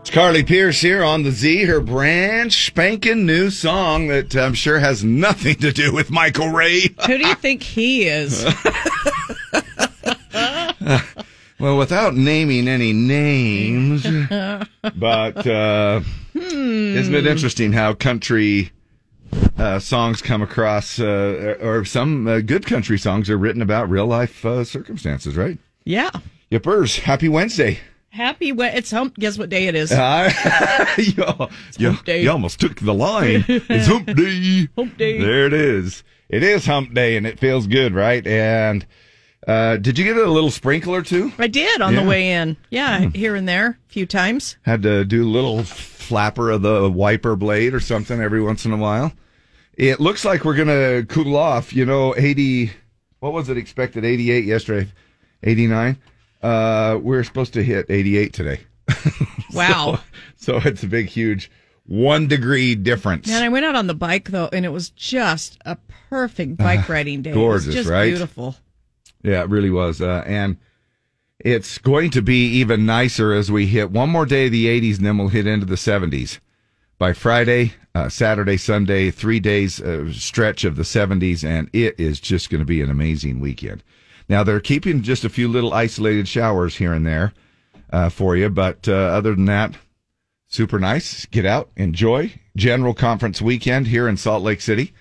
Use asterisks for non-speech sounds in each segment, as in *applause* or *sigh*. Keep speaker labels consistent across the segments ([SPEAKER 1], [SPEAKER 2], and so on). [SPEAKER 1] It's Carly Pierce here on the Z, her brand spanking new song that I'm sure has nothing to do with Michael Ray. *laughs*
[SPEAKER 2] Who do you think he is?
[SPEAKER 1] Well, without naming
[SPEAKER 2] *laughs*
[SPEAKER 1] any names, but uh,
[SPEAKER 2] Hmm.
[SPEAKER 1] isn't it interesting how country uh, songs come across, uh, or some uh, good country songs are written about real life uh, circumstances, right?
[SPEAKER 2] yeah.
[SPEAKER 1] Yippers, happy Wednesday.
[SPEAKER 2] Happy we- it's hump guess what day it is?
[SPEAKER 1] *laughs* Uh, you, you,
[SPEAKER 2] day.
[SPEAKER 1] you almost took
[SPEAKER 2] *laughs*
[SPEAKER 1] the line. It's hump day.
[SPEAKER 2] Hump day.
[SPEAKER 1] There it is. It is hump day, and it feels good, right? And uh, did you give it a little sprinkle or two?
[SPEAKER 2] I did on
[SPEAKER 1] Yeah. Hmm.
[SPEAKER 2] the way in. Yeah, here and there, a few times.
[SPEAKER 1] Had to do a little flapper of the wiper blade or something every once in a while. It looks like we're going to cool off. You know, 80, what was it expected? 88 yesterday, 89. Uh, we're supposed to hit 88 today. *laughs*
[SPEAKER 2] Wow.
[SPEAKER 1] So it's a big, huge one degree difference.
[SPEAKER 2] Man, I went out on the bike though, and it was just a perfect bike riding day. It was
[SPEAKER 1] Ah, gorgeous,
[SPEAKER 2] just
[SPEAKER 1] right?
[SPEAKER 2] Beautiful.
[SPEAKER 1] Yeah, it really was. Uh, and it's going to be even nicer as we hit one more day of the 80s, and then we'll hit into the 70s. By Friday, uh, Saturday, Sunday, three days uh, stretch of the 70s, and it is just going to be an amazing weekend. Now, they're keeping just a few little isolated showers here and there uh, for you, but uh, other than that, super nice. Get out, enjoy. General conference weekend here in Salt Lake City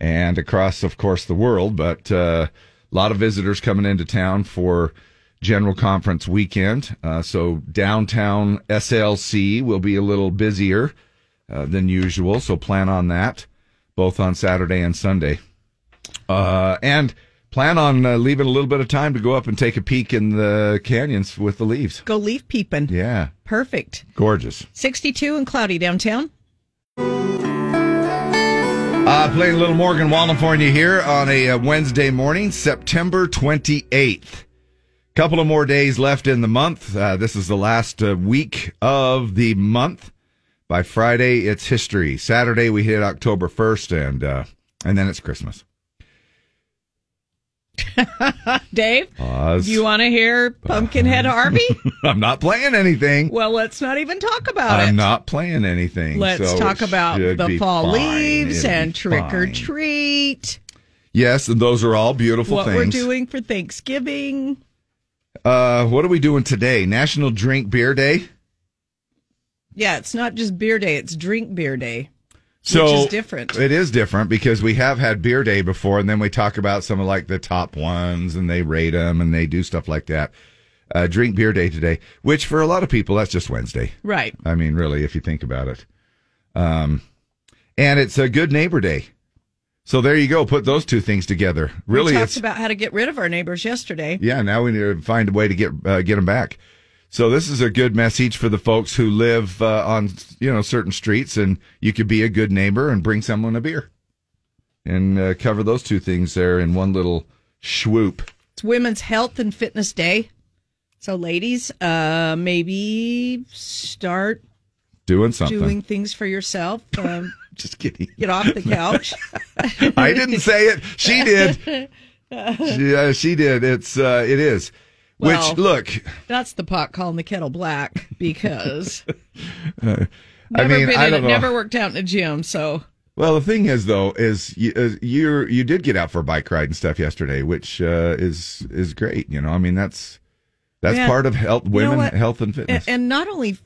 [SPEAKER 1] and across, of course, the world. But uh, a lot of visitors coming into town for General Conference weekend. Uh, so downtown SLC will be a little busier uh, than usual. So plan on that, both on Saturday and Sunday. Uh, and plan on uh, leaving a little bit of time to go up and take a peek in the canyons with the leaves.
[SPEAKER 2] Go leaf peeping.
[SPEAKER 1] Yeah,
[SPEAKER 2] Perfect.
[SPEAKER 1] gorgeous.
[SPEAKER 2] 62 and cloudy downtown. *laughs*
[SPEAKER 1] Uh, playing a little Morgan Wallen for you here on a uh, Wednesday morning, September 28th. Couple of more days left in the month. Uh, this is the last uh, week of the month. By Friday, it's history. Saturday, we hit October 1st, and uh, and then it's Christmas.
[SPEAKER 2] Dave,
[SPEAKER 1] Pause.
[SPEAKER 2] do you want to
[SPEAKER 1] *laughs*
[SPEAKER 2] hear Pumpkinhead Harvey?
[SPEAKER 1] I'm not playing anything.
[SPEAKER 2] well, let's not even talk about it.
[SPEAKER 1] I'm not playing anything.
[SPEAKER 2] Let's
[SPEAKER 1] so
[SPEAKER 2] talk
[SPEAKER 1] it
[SPEAKER 2] about
[SPEAKER 1] should
[SPEAKER 2] the
[SPEAKER 1] be
[SPEAKER 2] fall
[SPEAKER 1] fine.
[SPEAKER 2] leaves
[SPEAKER 1] It'll be
[SPEAKER 2] and trick or
[SPEAKER 1] fine.
[SPEAKER 2] treat.
[SPEAKER 1] Yes, and those are all beautiful
[SPEAKER 2] What
[SPEAKER 1] things.
[SPEAKER 2] we're doing for Thanksgiving.
[SPEAKER 1] Uh, what are we doing today? National Drink Beer Day.
[SPEAKER 2] Yeah, it's not just beer day, it's drink beer day.
[SPEAKER 1] So
[SPEAKER 2] Which is different.
[SPEAKER 1] It is different because we have had beer day before, and then we talk about some of like the top ones, and they rate them, and they do stuff like that. Uh, drink beer day today, which for a lot of people that's just Wednesday.
[SPEAKER 2] Right.
[SPEAKER 1] I mean, really, if you think about it. Um, and it's a good neighbor day. So there you go. Put those two things together. Really,
[SPEAKER 2] we talked
[SPEAKER 1] it's
[SPEAKER 2] about how to get rid of our neighbors yesterday.
[SPEAKER 1] yeah, now we need to find a way to get uh, get them back. So this is a good message for the folks who live uh, on you know certain streets, and you could be a good neighbor and bring someone a beer, and uh, cover those two things there in one little swoop.
[SPEAKER 2] It's Women's Health and Fitness Day. So ladies, uh maybe start
[SPEAKER 1] Doing something.
[SPEAKER 2] doing things for yourself. Um,
[SPEAKER 1] *laughs* Just kidding.
[SPEAKER 2] get off the couch.
[SPEAKER 1] *laughs* I didn't say it. She
[SPEAKER 2] *laughs*
[SPEAKER 1] did. she, uh, she did. It's uh, it is.
[SPEAKER 2] Well-
[SPEAKER 1] Which look,
[SPEAKER 2] That's the pot calling the kettle black because
[SPEAKER 1] *laughs* uh, I
[SPEAKER 2] never
[SPEAKER 1] mean,
[SPEAKER 2] been
[SPEAKER 1] I
[SPEAKER 2] in
[SPEAKER 1] don't
[SPEAKER 2] it,
[SPEAKER 1] know.
[SPEAKER 2] never worked out in a gym, so
[SPEAKER 1] Well, the thing is, though, is you uh, you you did get out for a bike ride and stuff yesterday, which uh, is is great. You know, I mean, that's that's
[SPEAKER 2] Yeah.
[SPEAKER 1] part of health,
[SPEAKER 2] know
[SPEAKER 1] women,
[SPEAKER 2] what? Eh,
[SPEAKER 1] health and
[SPEAKER 2] and,
[SPEAKER 1] fitness.
[SPEAKER 2] and not only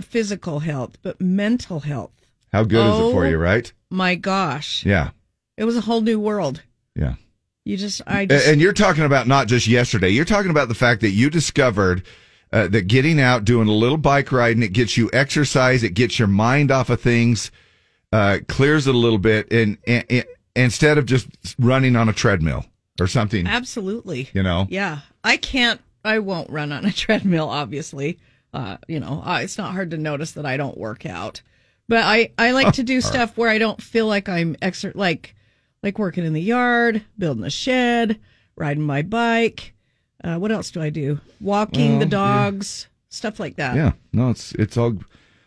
[SPEAKER 2] physical health, but mental health.
[SPEAKER 1] How good is it for
[SPEAKER 2] Oh.
[SPEAKER 1] you, right?
[SPEAKER 2] My gosh.
[SPEAKER 1] Yeah,
[SPEAKER 2] It was a whole new world.
[SPEAKER 1] yeah.
[SPEAKER 2] You just I
[SPEAKER 1] A-
[SPEAKER 2] just
[SPEAKER 1] And you're talking about not just yesterday. You're talking about the fact that you discovered uh, that getting out, doing a little bike ride, and it gets you exercise. It gets your mind off of things, uh, clears it a little bit, and, and, and instead of just running on a treadmill or something,
[SPEAKER 2] Absolutely.
[SPEAKER 1] you know.
[SPEAKER 2] Yeah. I can't, I won't run on a *laughs* treadmill, obviously. Uh, you know, uh, it's not hard to notice that I don't work out, but I, I like to do stuff where I don't feel like I'm exer, like, like working in the yard, building a shed, riding my bike. Uh, what else do I do? Walking the dogs, stuff like that.
[SPEAKER 1] Yeah, no, it's it's all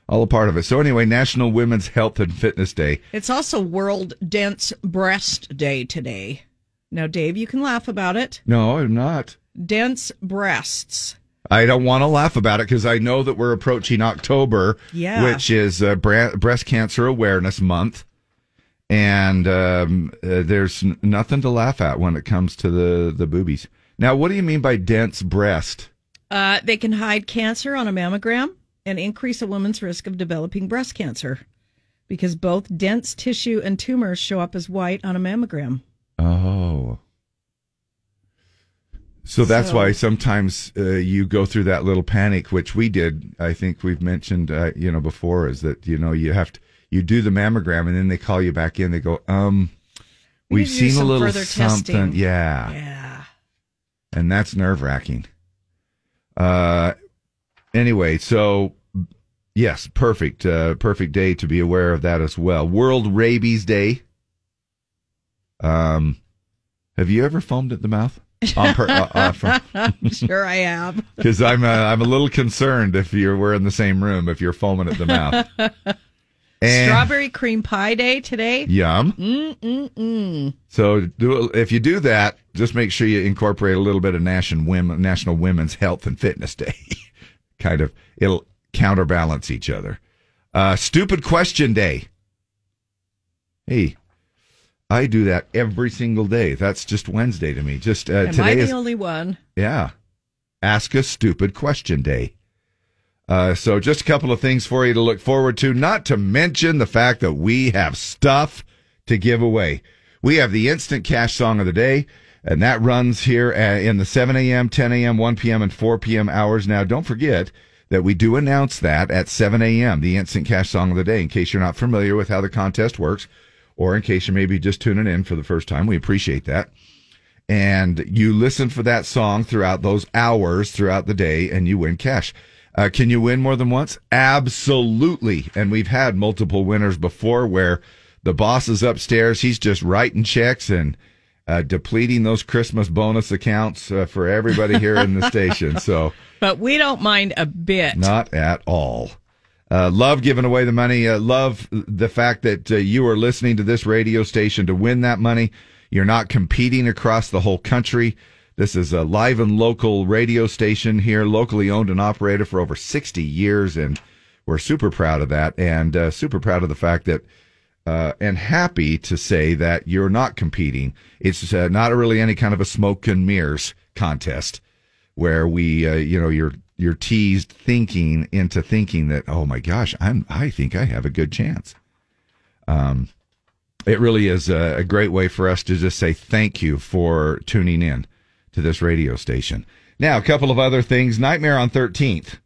[SPEAKER 1] all a part of it. So anyway, National Women's Health and Fitness Day.
[SPEAKER 2] It's also World Dense Breast Day today. Now, Dave, you can laugh about it.
[SPEAKER 1] No, I'm not.
[SPEAKER 2] Dense breasts.
[SPEAKER 1] I don't want to laugh about it because I know that we're approaching October,
[SPEAKER 2] Yeah.
[SPEAKER 1] which is uh, bra- Breast Cancer Awareness Month. And um, uh, there's n- nothing to laugh at when it comes to the, the boobies. Now, what do you mean by dense breast?
[SPEAKER 2] Uh, they can hide cancer on a mammogram and increase a woman's risk of developing breast cancer because both dense tissue and tumors show up as white on a mammogram.
[SPEAKER 1] Oh. So that's
[SPEAKER 2] So-
[SPEAKER 1] why sometimes uh, you go through that little panic, which we did. I think we've mentioned, uh, you know, before is that you know you have to you do the mammogram and then they call you back in. They go, um,
[SPEAKER 2] We
[SPEAKER 1] we've
[SPEAKER 2] need to do
[SPEAKER 1] seen a
[SPEAKER 2] some
[SPEAKER 1] little
[SPEAKER 2] further
[SPEAKER 1] something,
[SPEAKER 2] testing.
[SPEAKER 1] yeah,
[SPEAKER 2] Yeah.
[SPEAKER 1] and that's nerve wracking. Uh, anyway, so yes, perfect, uh, perfect day to be aware of that as well. World Rabies Day. Um, have you ever foamed at the mouth? On per- uh, uh, from-
[SPEAKER 2] I'm *laughs* sure I have.
[SPEAKER 1] because I'm uh, I'm a little concerned if you're we're in the same room if you're foaming at the mouth.
[SPEAKER 2] *laughs*
[SPEAKER 1] And-
[SPEAKER 2] Strawberry cream pie day today.
[SPEAKER 1] Yum.
[SPEAKER 2] Mm-mm-mm.
[SPEAKER 1] So do, if you do that, just make sure you incorporate a little bit of National Women National Women's Health and Fitness Day. *laughs* kind of it'll counterbalance each other. Uh, stupid question day. Hey, I do that every single day. That's just Wednesday to me. Just uh,
[SPEAKER 2] Am
[SPEAKER 1] today
[SPEAKER 2] I the
[SPEAKER 1] is
[SPEAKER 2] only one?
[SPEAKER 1] Yeah. Ask a stupid question day. Uh, so, just a couple of things for you to look forward to, not to mention the fact that we have stuff to give away. We have the instant cash song of the day, and that runs here uh, in the 7 a.m., 10 a.m., 1 p.m., and 4 p.m. hours. Now, don't forget that we do announce that at 7 a.m., the instant cash song of the day, in case you're not familiar with how the contest works, or in case you may be just tuning in for the first time. We appreciate that and you listen for that song throughout those hours throughout the day and you win cash. Uh, can you win more than once? Absolutely. And we've had multiple winners before where the boss is upstairs. He's just writing checks and uh, depleting those Christmas bonus accounts uh, for everybody here in the station. So
[SPEAKER 2] But we don't mind a bit.
[SPEAKER 1] not at all. Uh, love giving away the money. Uh, love the fact that uh, you are listening to this radio station to win that money. You're not competing across the whole country. This is a live and local radio station here, locally owned and operated for over 60 years. And we're super proud of that and uh, super proud of the fact that uh, and happy to say that you're not competing. It's uh, not really any kind of a smoke and mirrors contest where we, uh, you know, you're you're teased thinking into thinking that oh my gosh, I'm I think I have a good chance. Um, it really is a, a great way for us to just say thank you for tuning in to this radio station. Now, a couple of other things. Nightmare on Thirteenth.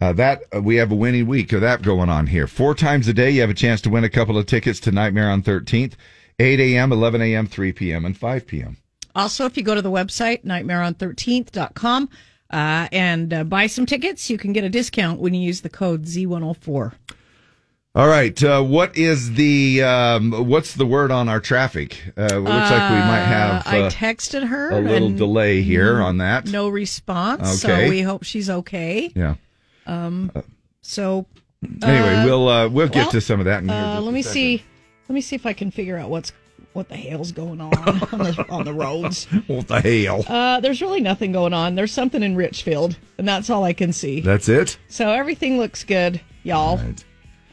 [SPEAKER 1] Uh, that uh, we have a winning week of that going on here. Four times a day, you have a chance to win a couple of tickets to Nightmare on Thirteenth, eight a.m., eleven a.m., three p.m., and five p.m.
[SPEAKER 2] Also, if you go to the website, nightmareon13th.com, uh, and uh, buy some tickets, you can get a discount when you use the code Z104.
[SPEAKER 1] All right, uh, what is the um, what's the word on our traffic? Uh, it looks like we might have
[SPEAKER 2] Uh, I
[SPEAKER 1] uh,
[SPEAKER 2] texted her.
[SPEAKER 1] a little
[SPEAKER 2] and
[SPEAKER 1] delay here on that.
[SPEAKER 2] No response.
[SPEAKER 1] Okay.
[SPEAKER 2] So we hope she's okay.
[SPEAKER 1] Yeah. Uh,
[SPEAKER 2] Um, so
[SPEAKER 1] Anyway,
[SPEAKER 2] uh,
[SPEAKER 1] we'll uh, we'll get
[SPEAKER 2] well,
[SPEAKER 1] to some of that. In here
[SPEAKER 2] Uh,
[SPEAKER 1] just
[SPEAKER 2] let
[SPEAKER 1] a
[SPEAKER 2] me
[SPEAKER 1] second.
[SPEAKER 2] see. Let me see if I can figure out what's what the hell's going on *laughs* on the, on the roads.
[SPEAKER 1] What the hell?
[SPEAKER 2] Uh, there's really nothing going on. There's something in Richfield, and that's all I can see.
[SPEAKER 1] That's it.
[SPEAKER 2] So everything looks good, y'all. all
[SPEAKER 1] right.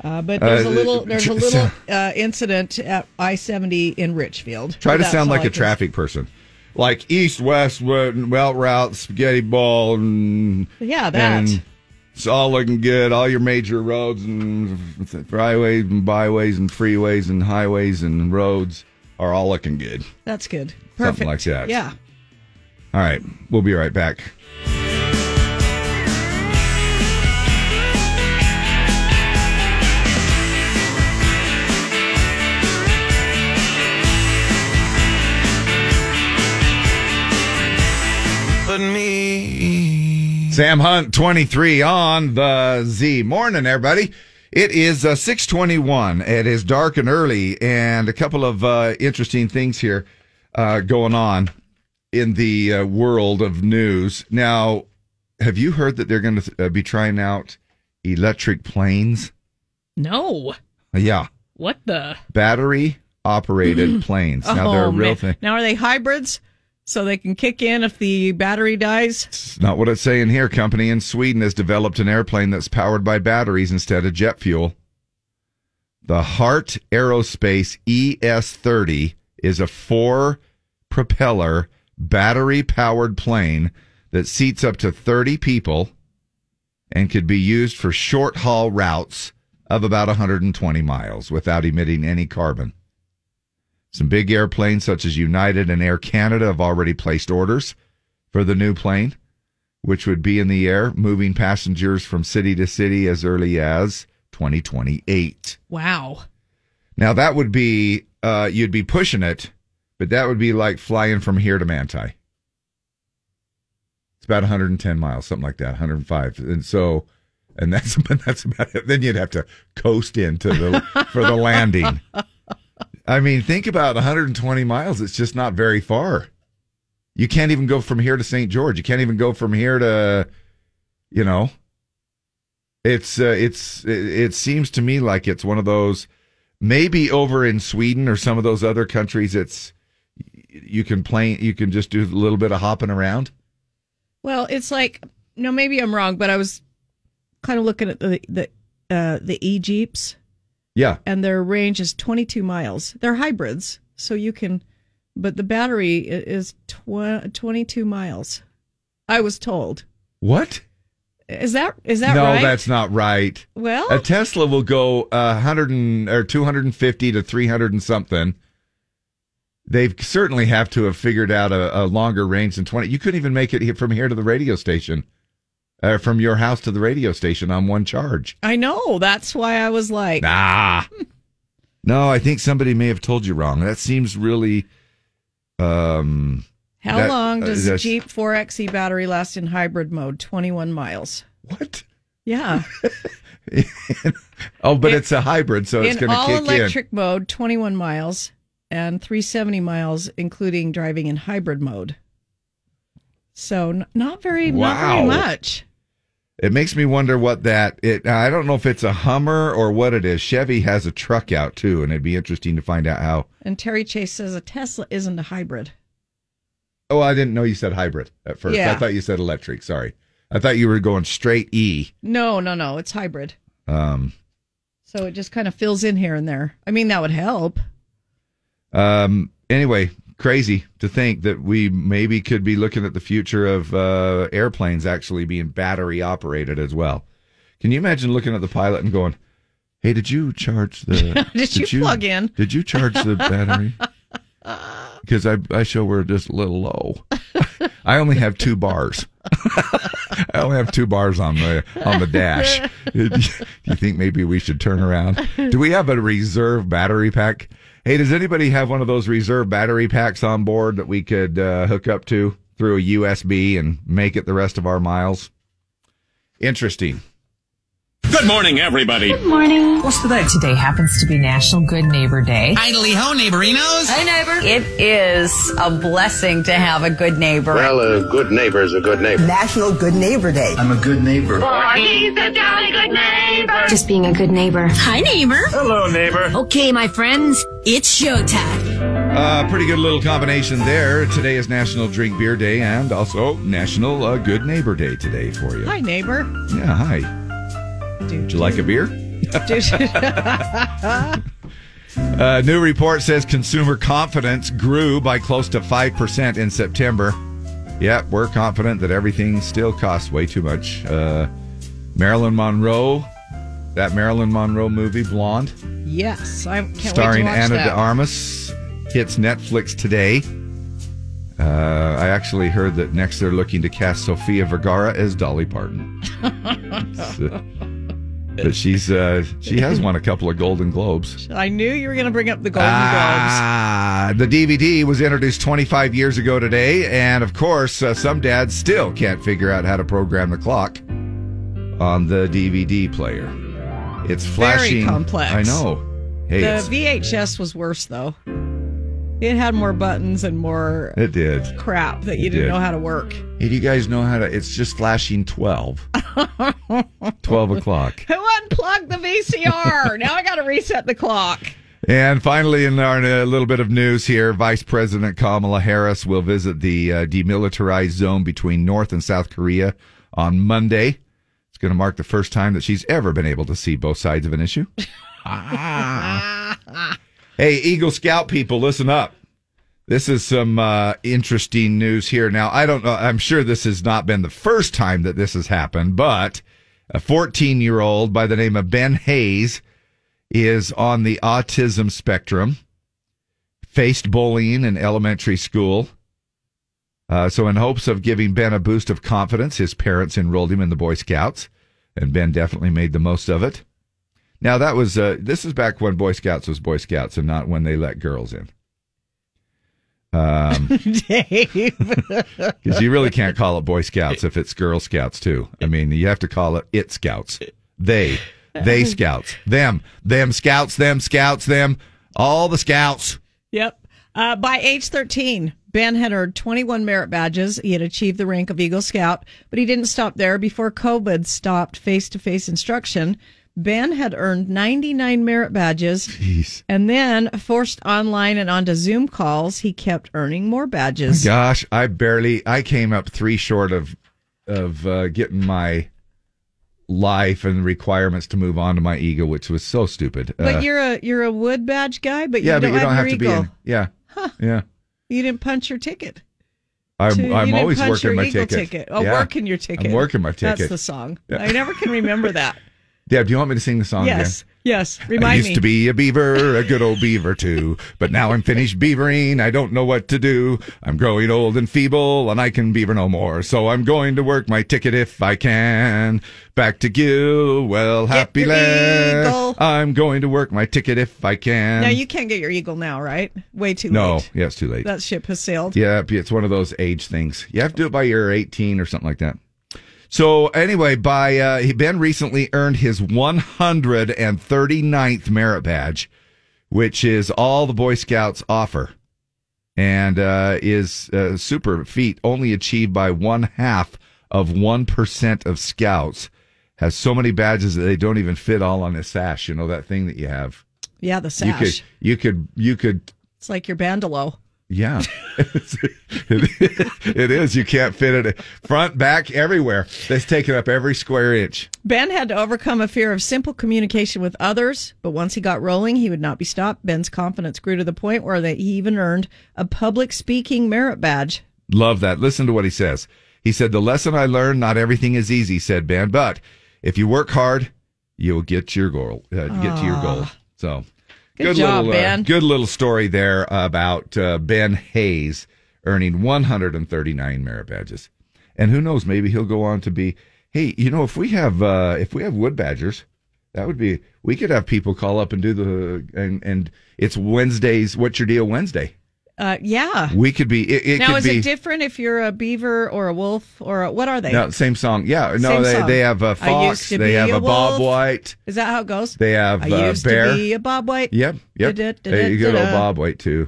[SPEAKER 2] Uh, but there's
[SPEAKER 1] Uh,
[SPEAKER 2] a little there's a
[SPEAKER 1] so-
[SPEAKER 2] little uh, incident at I-70 in Richfield.
[SPEAKER 1] Try to
[SPEAKER 2] That's
[SPEAKER 1] sound
[SPEAKER 2] all
[SPEAKER 1] like
[SPEAKER 2] I
[SPEAKER 1] a
[SPEAKER 2] can-
[SPEAKER 1] traffic person, like east west well route spaghetti ball. And,
[SPEAKER 2] Yeah, that.
[SPEAKER 1] and it's all looking good. All your major roads and highways and byways and freeways and highways and roads are all looking good.
[SPEAKER 2] That's good. Perfect.
[SPEAKER 1] Something like that.
[SPEAKER 2] Yeah.
[SPEAKER 1] All right, we'll be right back.
[SPEAKER 3] But me.
[SPEAKER 1] Sam Hunt, 23 on the Z. Morning, everybody. It is uh, 621. It is dark and early, and a couple of uh, interesting things here uh, going on in the uh, world of news. Now, have you heard that they're going to uh, be trying out electric planes?
[SPEAKER 2] No.
[SPEAKER 1] Yeah,
[SPEAKER 2] What the?
[SPEAKER 1] battery operated planes. Now, they're a real
[SPEAKER 2] Oh, man.
[SPEAKER 1] thing.
[SPEAKER 2] Now are they hybrids? so they can kick in if the battery dies.
[SPEAKER 1] It's not what it's saying here. Company in Sweden has developed an airplane that's powered by batteries instead of jet fuel. The Hart Aerospace ES30 is a four propeller battery powered plane that seats up to 30 people and could be used for short haul routes of about 120 miles without emitting any carbon. Some big airplanes such as United and Air Canada have already placed orders for the new plane, which would be in the air, moving passengers from city to city as early as 2028.
[SPEAKER 2] Wow.
[SPEAKER 1] Now that would be uh, you'd be pushing it, but that would be like flying from here to Manti. It's about 110 miles, something like that, 105, and so, and that's *laughs* but that's about it. Then you'd have to coast into the for the landing. I mean, think about 120 miles. It's just not very far. You can't even go from here to St. George. You can't even go from here to, you know. It's uh, it's it, it seems to me like it's one of those. Maybe over in Sweden or some of those other countries, it's you can play. You can just do a little bit of hopping around.
[SPEAKER 2] Well, it's like no, maybe I'm wrong, but I was kind of looking at the the uh, the e jeeps,
[SPEAKER 1] Yeah,
[SPEAKER 2] and their range is 22 miles. They're hybrids, so you can, but the battery i- is tw- 22 miles. I was told.
[SPEAKER 1] what?
[SPEAKER 2] Is that is that
[SPEAKER 1] no,
[SPEAKER 2] right?
[SPEAKER 1] that's not right.
[SPEAKER 2] well,
[SPEAKER 1] A Tesla will go uh, 100 and, or 250 to 300 and something. They certainly have to have figured out a, a longer range than 20. You couldn't even make it he- from here to the radio station, uh, from your house to the radio station on one charge.
[SPEAKER 2] I know. That's why I was *laughs* like,
[SPEAKER 1] Nah. no, I think somebody may have told you wrong. That seems really. Um,
[SPEAKER 2] how
[SPEAKER 1] that-
[SPEAKER 2] long
[SPEAKER 1] uh,
[SPEAKER 2] does
[SPEAKER 1] that's-
[SPEAKER 2] Jeep 4xe battery last in hybrid mode? 21 miles.
[SPEAKER 1] What?
[SPEAKER 2] Yeah,
[SPEAKER 1] Oh, but
[SPEAKER 2] It-
[SPEAKER 1] it's a hybrid, *laughs* so it's
[SPEAKER 2] in
[SPEAKER 1] going to
[SPEAKER 2] all
[SPEAKER 1] kick in.
[SPEAKER 2] electric mode, 21 miles, and 370 miles, including driving in hybrid mode. So n- not very, not very
[SPEAKER 1] Wow.
[SPEAKER 2] much.
[SPEAKER 1] It makes me wonder what that. It, I don't know if it's a Hummer or what it is. Chevy has a truck out too, and it'd be interesting to find out how.
[SPEAKER 2] And Terry Chase says a Tesla isn't a hybrid.
[SPEAKER 1] Oh, I didn't know you said hybrid at first. I
[SPEAKER 2] Yeah.
[SPEAKER 1] thought you said electric. Sorry, I thought you were going straight E.
[SPEAKER 2] No, no, no, it's hybrid.
[SPEAKER 1] Um,
[SPEAKER 2] So it just kind of fills in here and there. I mean, that would help.
[SPEAKER 1] um. Anyway, crazy to think that we maybe could be looking at the future of uh, airplanes actually being battery operated as well. Can you imagine looking at the pilot and going, "Hey, did you charge the?
[SPEAKER 2] *laughs* *laughs* Did you plug in?"
[SPEAKER 1] Did you
[SPEAKER 2] *laughs*
[SPEAKER 1] charge the battery? Because I I show we're just a little low. I only have two bars. *laughs* I only have two bars on the on the dash. Do you think maybe we should turn around? Do we have a reserve battery pack? Hey, does anybody have one of those reserve battery packs on board that we could uh, hook up to through a USB and make it the rest of our miles? Interesting.
[SPEAKER 4] Good morning, everybody.
[SPEAKER 5] morning. What's today? Today happens to be National Good Neighbor Day.
[SPEAKER 6] Idly ho, neighborinos.
[SPEAKER 5] Hi, neighbor.
[SPEAKER 7] It is a blessing to have a good neighbor.
[SPEAKER 8] Well,
[SPEAKER 1] uh,
[SPEAKER 8] a good neighbor is a good neighbor.
[SPEAKER 9] National Good Neighbor Day.
[SPEAKER 10] I'm a good neighbor.
[SPEAKER 11] He's a jolly good neighbor.
[SPEAKER 12] Just being a good neighbor. Hi, neighbor.
[SPEAKER 10] Hello, neighbor.
[SPEAKER 12] Okay, my friends, it's showtime.
[SPEAKER 1] Uh, pretty good little combination there. Today is National Drink Beer Day and also National uh, Good Neighbor Day today for you.
[SPEAKER 2] Hi, neighbor.
[SPEAKER 1] Yeah, hi. Would you like a beer? *laughs* Uh, new report says consumer confidence grew by close to 5% in September. Yep, we're confident that everything still costs way too much. Uh, Marilyn Monroe, that Marilyn Monroe movie, Blonde,
[SPEAKER 2] yes, I can't
[SPEAKER 1] starring
[SPEAKER 2] wait to watch
[SPEAKER 1] Anna de
[SPEAKER 2] that.
[SPEAKER 1] Armas, hits Netflix today. Uh, I actually heard that next they're looking to cast Sofia Vergara as
[SPEAKER 2] *laughs*
[SPEAKER 1] Dolly Parton. So- but she's uh, she has won a couple of Golden Globes.
[SPEAKER 2] I knew you were going to bring up the Golden Globes.
[SPEAKER 1] Ah, the DVD was introduced 25 years ago today, and of course, uh, some dads still can't figure out how to program the clock on the DVD player. It's
[SPEAKER 2] Very
[SPEAKER 1] flashing.
[SPEAKER 2] complex.
[SPEAKER 1] I know. Hey, it's-
[SPEAKER 2] The VHS was worse though. It had more buttons and more
[SPEAKER 1] it did.
[SPEAKER 2] crap that you
[SPEAKER 1] It
[SPEAKER 2] didn't
[SPEAKER 1] did.
[SPEAKER 2] know how to work.
[SPEAKER 1] Hey, do you guys know how to? It's just flashing 12. 12 o'clock.
[SPEAKER 2] *laughs* Who unplugged the VCR? now I got to reset the clock.
[SPEAKER 1] And finally, in our in a little bit of news here, Vice President Kamala Harris will visit the uh, demilitarized zone between North and South Korea on Monday. It's going to mark the first time that she's ever been able to see both sides of an issue. Hey, Eagle Scout people, listen up. This is some uh, interesting news here. Now, I don't know. I'm sure this has not been the first time that this has happened, but a 14 year old by the name of Ben Hayes is on the autism spectrum, faced bullying in elementary school. Uh, so, in hopes of giving Ben a boost of confidence, his parents enrolled him in the Boy Scouts, and Ben definitely made the most of it. Now that was uh, this is back when Boy Scouts was Boy Scouts and not when they let girls in. *laughs* Um, because you really can't call it Boy Scouts if it's Girl Scouts too. I mean, you have to call it it Scouts, they, they Scouts, them, them Scouts, them Scouts, them, all the Scouts.
[SPEAKER 2] Yep. Uh, by age 13, Ben had earned 21 merit badges. He had achieved the rank of Eagle Scout, but he didn't stop there. Before COVID stopped face to face instruction, Ben had earned 99 merit badges.
[SPEAKER 1] Jeez.
[SPEAKER 2] And then, forced online and onto Zoom calls, he kept earning more badges.
[SPEAKER 1] Gosh, I barely. I came up three short of of uh, getting my life and requirements to move on to my ego, which was so stupid.
[SPEAKER 2] But
[SPEAKER 1] Uh,
[SPEAKER 2] you're a you're a wood badge guy, but you
[SPEAKER 1] yeah,
[SPEAKER 2] don't,
[SPEAKER 1] but you don't
[SPEAKER 2] have,
[SPEAKER 1] have
[SPEAKER 2] your
[SPEAKER 1] to be.
[SPEAKER 2] eagle.
[SPEAKER 1] In, yeah, yeah.
[SPEAKER 2] You didn't punch your ticket.
[SPEAKER 1] I'm,
[SPEAKER 2] So you
[SPEAKER 1] I'm
[SPEAKER 2] didn't
[SPEAKER 1] always
[SPEAKER 2] punch
[SPEAKER 1] working
[SPEAKER 2] your
[SPEAKER 1] my
[SPEAKER 2] eagle
[SPEAKER 1] ticket.
[SPEAKER 2] ticket. Oh,
[SPEAKER 1] Yeah.
[SPEAKER 2] working your ticket.
[SPEAKER 1] I'm working my ticket.
[SPEAKER 2] That's the song. I never can remember
[SPEAKER 1] *laughs*
[SPEAKER 2] that.
[SPEAKER 1] Deb, do you want me to sing the song
[SPEAKER 2] yes,
[SPEAKER 1] again?
[SPEAKER 2] yes.
[SPEAKER 1] I
[SPEAKER 2] Remind
[SPEAKER 1] used
[SPEAKER 2] me.
[SPEAKER 1] to be a beaver, a good old beaver too, but now I'm finished beavering. I don't know what to do. I'm growing old and feeble, and I can beaver no more. So I'm going to work my ticket if I can. Back to Gill, well, happy
[SPEAKER 2] your
[SPEAKER 1] land.
[SPEAKER 2] eagle.
[SPEAKER 1] I'm going to work my ticket if I can.
[SPEAKER 2] now you can't get your eagle now, right? Way too
[SPEAKER 1] no,
[SPEAKER 2] late.
[SPEAKER 1] yeah, it's too late.
[SPEAKER 2] That ship has sailed.
[SPEAKER 1] Yep, it's one of those age things. You have to do it by year 18 or something like that. So anyway, by uh, he- Ben recently earned his 139th merit badge, which is all the Boy Scouts offer, and uh, is a super feat only achieved by one half of one percent of Scouts. Has so many badges that they don't even fit all on his sash. You know that thing that you have.
[SPEAKER 2] Yeah, the
[SPEAKER 1] You
[SPEAKER 2] sash.
[SPEAKER 1] could, you could, you could
[SPEAKER 2] it's like your bandolo.
[SPEAKER 1] yeah, it is. You can't fit it front, back, everywhere. That's taking up every square inch.
[SPEAKER 2] Ben had to overcome a fear of simple communication with others, but once he got rolling, he would not be stopped. Ben's confidence grew to the point where that he even earned a public speaking merit badge.
[SPEAKER 1] Love that. Listen to what he says. He said, "The lesson I learned: not everything is easy," said Ben, "but if you work hard, you'll get your goal. Uh, get to your goal." So,
[SPEAKER 2] Good job,
[SPEAKER 1] little, uh,
[SPEAKER 2] Ben.
[SPEAKER 1] good little story there about uh, Ben Hayes earning 139 merit badges, and who knows, maybe he'll go on to be. Hey, you know, if we have uh, if we have wood badgers, that would be we could have people call up and do the and and it's Wednesdays. What's your deal Wednesday?
[SPEAKER 2] Uh, yeah.
[SPEAKER 1] We could be it, it
[SPEAKER 2] now,
[SPEAKER 1] could
[SPEAKER 2] is
[SPEAKER 1] be
[SPEAKER 2] it different if you're a beaver or a wolf or a, what are they?
[SPEAKER 1] No, same song. Yeah,
[SPEAKER 2] Same
[SPEAKER 1] no, they
[SPEAKER 2] song.
[SPEAKER 1] they have
[SPEAKER 2] I
[SPEAKER 1] a
[SPEAKER 2] used
[SPEAKER 1] fox.
[SPEAKER 2] to
[SPEAKER 1] They
[SPEAKER 2] be
[SPEAKER 1] have
[SPEAKER 2] a
[SPEAKER 1] a Bob
[SPEAKER 2] wolf.
[SPEAKER 1] White.
[SPEAKER 2] Is that how it goes?
[SPEAKER 1] They have
[SPEAKER 2] I
[SPEAKER 1] uh,
[SPEAKER 2] used
[SPEAKER 1] bear.
[SPEAKER 2] to be a Bob White.
[SPEAKER 1] Yep, yep.
[SPEAKER 2] Da-da-da-da-da.
[SPEAKER 1] There you go, Bob White too.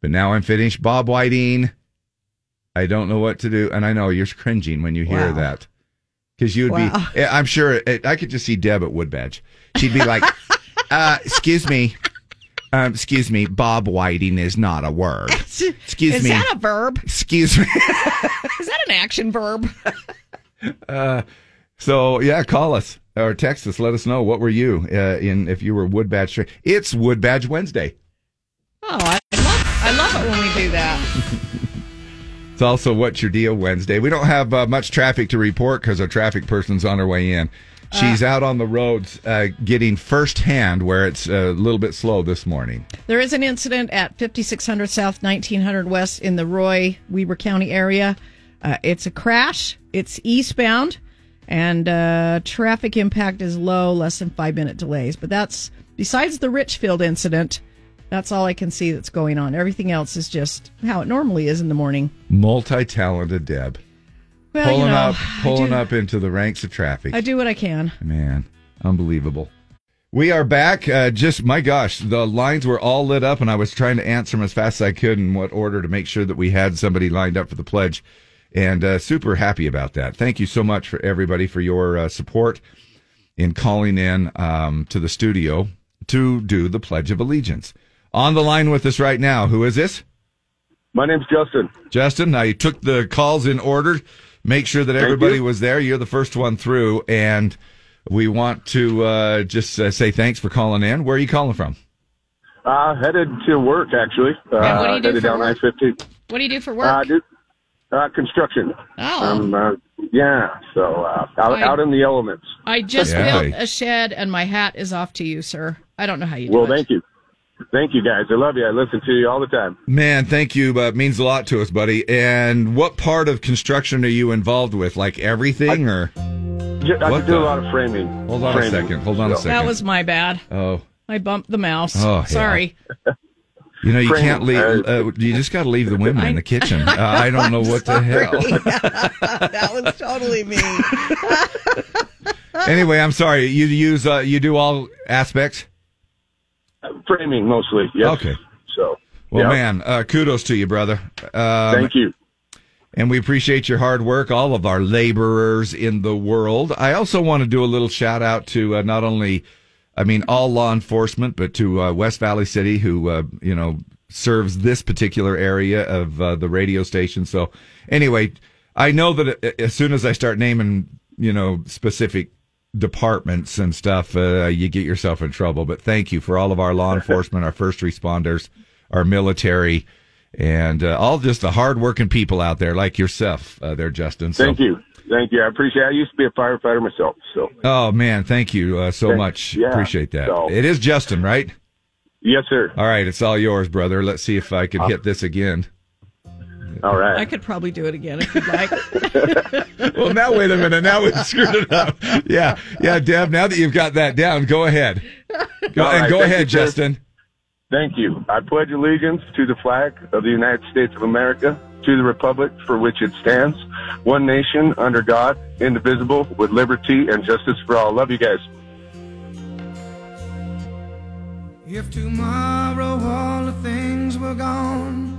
[SPEAKER 1] But now I'm finished Bob Whiting. I don't know what to do, and I know you're cringing when you hear
[SPEAKER 2] Wow.
[SPEAKER 1] that because you'd
[SPEAKER 2] Wow.
[SPEAKER 1] be. eh, I'm sure it, I could just see Deb at Woodbadge. She'd
[SPEAKER 2] *laughs*
[SPEAKER 1] be like, uh, "Excuse me, um, excuse me, Bob Whiting is not a word.
[SPEAKER 2] *laughs*
[SPEAKER 1] Excuse
[SPEAKER 2] is
[SPEAKER 1] me,
[SPEAKER 2] that a
[SPEAKER 1] *laughs*
[SPEAKER 2] verb?
[SPEAKER 1] excuse me."
[SPEAKER 2] Is that an action verb?
[SPEAKER 1] Uh, So yeah, call us or text us. Let us know what were you uh, in if you were Wood Badge. Tra- it's Wood Badge Wednesday.
[SPEAKER 2] Oh, I love, I love it when we do that.
[SPEAKER 1] It's also what's your deal Wednesday. We don't have uh, much traffic to report because our traffic person's on her way in.
[SPEAKER 2] Uh.
[SPEAKER 1] She's out on the roads uh, getting firsthand where it's uh, a little bit slow this morning.
[SPEAKER 2] There is an incident at 5600 South, 1900 West in the Roy Weber County area. Uh, it's a crash. It's eastbound, and uh, traffic impact is low, less than five minute delays. But that's besides the Richfield incident. That's all I can see that's going on. Everything else is just how it normally is in the morning.
[SPEAKER 1] Multi-talented Deb
[SPEAKER 2] Well,
[SPEAKER 1] pulling
[SPEAKER 2] you know,
[SPEAKER 1] up,
[SPEAKER 2] I
[SPEAKER 1] pulling
[SPEAKER 2] do-
[SPEAKER 1] up into the ranks of traffic.
[SPEAKER 2] I do what I can.
[SPEAKER 1] Man, unbelievable. We are back. Uh, just my gosh, the lines were all lit up, and I was trying to answer them as fast as I could in what order to make sure that we had somebody lined up for the pledge. And uh, super happy about that. Thank you so much for everybody for your uh, support in calling in um, to the studio to do the Pledge of Allegiance. On the line with us right now, who is this?
[SPEAKER 6] My name's Justin.
[SPEAKER 1] Justin, I took the calls in order, make sure that everybody was there. You're the first one through, and we want to uh, just uh, say thanks for calling in. Where are you calling from?
[SPEAKER 6] Uh, headed to work actually. Uh,
[SPEAKER 2] And what do you do
[SPEAKER 6] headed
[SPEAKER 2] for
[SPEAKER 6] down I
[SPEAKER 2] work?
[SPEAKER 6] fifteen.
[SPEAKER 2] What do you do for work?
[SPEAKER 6] Uh, do, uh, construction.
[SPEAKER 2] Oh.
[SPEAKER 6] Um, uh, yeah. So uh, out,
[SPEAKER 2] I-
[SPEAKER 6] out in the elements.
[SPEAKER 2] I just
[SPEAKER 1] Yeah.
[SPEAKER 2] built a shed, and my hat is off to you, sir. I don't know how you.
[SPEAKER 6] Well,
[SPEAKER 2] do it.
[SPEAKER 6] thank you, thank you guys. I love you. I listen to you all the time.
[SPEAKER 1] Man, thank you. But it means a lot to us, buddy. And what part of construction are you involved with? Like everything, or
[SPEAKER 6] J- I
[SPEAKER 1] What
[SPEAKER 6] could do
[SPEAKER 1] the-
[SPEAKER 6] a lot of framing.
[SPEAKER 1] hold on a
[SPEAKER 6] Framing.
[SPEAKER 1] second. Hold on a
[SPEAKER 6] So-
[SPEAKER 1] second.
[SPEAKER 2] That was my bad.
[SPEAKER 1] oh,
[SPEAKER 2] I bumped the mouse.
[SPEAKER 1] Oh, yeah.
[SPEAKER 2] Sorry.
[SPEAKER 1] you know, you
[SPEAKER 6] Framing.
[SPEAKER 1] can't leave.
[SPEAKER 6] Uh,
[SPEAKER 1] Uh, you just got to leave the women in the kitchen. Uh, *laughs* I don't know what the hell.
[SPEAKER 2] that was totally me.
[SPEAKER 1] *laughs* anyway, I'm sorry. You use uh, you do all aspects.
[SPEAKER 6] Uh, Framing mostly. Yes.
[SPEAKER 1] Okay.
[SPEAKER 6] So.
[SPEAKER 1] Well,
[SPEAKER 6] yeah.
[SPEAKER 1] man, uh, kudos to you, brother. Um,
[SPEAKER 6] Thank you.
[SPEAKER 1] And we appreciate your hard work, all of our laborers in the world. I also want to do a little shout out to uh, not only, I mean, all law enforcement, but to uh, West Valley City, who, uh, you know, serves this particular area of uh, the radio station. So, anyway, I know that a- as soon as I start naming, you know, specific departments and stuff, uh, you get yourself in trouble. But thank you for all of our
[SPEAKER 6] *laughs*
[SPEAKER 1] law enforcement, our first responders, our military, and uh, all just the hardworking people out there like yourself uh, there, Justin. So,
[SPEAKER 6] Thank you. Thank you. I appreciate. it. I used to be a firefighter myself. So.
[SPEAKER 1] Oh, man. Thank you uh, so
[SPEAKER 6] Thank-
[SPEAKER 1] much.
[SPEAKER 6] yeah,
[SPEAKER 1] Appreciate that.
[SPEAKER 6] so-
[SPEAKER 1] It is Justin, right?
[SPEAKER 6] Yes, sir.
[SPEAKER 1] All right. It's all yours, brother. Let's see if I can hit this again.
[SPEAKER 6] All right.
[SPEAKER 2] *laughs* I could probably do it again if you'd like.
[SPEAKER 1] *laughs* Well, now, wait a minute. Now we *laughs* screwed it up. Yeah. Yeah, Deb, now that you've got that down, go ahead. Go,
[SPEAKER 6] All
[SPEAKER 1] and
[SPEAKER 6] right,
[SPEAKER 1] go
[SPEAKER 6] thank
[SPEAKER 1] ahead,
[SPEAKER 6] you, sir.
[SPEAKER 1] Justin.
[SPEAKER 6] Thank you. I pledge allegiance to the flag of the United States of America, to the republic for which it stands, one nation under God, indivisible, with liberty and justice for all. Love you guys.
[SPEAKER 3] *laughs* If tomorrow all the things were gone,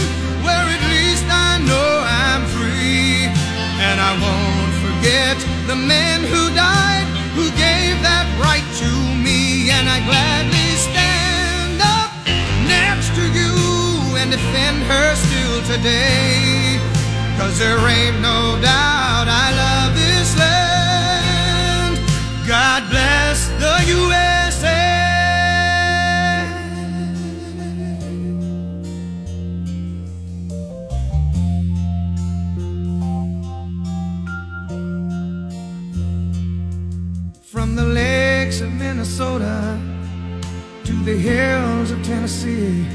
[SPEAKER 3] where at least I know I'm free. And I won't forget the men who died, who gave that right to me. And I gladly stand up next to you and defend her still today. Cause there ain't no doubt I love this land. God bless the USA. From the lakes of Minnesota to the hills of Tennessee,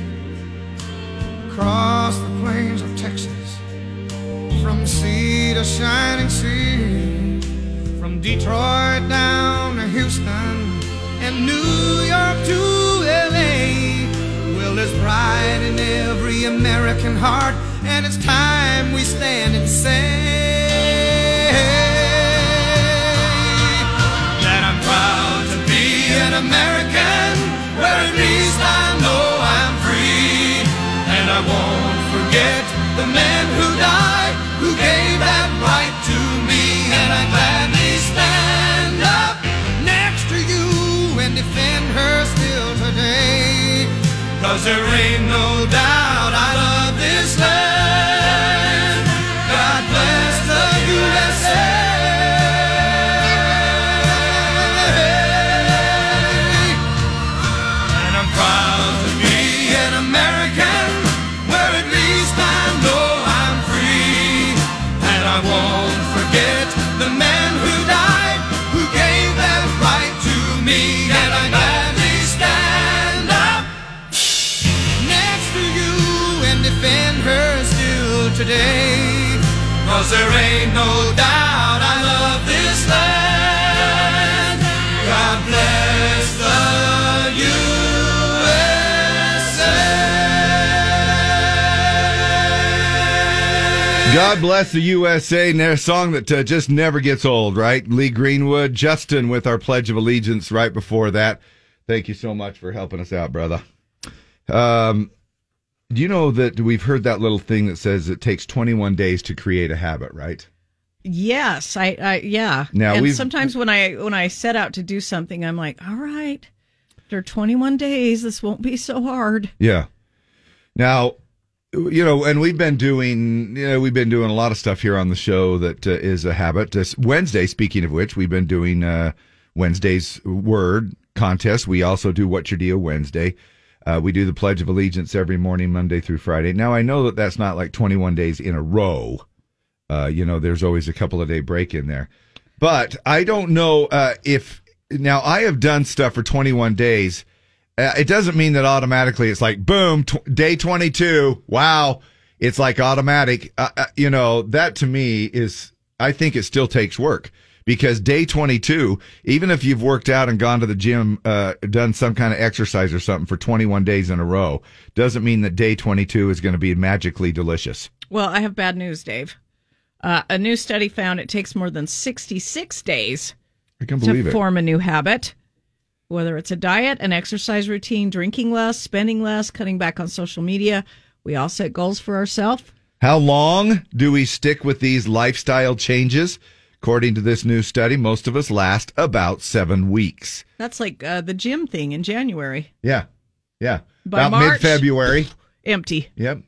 [SPEAKER 3] across the plains of Texas, from sea to shining sea, from Detroit down to Houston and New York to LA. Well, there's pride in every American heart, and it's time we stand and say that I'm proud to be an American, where at least I know I'm free. And I won't forget the men who died, who gave that right to me. And I gladly stand up next to you and defend her still today. Cause there ain't no doubt I love this land. God bless the USA. And I'm proud to be an American, where at least I know I'm free. And I won't forget the man who died, who gave that right to me. And I gladly stand up next to you and defend her still today. Cause there ain't no doubt I love this land. God bless the USA.
[SPEAKER 1] God bless the USA. And a song that uh, just never gets old, right? Lee Greenwood, Justin with our Pledge of Allegiance right before that. Thank you so much for helping us out, brother. Um, do you know that we've heard that little thing that says it takes 21 days to create a habit, right?
[SPEAKER 2] Yes, I, I yeah.
[SPEAKER 1] Now,
[SPEAKER 2] and
[SPEAKER 1] we've-
[SPEAKER 2] sometimes when I when I set out to do something, I'm like, all right, after 21 days, this won't be so hard.
[SPEAKER 1] Yeah. Now, you know, and we've been doing, you know, we've been doing a lot of stuff here on the show that uh, is a habit. This Wednesday, speaking of which, we've been doing uh, Wednesday's word contest. We also do What's Your Deal Wednesday. Uh, we do the Pledge of Allegiance every morning, Monday through Friday. Now, I know that that's not like 21 days in a row. Uh, you know, there's always a couple of day break in there. But I don't know uh, if now I have done stuff for 21 days. Uh, it doesn't mean that automatically it's like boom tw- day 22. Wow, it's like automatic. Uh, uh, you know, that to me is I think it still takes work because day 22, even if you've worked out and gone to the gym, uh, done some kind of exercise or something for 21 days in a row, doesn't mean that day 22 is going to be magically delicious.
[SPEAKER 2] Well, I have bad news, Dave. Uh, a new study found it takes more than 66 days
[SPEAKER 1] I can
[SPEAKER 2] to
[SPEAKER 1] believe it.
[SPEAKER 2] form a new habit, whether it's a diet, an exercise routine, drinking less, spending less, cutting back on social media. We all set goals for ourselves.
[SPEAKER 1] How long do we stick with these lifestyle changes? According to this new study, most of us last about seven weeks.
[SPEAKER 2] That's like uh, the gym thing in January.
[SPEAKER 1] Yeah. Yeah.
[SPEAKER 2] By
[SPEAKER 1] about
[SPEAKER 2] March-
[SPEAKER 1] mid February.
[SPEAKER 2] *sighs* Empty.
[SPEAKER 1] Yep.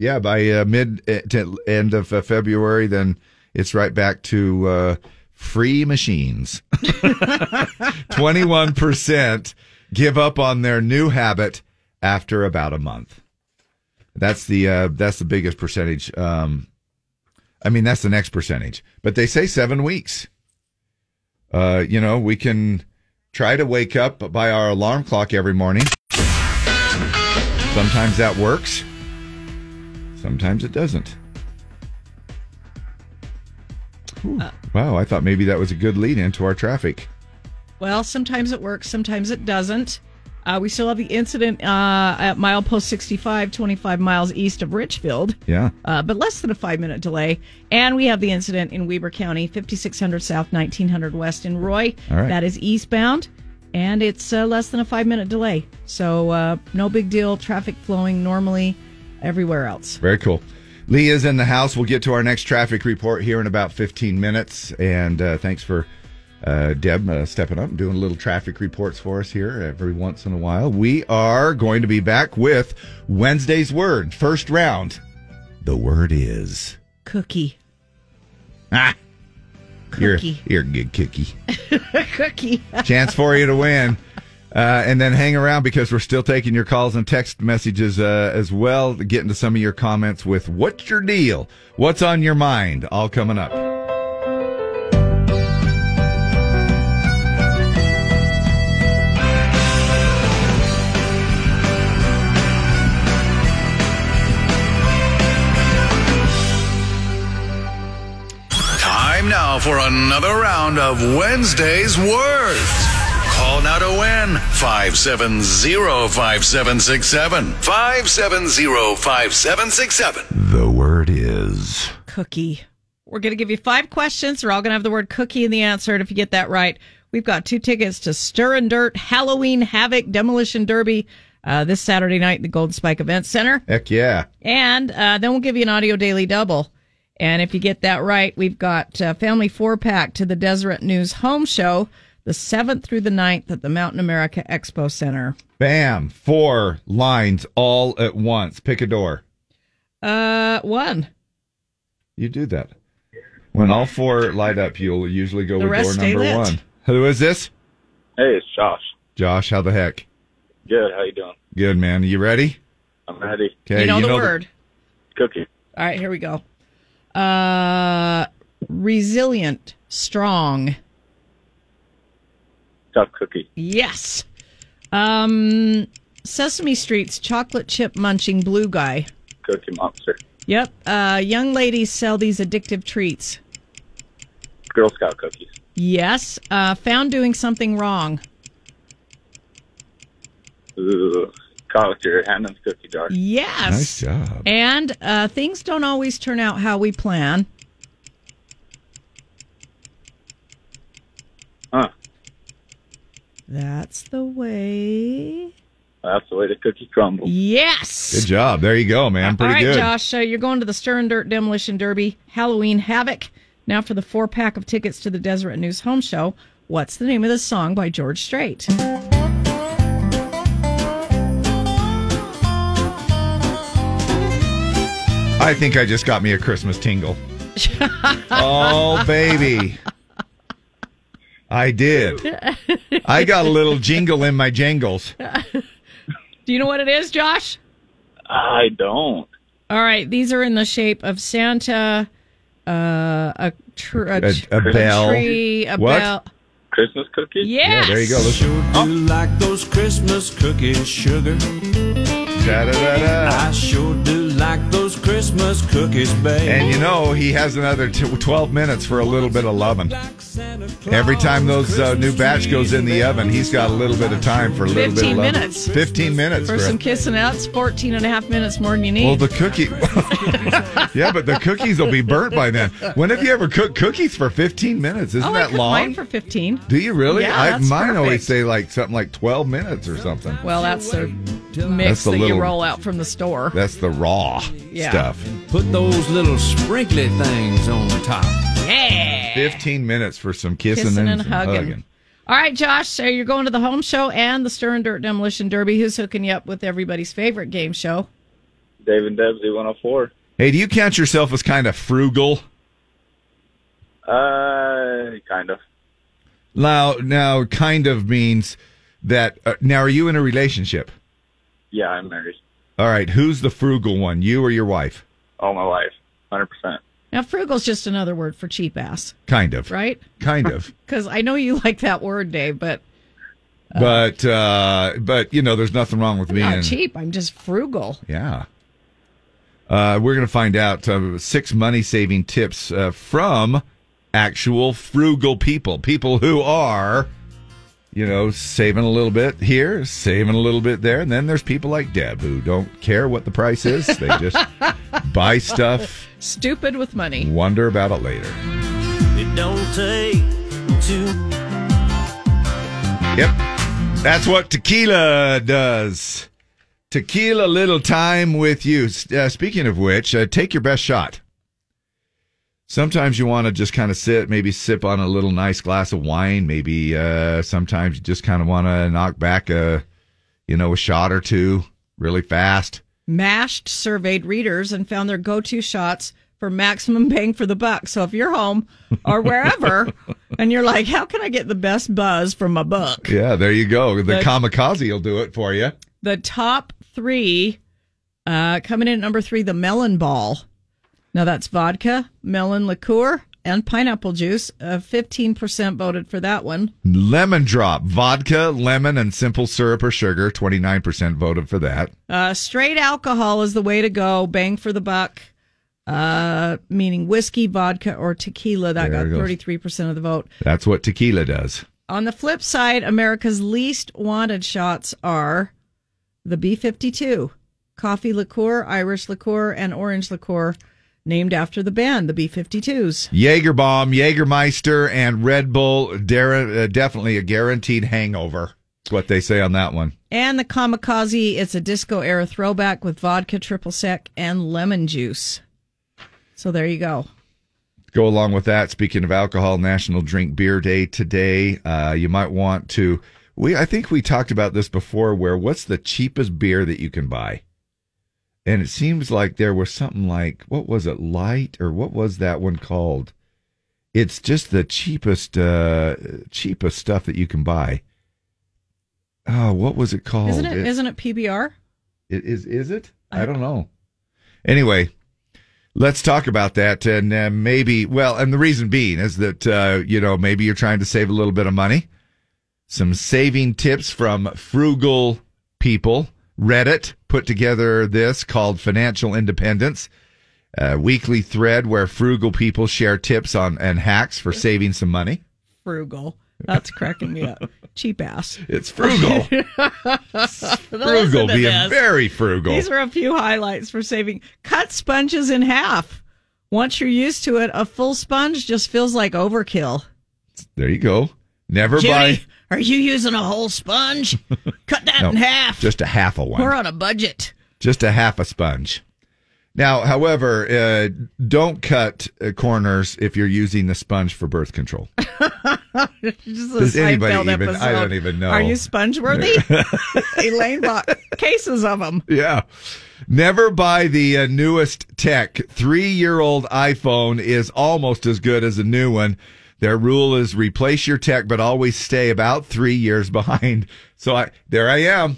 [SPEAKER 1] Yeah. By uh, mid eh, to end of uh, February, then it's right back to uh,
[SPEAKER 2] *laughs*
[SPEAKER 1] free machines. 21% give up on their new habit after about a month. That's the uh, that's the biggest percentage. Um, I mean, that's the next percentage. But they say seven weeks. Uh, you know, we can try to wake up by our alarm clock every morning. Sometimes that works. Sometimes it doesn't. Ooh,
[SPEAKER 2] Uh,
[SPEAKER 1] wow, I thought maybe that was a good lead into our traffic.
[SPEAKER 2] Well, sometimes it works, sometimes it doesn't. Uh, we still have the incident uh, at milepost 65, 25 miles east of Richfield.
[SPEAKER 1] Yeah.
[SPEAKER 2] uh, but less than a five minute delay. And we have the incident in Weber County, 5600 South, 1900 West in Roy.
[SPEAKER 1] All right.
[SPEAKER 2] That is eastbound, and it's uh, less than a five minute delay. So uh, no big deal. Traffic flowing normally everywhere else.
[SPEAKER 1] Very cool. Lee is in the house. We'll get to our next traffic report here in about 15 minutes. And uh, thanks for uh, Deb uh, stepping up and doing little traffic reports for us here every once in a while. We are going to be back with Wednesday's word, first round. The word is.
[SPEAKER 13] *laughs*
[SPEAKER 2] Cookie.
[SPEAKER 1] Ah. You're,
[SPEAKER 2] Cookie.
[SPEAKER 1] you're a good cookie.
[SPEAKER 2] Cookie.
[SPEAKER 1] Chance for you to win. Uh, and then hang around because we're still taking your calls and text messages uh, as well. Getting to some of your comments with what's your deal? What's on your mind? All coming up.
[SPEAKER 9] Time now for another round of Wednesday's Words. Call now to win 570-5767. 570-5767.
[SPEAKER 1] The word is.
[SPEAKER 2] cookie. We're going to give you five questions. They're all going to have the word cookie in the answer. And if you get that right, we've got two tickets to Stir and Dirt Halloween Havoc Demolition Derby uh, this Saturday night at the Golden Spike Event Center.
[SPEAKER 1] Heck yeah.
[SPEAKER 2] And uh, then we'll give you an audio daily double. And if you get that right, we've got uh, family four pack to the Deseret News Home Show, the 7th through the 9th at the Mountain America Expo Center.
[SPEAKER 1] Bam. Four lines all at once. Pick a door.
[SPEAKER 2] Uh, one.
[SPEAKER 1] You do that. When all four light up, you'll usually go
[SPEAKER 2] The
[SPEAKER 1] with
[SPEAKER 2] rest
[SPEAKER 1] door
[SPEAKER 2] stay
[SPEAKER 1] number
[SPEAKER 2] lit.
[SPEAKER 1] one. Who is this?
[SPEAKER 10] Hey, it's Josh.
[SPEAKER 1] Josh, how the heck?
[SPEAKER 10] Good. How you doing?
[SPEAKER 1] Good, man. You ready?
[SPEAKER 10] I'm ready.
[SPEAKER 1] Okay,
[SPEAKER 2] you know the word.
[SPEAKER 10] Cookie.
[SPEAKER 2] All right, here we go. Uh, resilient, strong.
[SPEAKER 10] Tough cookie.
[SPEAKER 2] Yes. Um, Sesame Street's chocolate chip munching blue guy.
[SPEAKER 10] Cookie monster.
[SPEAKER 2] Yep. Uh, young ladies sell these addictive treats.
[SPEAKER 10] Girl Scout cookies.
[SPEAKER 2] Yes. Uh, found doing something wrong.
[SPEAKER 10] Ooh, caught with your hand in the cookie jar.
[SPEAKER 2] Yes.
[SPEAKER 1] Nice job.
[SPEAKER 2] And uh, things don't always turn out how we plan.
[SPEAKER 10] Huh.
[SPEAKER 2] That's the way.
[SPEAKER 10] That's the way the cookie crumbles.
[SPEAKER 2] Yes.
[SPEAKER 1] Good job. There you go, man. Pretty
[SPEAKER 2] All right,
[SPEAKER 1] good.
[SPEAKER 2] Josh, uh, you're going to the Stern Dirt Demolition Derby Halloween Havoc. Now for the four pack of tickets to the Deseret News Home Show. What's the name of the song by George Strait?
[SPEAKER 1] I think I just got me a
[SPEAKER 2] *laughs*
[SPEAKER 1] Christmas tingle. oh, baby. I did. I got a little jingle in my jangles.
[SPEAKER 2] Do you know what it is, Josh?
[SPEAKER 10] I don't.
[SPEAKER 2] All right, these are in the shape of Santa, uh, a, tr- a,
[SPEAKER 1] A-
[SPEAKER 2] tr-
[SPEAKER 1] a bell.
[SPEAKER 2] tree, a
[SPEAKER 1] What?
[SPEAKER 2] bell.
[SPEAKER 10] Christmas cookies?
[SPEAKER 2] Yes.
[SPEAKER 1] Yeah, there you go. Listen.
[SPEAKER 14] Sure do like those Christmas cookies, sugar.
[SPEAKER 1] Da-da-da-da.
[SPEAKER 14] I sure do like those Christmas cookies, babe.
[SPEAKER 1] And you know, he has another t- 12 minutes for a little bit of loving. Every time those uh, new batch goes in the oven, he's got a little bit of time for a little bit
[SPEAKER 2] 15
[SPEAKER 1] of loving.
[SPEAKER 2] minutes.
[SPEAKER 1] 15 minutes.
[SPEAKER 2] For
[SPEAKER 1] for
[SPEAKER 2] some kissing outs, 14 and a half minutes more than you need.
[SPEAKER 1] Well, the cookie. *laughs* yeah, but the cookies will be burnt by then. When have you ever cooked cookies for 15 minutes? Isn't
[SPEAKER 2] oh, I
[SPEAKER 1] that
[SPEAKER 2] cooked
[SPEAKER 1] long?
[SPEAKER 2] mine for 15.
[SPEAKER 1] Do you really?
[SPEAKER 2] Yeah,
[SPEAKER 1] I,
[SPEAKER 2] that's
[SPEAKER 1] mine always
[SPEAKER 2] perfect.
[SPEAKER 1] say like something like 12 minutes or something.
[SPEAKER 2] Well, that's the
[SPEAKER 1] That's
[SPEAKER 2] mix that
[SPEAKER 1] the little-
[SPEAKER 2] you roll out from the store.
[SPEAKER 1] That's the raw
[SPEAKER 2] Yeah.
[SPEAKER 1] stuff.
[SPEAKER 14] Put those little sprinkly things on top.
[SPEAKER 2] Yeah.
[SPEAKER 1] 15 minutes for some kissing,
[SPEAKER 2] Kissing
[SPEAKER 1] and,
[SPEAKER 2] and
[SPEAKER 1] some
[SPEAKER 2] hugging. All right, Josh, so you're going to the home show and the Stern Dirt Demolition Derby. Who's hooking you up with everybody's favorite game show?
[SPEAKER 10] Dave and Deb's E 104.
[SPEAKER 1] Hey, do you count yourself as kind of frugal?
[SPEAKER 10] Uh, kind of.
[SPEAKER 1] Now, now, kind of means that. Uh, now, are you in a relationship?
[SPEAKER 10] Yeah, I'm
[SPEAKER 1] *laughs*
[SPEAKER 10] married.
[SPEAKER 1] All right, who's the frugal one? You or your wife?
[SPEAKER 10] All my life. 100%.
[SPEAKER 2] Now, frugal's just another word for cheap ass,
[SPEAKER 1] Kind of.
[SPEAKER 2] right?
[SPEAKER 1] Kind
[SPEAKER 2] *laughs*
[SPEAKER 1] of.
[SPEAKER 2] Because I know you like that word, Dave, but
[SPEAKER 1] but uh, but you know, there's nothing wrong with
[SPEAKER 2] I'm
[SPEAKER 1] being
[SPEAKER 2] not cheap. I'm just frugal.
[SPEAKER 1] Yeah. Uh, we're going to find out uh, six money saving tips uh, from actual frugal people, people who are, you know, saving a little bit here, saving a little bit there. And then there's people like Deb who don't care what the price is, they
[SPEAKER 2] *laughs*
[SPEAKER 1] just buy stuff,
[SPEAKER 2] Stupid with money.
[SPEAKER 1] wonder about it later.
[SPEAKER 14] It don't take two.
[SPEAKER 1] Yep. That's what tequila does. Tequila little time with you. S- Uh, speaking of which, uh, take your best shot. Sometimes you want to just kind of sit, maybe sip on a little nice glass of wine. Maybe uh, sometimes you just kind of want to knock back a, you know, a shot or two really fast.
[SPEAKER 2] Mashed surveyed readers and found their go to shots for maximum bang for the buck. So if you're home or
[SPEAKER 1] *laughs*
[SPEAKER 2] wherever and you're like, how can I get the best buzz from my buck?
[SPEAKER 1] Yeah, there you go. The
[SPEAKER 2] But-
[SPEAKER 1] kamikaze will do it for you.
[SPEAKER 2] the top three uh coming in at number three the melon ball now that's vodka melon liqueur and pineapple juice uh, 15% voted for that one
[SPEAKER 1] Lemon drop, vodka, lemon, and simple syrup or sugar. 29% voted for that.
[SPEAKER 2] uh straight alcohol is the way to go bang for the buck uh meaning whiskey vodka or tequila that
[SPEAKER 1] There it
[SPEAKER 2] got
[SPEAKER 1] goes.
[SPEAKER 2] 33% of the vote
[SPEAKER 1] That's what tequila does.
[SPEAKER 2] on the flip side america's least wanted shots are the b52 coffee liqueur irish liqueur and orange liqueur named after the band the b52s
[SPEAKER 1] Jaeger bomb, Jaegermeister, and Red Bull. Dare, uh, definitely a guaranteed hangover. That's what they say on that one.
[SPEAKER 2] And the kamikaze, it's a disco era throwback with vodka, triple sec, and lemon juice. So there you go.
[SPEAKER 1] Go along with that. Speaking of alcohol, National Drink Beer Day today. Uh, you might want to. We I think we talked about this before. Where what's the cheapest beer that you can buy? And it seems like there was something like what was it, light or what was that one called? It's just the cheapest, uh, cheapest stuff that you can buy. Oh, what was it called?
[SPEAKER 2] isn't it
[SPEAKER 1] It-
[SPEAKER 2] isn't it PBR?
[SPEAKER 1] It is is it? I don't know. Anyway, let's talk about that, and uh, maybe well, and the reason being is that uh, you know maybe you're trying to save a little bit of money. Some saving tips from frugal people. Reddit put together this called Financial Independence, a weekly thread where frugal people share tips on and hacks for saving some money.
[SPEAKER 2] Frugal. That's cracking me up. Cheap ass.
[SPEAKER 1] It's
[SPEAKER 2] *laughs*
[SPEAKER 1] frugal. frugal,
[SPEAKER 2] Listen to
[SPEAKER 1] being
[SPEAKER 2] this.
[SPEAKER 1] very frugal.
[SPEAKER 2] These are a few highlights for saving. Cut sponges in half. Once you're used to it, a full sponge just feels like overkill.
[SPEAKER 1] there you go. Never
[SPEAKER 2] Judy,
[SPEAKER 1] buy
[SPEAKER 2] Are you using a whole
[SPEAKER 1] *laughs*
[SPEAKER 2] sponge? Cut that
[SPEAKER 1] No,
[SPEAKER 2] in half.
[SPEAKER 1] Just a half a one.
[SPEAKER 2] We're on a budget. *laughs*
[SPEAKER 1] just a half a sponge. Now, however, uh, don't cut uh, corners if you're using the sponge for birth control.
[SPEAKER 2] Just a
[SPEAKER 1] Does anybody
[SPEAKER 2] Seinfeld
[SPEAKER 1] even- I
[SPEAKER 2] episode.
[SPEAKER 1] don't even know.
[SPEAKER 2] Are you sponge
[SPEAKER 1] *laughs*
[SPEAKER 2] worthy? *laughs* Elaine bought *laughs* cases of them.
[SPEAKER 1] yeah. Never buy the uh, newest tech. Three year old iPhone is almost as good as a new one. Their rule is replace your tech, but always stay about three years *laughs* behind. So I, there I am.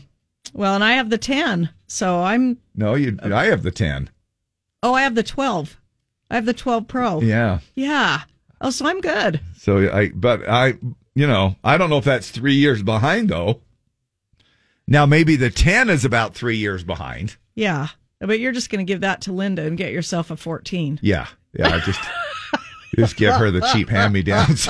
[SPEAKER 2] Well, and I have the 10, so I'm.
[SPEAKER 1] No, you, I have the 10.
[SPEAKER 2] Oh, I have the 12. I have the 12 Pro.
[SPEAKER 1] Yeah.
[SPEAKER 2] Yeah. Oh, so I'm good.
[SPEAKER 1] So I, but I, you know, I don't know if that's three years behind though. Now maybe the ten is about three years behind.
[SPEAKER 2] Yeah. But you're just going to give that to Linda and get yourself a 14.
[SPEAKER 1] Yeah, yeah. I
[SPEAKER 2] *laughs*
[SPEAKER 1] just just give her the cheap hand me downs.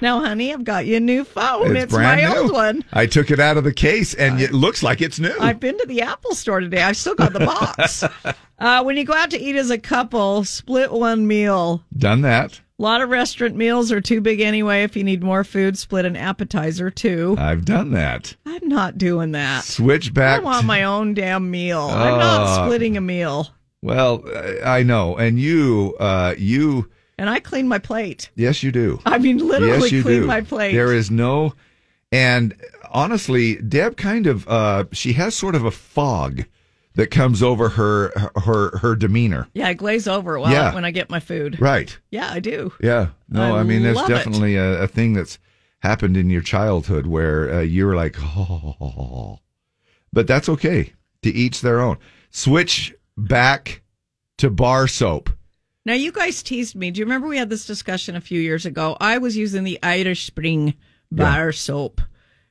[SPEAKER 2] now, honey, I've got you a new phone. Oh, It's, my
[SPEAKER 1] brand new.
[SPEAKER 2] old one.
[SPEAKER 1] I took it out of the case, and it looks like it's new.
[SPEAKER 2] I've been to the Apple store today. I've still got the
[SPEAKER 1] *laughs*
[SPEAKER 2] box. Uh, when you go out to eat as a couple, split one meal.
[SPEAKER 1] Done that.
[SPEAKER 2] A lot of restaurant meals are too big anyway. If you need more food, split an appetizer too.
[SPEAKER 1] I've done that.
[SPEAKER 2] I'm not doing that.
[SPEAKER 1] Switch back.
[SPEAKER 2] I want
[SPEAKER 1] to-
[SPEAKER 2] my own damn meal. I'm not
[SPEAKER 1] Oh.
[SPEAKER 2] splitting a meal.
[SPEAKER 1] well, I I know, and you, uh, you.
[SPEAKER 2] And I clean my plate.
[SPEAKER 1] Yes, you do.
[SPEAKER 2] I mean, literally clean my plate.
[SPEAKER 1] There is no, and honestly, Deb kind of uh, she has sort of a fog that comes over her her her demeanor.
[SPEAKER 2] Yeah, I glaze over while,
[SPEAKER 1] Yeah.
[SPEAKER 2] when I get my food.
[SPEAKER 1] Right.
[SPEAKER 2] Yeah, I do.
[SPEAKER 1] Yeah. No, I,
[SPEAKER 2] I
[SPEAKER 1] mean that's
[SPEAKER 2] love it.
[SPEAKER 1] definitely a, a thing that's happened in your childhood where uh, you were like, oh, but that's okay. To each their own. Switch back to bar soap.
[SPEAKER 2] Now, you guys teased me. Do you remember we had this discussion a few years ago? I was using the Irish Spring bar soap.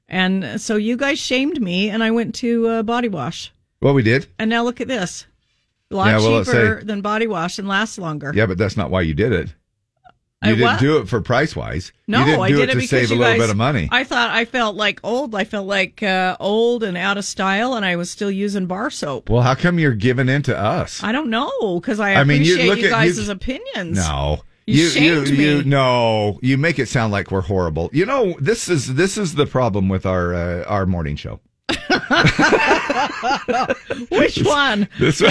[SPEAKER 2] And so you guys shamed me, and I went to uh, body wash.
[SPEAKER 1] Well, we did.
[SPEAKER 2] And now look at this. A lot
[SPEAKER 1] Yeah, well, let's
[SPEAKER 2] cheaper
[SPEAKER 1] say-
[SPEAKER 2] than body wash and lasts longer.
[SPEAKER 1] Yeah, but that's not why you did it. You
[SPEAKER 2] I
[SPEAKER 1] didn't
[SPEAKER 2] what?
[SPEAKER 1] do it for price wise.
[SPEAKER 2] No,
[SPEAKER 1] you didn't
[SPEAKER 2] I
[SPEAKER 1] do
[SPEAKER 2] did
[SPEAKER 1] it
[SPEAKER 2] it,
[SPEAKER 1] to
[SPEAKER 2] because
[SPEAKER 1] save a
[SPEAKER 2] you
[SPEAKER 1] little
[SPEAKER 2] guys-
[SPEAKER 1] bit of money.
[SPEAKER 2] I thought I felt like old. I felt like uh, old and out of style, and I was still using bar soap.
[SPEAKER 1] Well, how come you're giving in to us?
[SPEAKER 2] I don't know because I,
[SPEAKER 1] I mean, you
[SPEAKER 2] appreciate you,
[SPEAKER 1] look at- you-
[SPEAKER 2] guys' opinions.
[SPEAKER 1] No.
[SPEAKER 2] You
[SPEAKER 1] you,
[SPEAKER 2] shamed
[SPEAKER 1] you
[SPEAKER 2] me.
[SPEAKER 1] no, you make it sound like we're horrible. You know, this is this is the problem with our uh, our morning show.
[SPEAKER 2] Which one?
[SPEAKER 1] *laughs*
[SPEAKER 2] *laughs*
[SPEAKER 1] This
[SPEAKER 2] this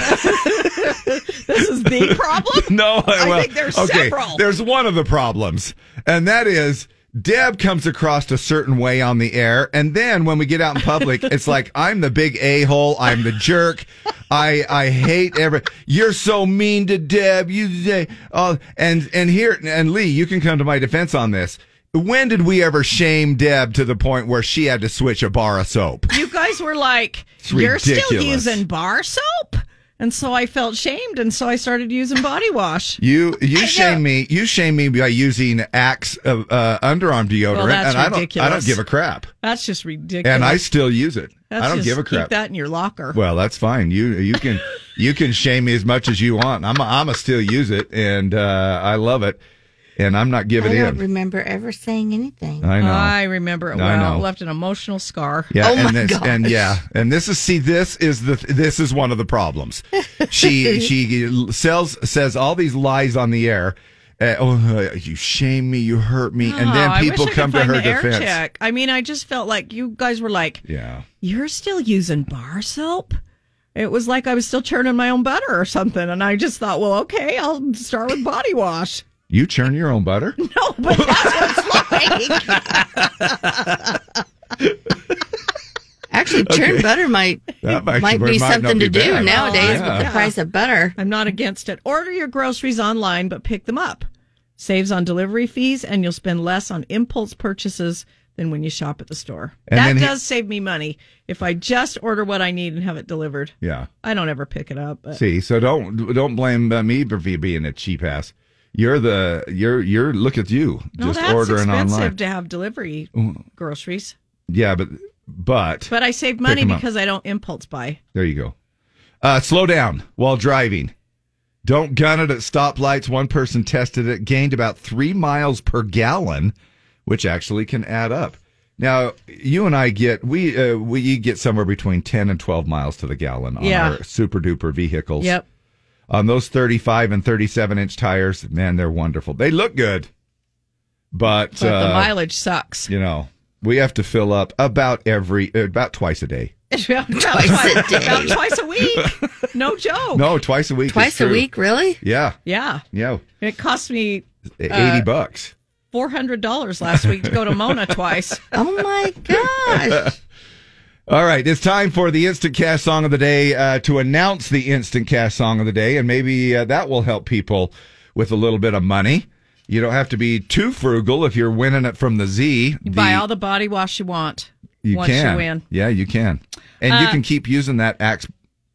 [SPEAKER 2] is
[SPEAKER 1] *laughs*
[SPEAKER 2] the problem.
[SPEAKER 1] No,
[SPEAKER 2] I
[SPEAKER 1] well,
[SPEAKER 2] think there's
[SPEAKER 1] okay,
[SPEAKER 2] several.
[SPEAKER 1] There's one of the problems, and that is Deb comes across a certain way on the air, and then when we get out in public,
[SPEAKER 2] *laughs*
[SPEAKER 1] it's like I'm the big a hole, I'm the jerk, I I hate every. You're so mean to Deb. You say, oh, and and here and Lee, you can come to my defense on this. When did we ever shame Deb to the point where she had to switch a bar of soap?
[SPEAKER 2] You guys were like,
[SPEAKER 1] It's
[SPEAKER 2] "You're still
[SPEAKER 1] ridiculous.
[SPEAKER 2] using bar soap," and so I felt shamed, and so I started using body wash.
[SPEAKER 1] You you shame me. You shame me by using Axe uh, uh, underarm deodorant,
[SPEAKER 2] Well, that's
[SPEAKER 1] and I don't. I don't
[SPEAKER 2] ridiculous.
[SPEAKER 1] give a crap,
[SPEAKER 2] That's just ridiculous.
[SPEAKER 1] and I still use it.
[SPEAKER 2] That's
[SPEAKER 1] I don't
[SPEAKER 2] just-
[SPEAKER 1] give a crap.
[SPEAKER 2] Keep that in your locker.
[SPEAKER 1] Well, that's fine. You
[SPEAKER 2] *laughs*
[SPEAKER 1] you can you can shame me as much as you want. I'm I'm gonna still use it, and uh, I love it, and I'm not giving
[SPEAKER 13] I don't
[SPEAKER 1] in.
[SPEAKER 13] remember ever saying anything.
[SPEAKER 1] I know.
[SPEAKER 2] I remember it well.
[SPEAKER 1] I know.
[SPEAKER 2] It left an emotional scar. Oh
[SPEAKER 1] Yeah, and this, and yeah, and this is see, this is the this is one of the problems.
[SPEAKER 2] *laughs*
[SPEAKER 1] She she sells says all these lies on the air. Uh, oh, uh, you shame me, you hurt me, and
[SPEAKER 2] Oh,
[SPEAKER 1] then
[SPEAKER 2] I wish
[SPEAKER 1] people
[SPEAKER 2] I could
[SPEAKER 1] come to
[SPEAKER 2] find
[SPEAKER 1] her
[SPEAKER 2] the air
[SPEAKER 1] defense.
[SPEAKER 2] check. I mean, I just felt like you guys were like,
[SPEAKER 1] Yeah.
[SPEAKER 2] "You're still using bar soap." It was like I was still churning my own butter or something, and I just thought, "Well, okay, I'll start with body wash."
[SPEAKER 1] You churn your own
[SPEAKER 2] *laughs*
[SPEAKER 1] butter?
[SPEAKER 2] No, but that's what it's like.
[SPEAKER 13] Actually, churn
[SPEAKER 1] Okay.
[SPEAKER 13] butter might
[SPEAKER 1] *laughs* *laughs* That might-
[SPEAKER 13] might
[SPEAKER 1] might
[SPEAKER 13] be
[SPEAKER 1] not
[SPEAKER 13] something
[SPEAKER 1] be
[SPEAKER 13] to do
[SPEAKER 1] bad.
[SPEAKER 13] nowadays
[SPEAKER 1] Yeah.
[SPEAKER 13] with the price of butter.
[SPEAKER 2] Oh, I'm not against it. Order your groceries online, but pick them up. Saves on delivery fees, and you'll spend less on impulse purchases than when you shop at the store.
[SPEAKER 1] And
[SPEAKER 2] that
[SPEAKER 1] then he-
[SPEAKER 2] does save me money if I just order what I need and have it delivered.
[SPEAKER 1] Yeah.
[SPEAKER 2] I don't ever pick it up. But.
[SPEAKER 1] See, so don't don't blame uh, me for you being a cheap ass. You're the you're you're look at you
[SPEAKER 2] No,
[SPEAKER 1] just
[SPEAKER 2] that's
[SPEAKER 1] ordering
[SPEAKER 2] expensive
[SPEAKER 1] online.
[SPEAKER 2] to have delivery groceries.
[SPEAKER 1] Yeah, but but
[SPEAKER 2] But I save
[SPEAKER 1] Pick
[SPEAKER 2] money
[SPEAKER 1] 'em up.
[SPEAKER 2] because I don't impulse buy.
[SPEAKER 1] There you go. Uh, slow down while driving. Don't gun it at stoplights. One person tested it, gained about three miles per gallon which actually can add up. Now, you and I get we uh, we get somewhere between ten and twelve miles to the gallon on
[SPEAKER 2] Yeah.
[SPEAKER 1] our super duper vehicles.
[SPEAKER 2] Yep.
[SPEAKER 1] On those thirty-five and thirty-seven inch tires, man, they're wonderful. They look good, but,
[SPEAKER 2] But the
[SPEAKER 1] uh,
[SPEAKER 2] mileage sucks. *laughs*
[SPEAKER 1] You know, we have to fill up about every uh, about twice a day. *laughs*
[SPEAKER 2] about, twice, a day. about twice a week. No joke.
[SPEAKER 1] No, twice a week. is
[SPEAKER 2] Oh, Twice a
[SPEAKER 1] true.
[SPEAKER 2] week, really?
[SPEAKER 1] *laughs* Yeah.
[SPEAKER 2] Yeah. Uh,
[SPEAKER 1] Yeah.
[SPEAKER 2] It cost me
[SPEAKER 1] Eighty
[SPEAKER 2] Uh,
[SPEAKER 1] bucks. *laughs*
[SPEAKER 2] four hundred dollars last week to go to Mona *laughs* twice.
[SPEAKER 13] Oh my gosh!
[SPEAKER 1] All right, it's time for the instant cast song of the day uh, to announce the instant cast song of the day, and maybe uh, that will help people with a little bit of money. You don't have to be too frugal if you're winning it from the Z. The-
[SPEAKER 2] Buy all the body wash you want.
[SPEAKER 1] you
[SPEAKER 2] once
[SPEAKER 1] can.
[SPEAKER 2] you win.
[SPEAKER 1] Yeah, you can, and you
[SPEAKER 2] Uh,
[SPEAKER 1] can keep using that Axe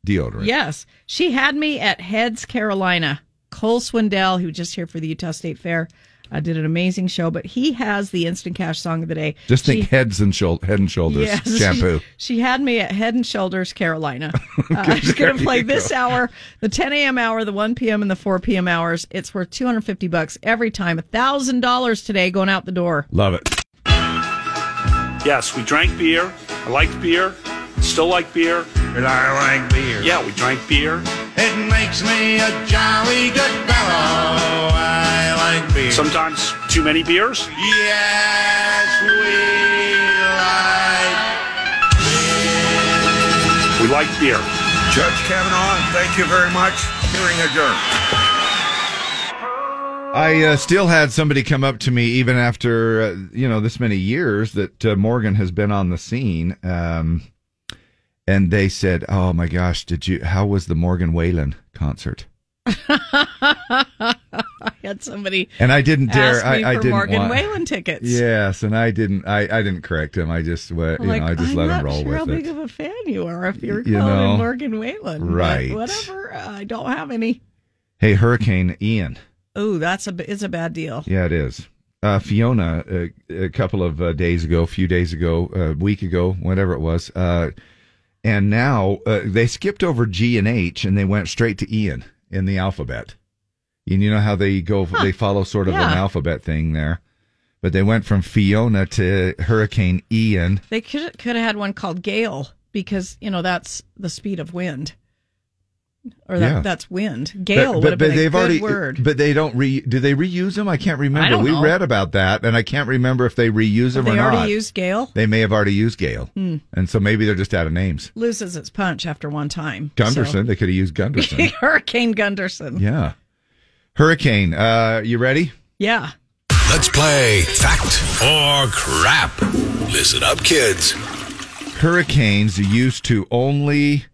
[SPEAKER 1] deodorant.
[SPEAKER 2] Yes. She had me at Heads, Carolina. Cole Swindell, who was just here for the Utah State Fair, uh, did an amazing show, but he has the instant cash song of the day.
[SPEAKER 1] Just think
[SPEAKER 2] She-
[SPEAKER 1] heads and shou- head and shoulders
[SPEAKER 2] Yes. *laughs*
[SPEAKER 1] shampoo.
[SPEAKER 2] She, had me at Head and Shoulders,
[SPEAKER 1] *laughs*
[SPEAKER 2] Carolina. Uh, I'm just going to play this hour, the 10 a.m. hour, the 1 p.m. and the 4 p.m. hours. It's worth 250 bucks every time. thousand dollars today going out the door. *laughs*
[SPEAKER 1] Love it.
[SPEAKER 15] Yes, we drank beer. I liked beer. Still like beer. And I like beer. Yeah, we drank beer.
[SPEAKER 9] It makes me a jolly good fellow. I like beer.
[SPEAKER 15] Sometimes too many beers.
[SPEAKER 9] Yes, we
[SPEAKER 15] We like beer.
[SPEAKER 9] like. Judge Kavanaugh, thank you very much. Hearing adjourned.
[SPEAKER 1] I uh, still had somebody come up to me even after uh, you know this many years that uh, Morgan has been on the scene, um, and they said, "Oh my gosh, did you? How was the Morgan Whalen concert?"
[SPEAKER 2] I had somebody
[SPEAKER 1] And I didn't dare.
[SPEAKER 2] ask
[SPEAKER 1] I,
[SPEAKER 2] me
[SPEAKER 1] I
[SPEAKER 2] for
[SPEAKER 1] didn't
[SPEAKER 2] Morgan
[SPEAKER 1] want-
[SPEAKER 2] Whalen tickets.
[SPEAKER 1] Yes, and I didn't. I, I didn't correct him. I just uh, you
[SPEAKER 2] like,
[SPEAKER 1] know I just
[SPEAKER 2] am
[SPEAKER 1] let
[SPEAKER 2] not
[SPEAKER 1] him roll
[SPEAKER 2] sure
[SPEAKER 1] with
[SPEAKER 2] how
[SPEAKER 1] it.
[SPEAKER 2] big of a fan you are if you're
[SPEAKER 1] You
[SPEAKER 2] calling
[SPEAKER 1] know,
[SPEAKER 2] Morgan Whalen. but
[SPEAKER 1] right.
[SPEAKER 2] whatever. I don't have any.
[SPEAKER 1] Hey, Hurricane Ian.
[SPEAKER 2] Oh, that's a b- it's a bad deal.
[SPEAKER 1] Yeah, it is. Uh, Fiona, a, a couple of uh, days ago, a few days ago, a week ago, whatever it was, uh, and now uh, they skipped over G and H and they went straight to Ian in the alphabet. And you know how they go, they follow sort of an
[SPEAKER 2] Yeah.
[SPEAKER 1] alphabet thing there, but they went from Fiona to Hurricane Ian.
[SPEAKER 2] They could could have had one called Gale because you know that's the speed of wind, or that,
[SPEAKER 1] Yeah.
[SPEAKER 2] that's wind. Gale would have been a good word.
[SPEAKER 1] but they don't re. Do they reuse them? I can't remember.
[SPEAKER 2] don't
[SPEAKER 1] we
[SPEAKER 2] know.
[SPEAKER 1] read about that, and I can't remember if they reuse
[SPEAKER 2] Have
[SPEAKER 1] them
[SPEAKER 2] they
[SPEAKER 1] or
[SPEAKER 2] already
[SPEAKER 1] not.
[SPEAKER 2] used Gale.
[SPEAKER 1] They may have already used Gale.
[SPEAKER 2] Hmm.
[SPEAKER 1] And so maybe they're just out of names.
[SPEAKER 2] Loses its punch after one time. *laughs*
[SPEAKER 1] Gunderson. They could have used
[SPEAKER 2] so. *laughs*
[SPEAKER 1] Gunderson.
[SPEAKER 2] Hurricane Gunderson.
[SPEAKER 1] yeah. Hurricane. Uh, you ready?
[SPEAKER 2] yeah.
[SPEAKER 9] Let's play fact or crap. Listen up, kids.
[SPEAKER 1] Hurricanes used to only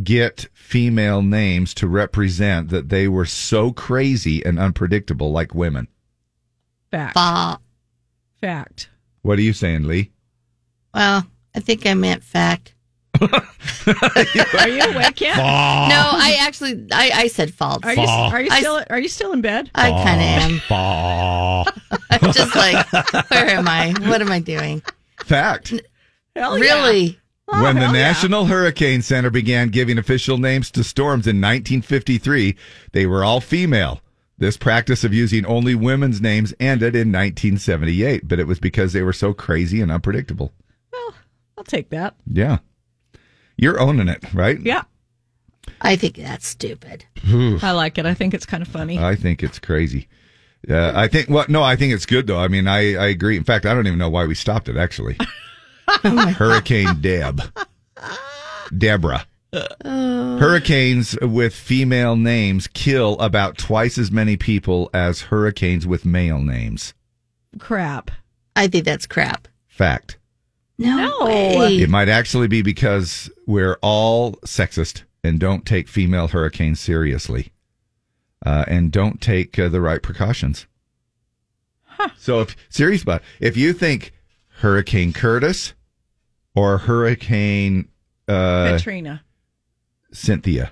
[SPEAKER 1] get female names to represent that they were so crazy and unpredictable like women.
[SPEAKER 2] Fact. Fact.
[SPEAKER 1] What are you saying, Lee?
[SPEAKER 13] Well, I think I meant fact.
[SPEAKER 2] Are you awake yet?
[SPEAKER 13] No, I actually I, I said false.
[SPEAKER 2] Are you are you still are you still in bed?
[SPEAKER 13] I kind of am. I'm just like, where am
[SPEAKER 1] *laughs*
[SPEAKER 13] I? What am I doing?
[SPEAKER 1] Fact.
[SPEAKER 2] Hell
[SPEAKER 13] really?
[SPEAKER 1] when the National Hurricane Center began giving official names to storms in 1953, they were all female. This practice of using only women's names ended in 1978, but it was because they were so crazy and unpredictable.
[SPEAKER 2] I'll take that.
[SPEAKER 1] Yeah. You're owning it, right?
[SPEAKER 2] Yeah.
[SPEAKER 13] I think that's stupid.
[SPEAKER 1] Oof.
[SPEAKER 2] I like it. I think it's kind of funny.
[SPEAKER 1] I think it's crazy. Uh, I think, well, no, I think it's good, though. I mean, I, I agree. In fact, I don't even know why we stopped it, actually. Hurricane Deb. Deborah.
[SPEAKER 2] Oh.
[SPEAKER 1] Hurricanes with female names kill about twice as many people as hurricanes with male names.
[SPEAKER 2] crap.
[SPEAKER 13] I think that's crap.
[SPEAKER 1] Fact.
[SPEAKER 13] No.
[SPEAKER 1] It might actually be because we're all sexist and don't take female hurricanes seriously uh, and don't take uh, the right precautions. So, if, serious about it. if you think Hurricane Curtis or Hurricane uh,
[SPEAKER 2] Katrina.
[SPEAKER 1] Cynthia.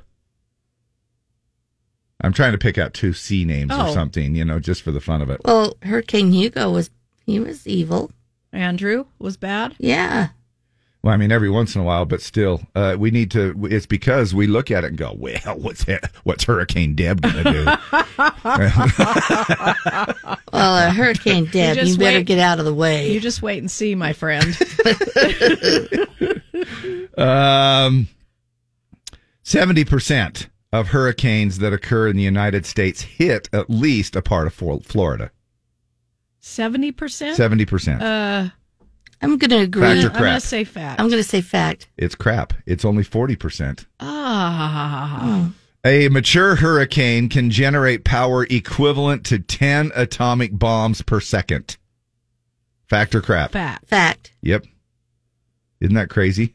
[SPEAKER 1] I'm trying to pick out two C names or
[SPEAKER 13] Oh.
[SPEAKER 1] something, you know, just for the fun of it.
[SPEAKER 13] Well, Hurricane Hugo was he was evil.
[SPEAKER 2] Andrew was bad.
[SPEAKER 13] Yeah.
[SPEAKER 1] Well, I mean, every once in a while, but still, uh, we need to. It's because we look at it and go, "Well, *laughs* what's that, what's Hurricane Deb gonna do?"
[SPEAKER 13] Well, a
[SPEAKER 2] *laughs*
[SPEAKER 13] Hurricane Deb, you,
[SPEAKER 2] just
[SPEAKER 13] better
[SPEAKER 2] wait-
[SPEAKER 13] get out of the way.
[SPEAKER 2] You just wait and see,
[SPEAKER 13] *laughs*
[SPEAKER 2] my friend.
[SPEAKER 1] um, seventy percent of hurricanes that occur in the United States hit at least a part of Flor- Florida.
[SPEAKER 2] Seventy percent.
[SPEAKER 1] 70%.
[SPEAKER 2] Uh,
[SPEAKER 13] I'm gonna agree.
[SPEAKER 1] Fact or
[SPEAKER 13] I'm
[SPEAKER 1] crap?
[SPEAKER 13] gonna
[SPEAKER 2] say fact.
[SPEAKER 13] I'm gonna say fact.
[SPEAKER 1] It's crap. It's only forty percent.
[SPEAKER 13] Hmm.
[SPEAKER 2] ah,
[SPEAKER 1] A mature hurricane can generate power equivalent to ten atomic bombs per second. Fact or crap?
[SPEAKER 2] fact.
[SPEAKER 13] Fact.
[SPEAKER 1] Yep. Isn't that crazy?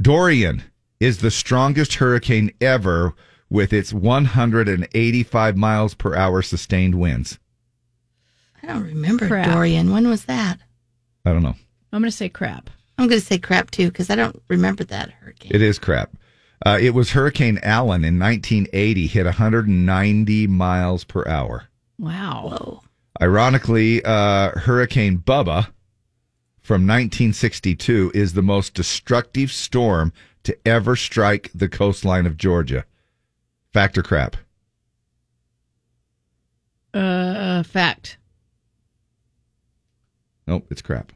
[SPEAKER 1] Dorian is the strongest hurricane ever with its 185 miles per hour sustained winds.
[SPEAKER 13] I don't remember
[SPEAKER 2] Crap.
[SPEAKER 13] Dorian. When was that?
[SPEAKER 1] I don't know.
[SPEAKER 2] I'm gonna say crap.
[SPEAKER 13] I'm gonna say crap too because I don't remember that hurricane.
[SPEAKER 1] It is crap. Uh, it was Hurricane Allen in 1980, hit 190 miles per hour.
[SPEAKER 2] Wow.
[SPEAKER 1] Ironically, uh, Hurricane Bubba from 1962 is the most destructive storm to ever strike the coastline of Georgia. Fact or crap?
[SPEAKER 2] Uh, fact.
[SPEAKER 1] Nope, it's crap.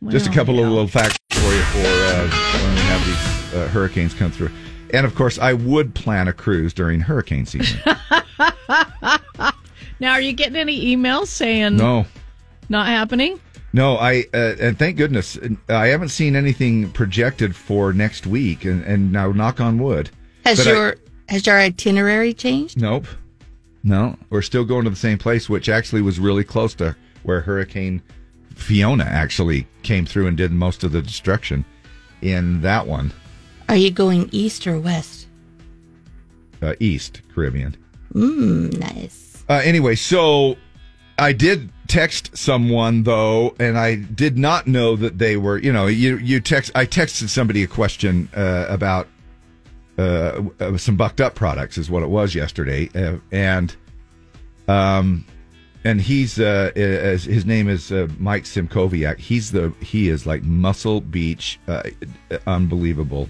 [SPEAKER 2] Well,
[SPEAKER 1] Just a couple of little facts for you for uh, when we have these uh, hurricanes come through. And of course, I would plan a cruise during
[SPEAKER 13] *laughs*
[SPEAKER 1] hurricane season.
[SPEAKER 2] Now, are you getting any emails saying
[SPEAKER 1] no,
[SPEAKER 2] not happening?
[SPEAKER 1] no, I uh, and thank goodness I haven't seen anything projected for next week. And, and now, knock on wood.
[SPEAKER 13] Has
[SPEAKER 1] But I-
[SPEAKER 13] your has your itinerary changed?
[SPEAKER 1] Nope. No, we're still going to the same place, which actually was really close to where Hurricane Fiona actually came through and did most of the destruction in that one,
[SPEAKER 13] Are you going east or west?
[SPEAKER 1] uh, East Caribbean.
[SPEAKER 13] Mmm, nice.
[SPEAKER 1] Uh, anyway, so I did text someone though, and I did not know that they were. You know, you you text. I texted somebody a question uh, about uh, uh, some bucked up products, is what it was yesterday, uh, and um, and he's uh, is, his name is uh, Mike Simkoviak. He's the he is like Muscle Beach, uh, unbelievable.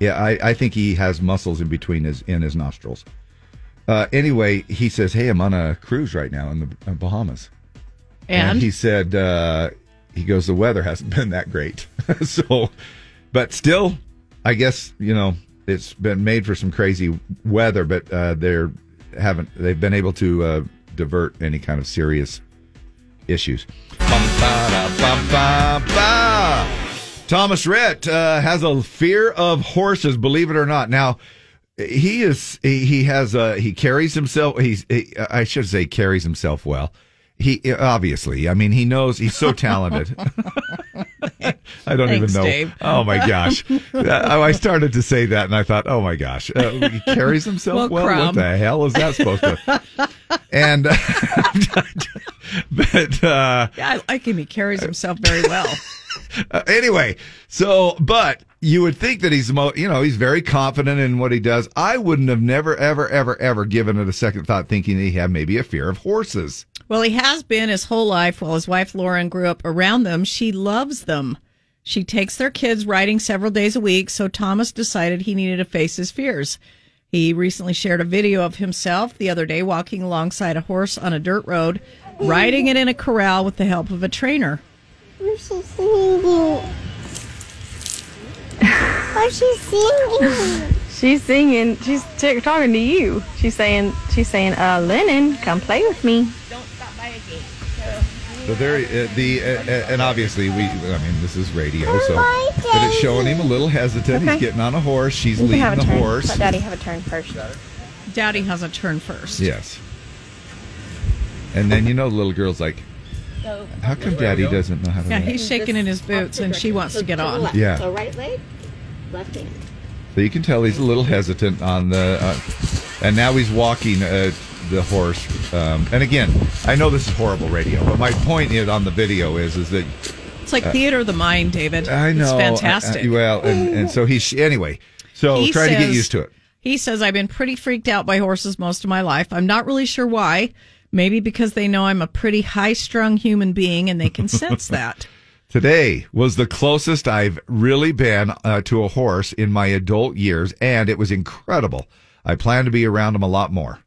[SPEAKER 1] Yeah, I, I think he has muscles in between his in his nostrils. Uh, anyway, he says, "Hey, I'm on a cruise right now in the uh, Bahamas."
[SPEAKER 2] And?
[SPEAKER 1] he said, uh, "He goes, the weather hasn't been that great, *laughs* so, but still, I guess you know it's been made for some crazy weather, but uh, they're haven't they've been able to uh, divert any kind of serious issues." Ba-da-ba-ba-ba. Thomas Rhett uh, has a fear of horses, believe it or not. Now, he is he, he has a he carries himself. He's he, I should say carries himself well. He obviously, I mean, he knows he's so talented. I don't
[SPEAKER 3] Thanks,
[SPEAKER 1] even know.
[SPEAKER 3] Dave.
[SPEAKER 1] Oh my
[SPEAKER 3] *laughs*
[SPEAKER 1] gosh! oh, I I started to say that, and I thought, oh my gosh, uh, he carries himself
[SPEAKER 3] Well,
[SPEAKER 1] well. What
[SPEAKER 3] crumb.
[SPEAKER 1] the hell is that
[SPEAKER 3] *laughs*
[SPEAKER 1] supposed to? And uh, *laughs* but uh,
[SPEAKER 2] Yeah, I like him. He carries himself very well.
[SPEAKER 1] uh, anyway, so but you would think that he's mo- you know he's very confident in what he does. I wouldn't have never ever ever ever given it a second thought, thinking that he had maybe a fear of horses.
[SPEAKER 2] Well, he has been his whole life while his wife Lauren grew up around them. She loves them. She takes their kids riding several days a week, so Thomas decided he needed to face his fears. He recently shared a video of himself the other day walking alongside a horse on a dirt road, riding it in a corral with the help of a trainer.
[SPEAKER 3] Where's she singing? Where's she singing?
[SPEAKER 16] *laughs* She's singing. She's t- talking to you. She's saying. She's saying, "Uh, Lennon, come play with me."
[SPEAKER 1] So there, uh, the uh, uh, and obviously we. I mean, this is radio, so but it's showing him a little hesitant.
[SPEAKER 2] Okay.
[SPEAKER 1] He's getting on a horse. She's
[SPEAKER 2] You can
[SPEAKER 1] leading
[SPEAKER 2] have a
[SPEAKER 1] the
[SPEAKER 2] turn.
[SPEAKER 1] horse.
[SPEAKER 2] Let Daddy
[SPEAKER 16] have a turn first.
[SPEAKER 2] Daddy has a turn first.
[SPEAKER 1] Yes. And then you know, the little girl's like, how come Daddy doesn't know how to?
[SPEAKER 2] Yeah,
[SPEAKER 1] ride?"
[SPEAKER 2] he's shaking in his boots and she wants to get on.
[SPEAKER 1] Yeah.
[SPEAKER 17] So right leg, left hand.
[SPEAKER 1] So you can tell he's a little hesitant on the, uh, and now he's walking uh, the horse. Um, and again, I know this is horrible radio, but my point is on the video is is that
[SPEAKER 2] It's like
[SPEAKER 1] uh,
[SPEAKER 2] theater of the mind, David.
[SPEAKER 1] I know,
[SPEAKER 2] It's
[SPEAKER 1] I- I-
[SPEAKER 2] fantastic.
[SPEAKER 1] uh, well, and, and so he's anyway. So
[SPEAKER 2] He
[SPEAKER 1] try to get
[SPEAKER 2] says-
[SPEAKER 1] used to it.
[SPEAKER 2] He says, I've been pretty freaked out by horses most of my life. I'm not really sure
[SPEAKER 1] *laughs*
[SPEAKER 2] why. Maybe because they know I'm a pretty high strung human being and they can sense that.
[SPEAKER 1] Today was the closest I've really been uh, to a horse in my adult years, and it was incredible. I plan to be around him a
[SPEAKER 2] *laughs*
[SPEAKER 1] lot more.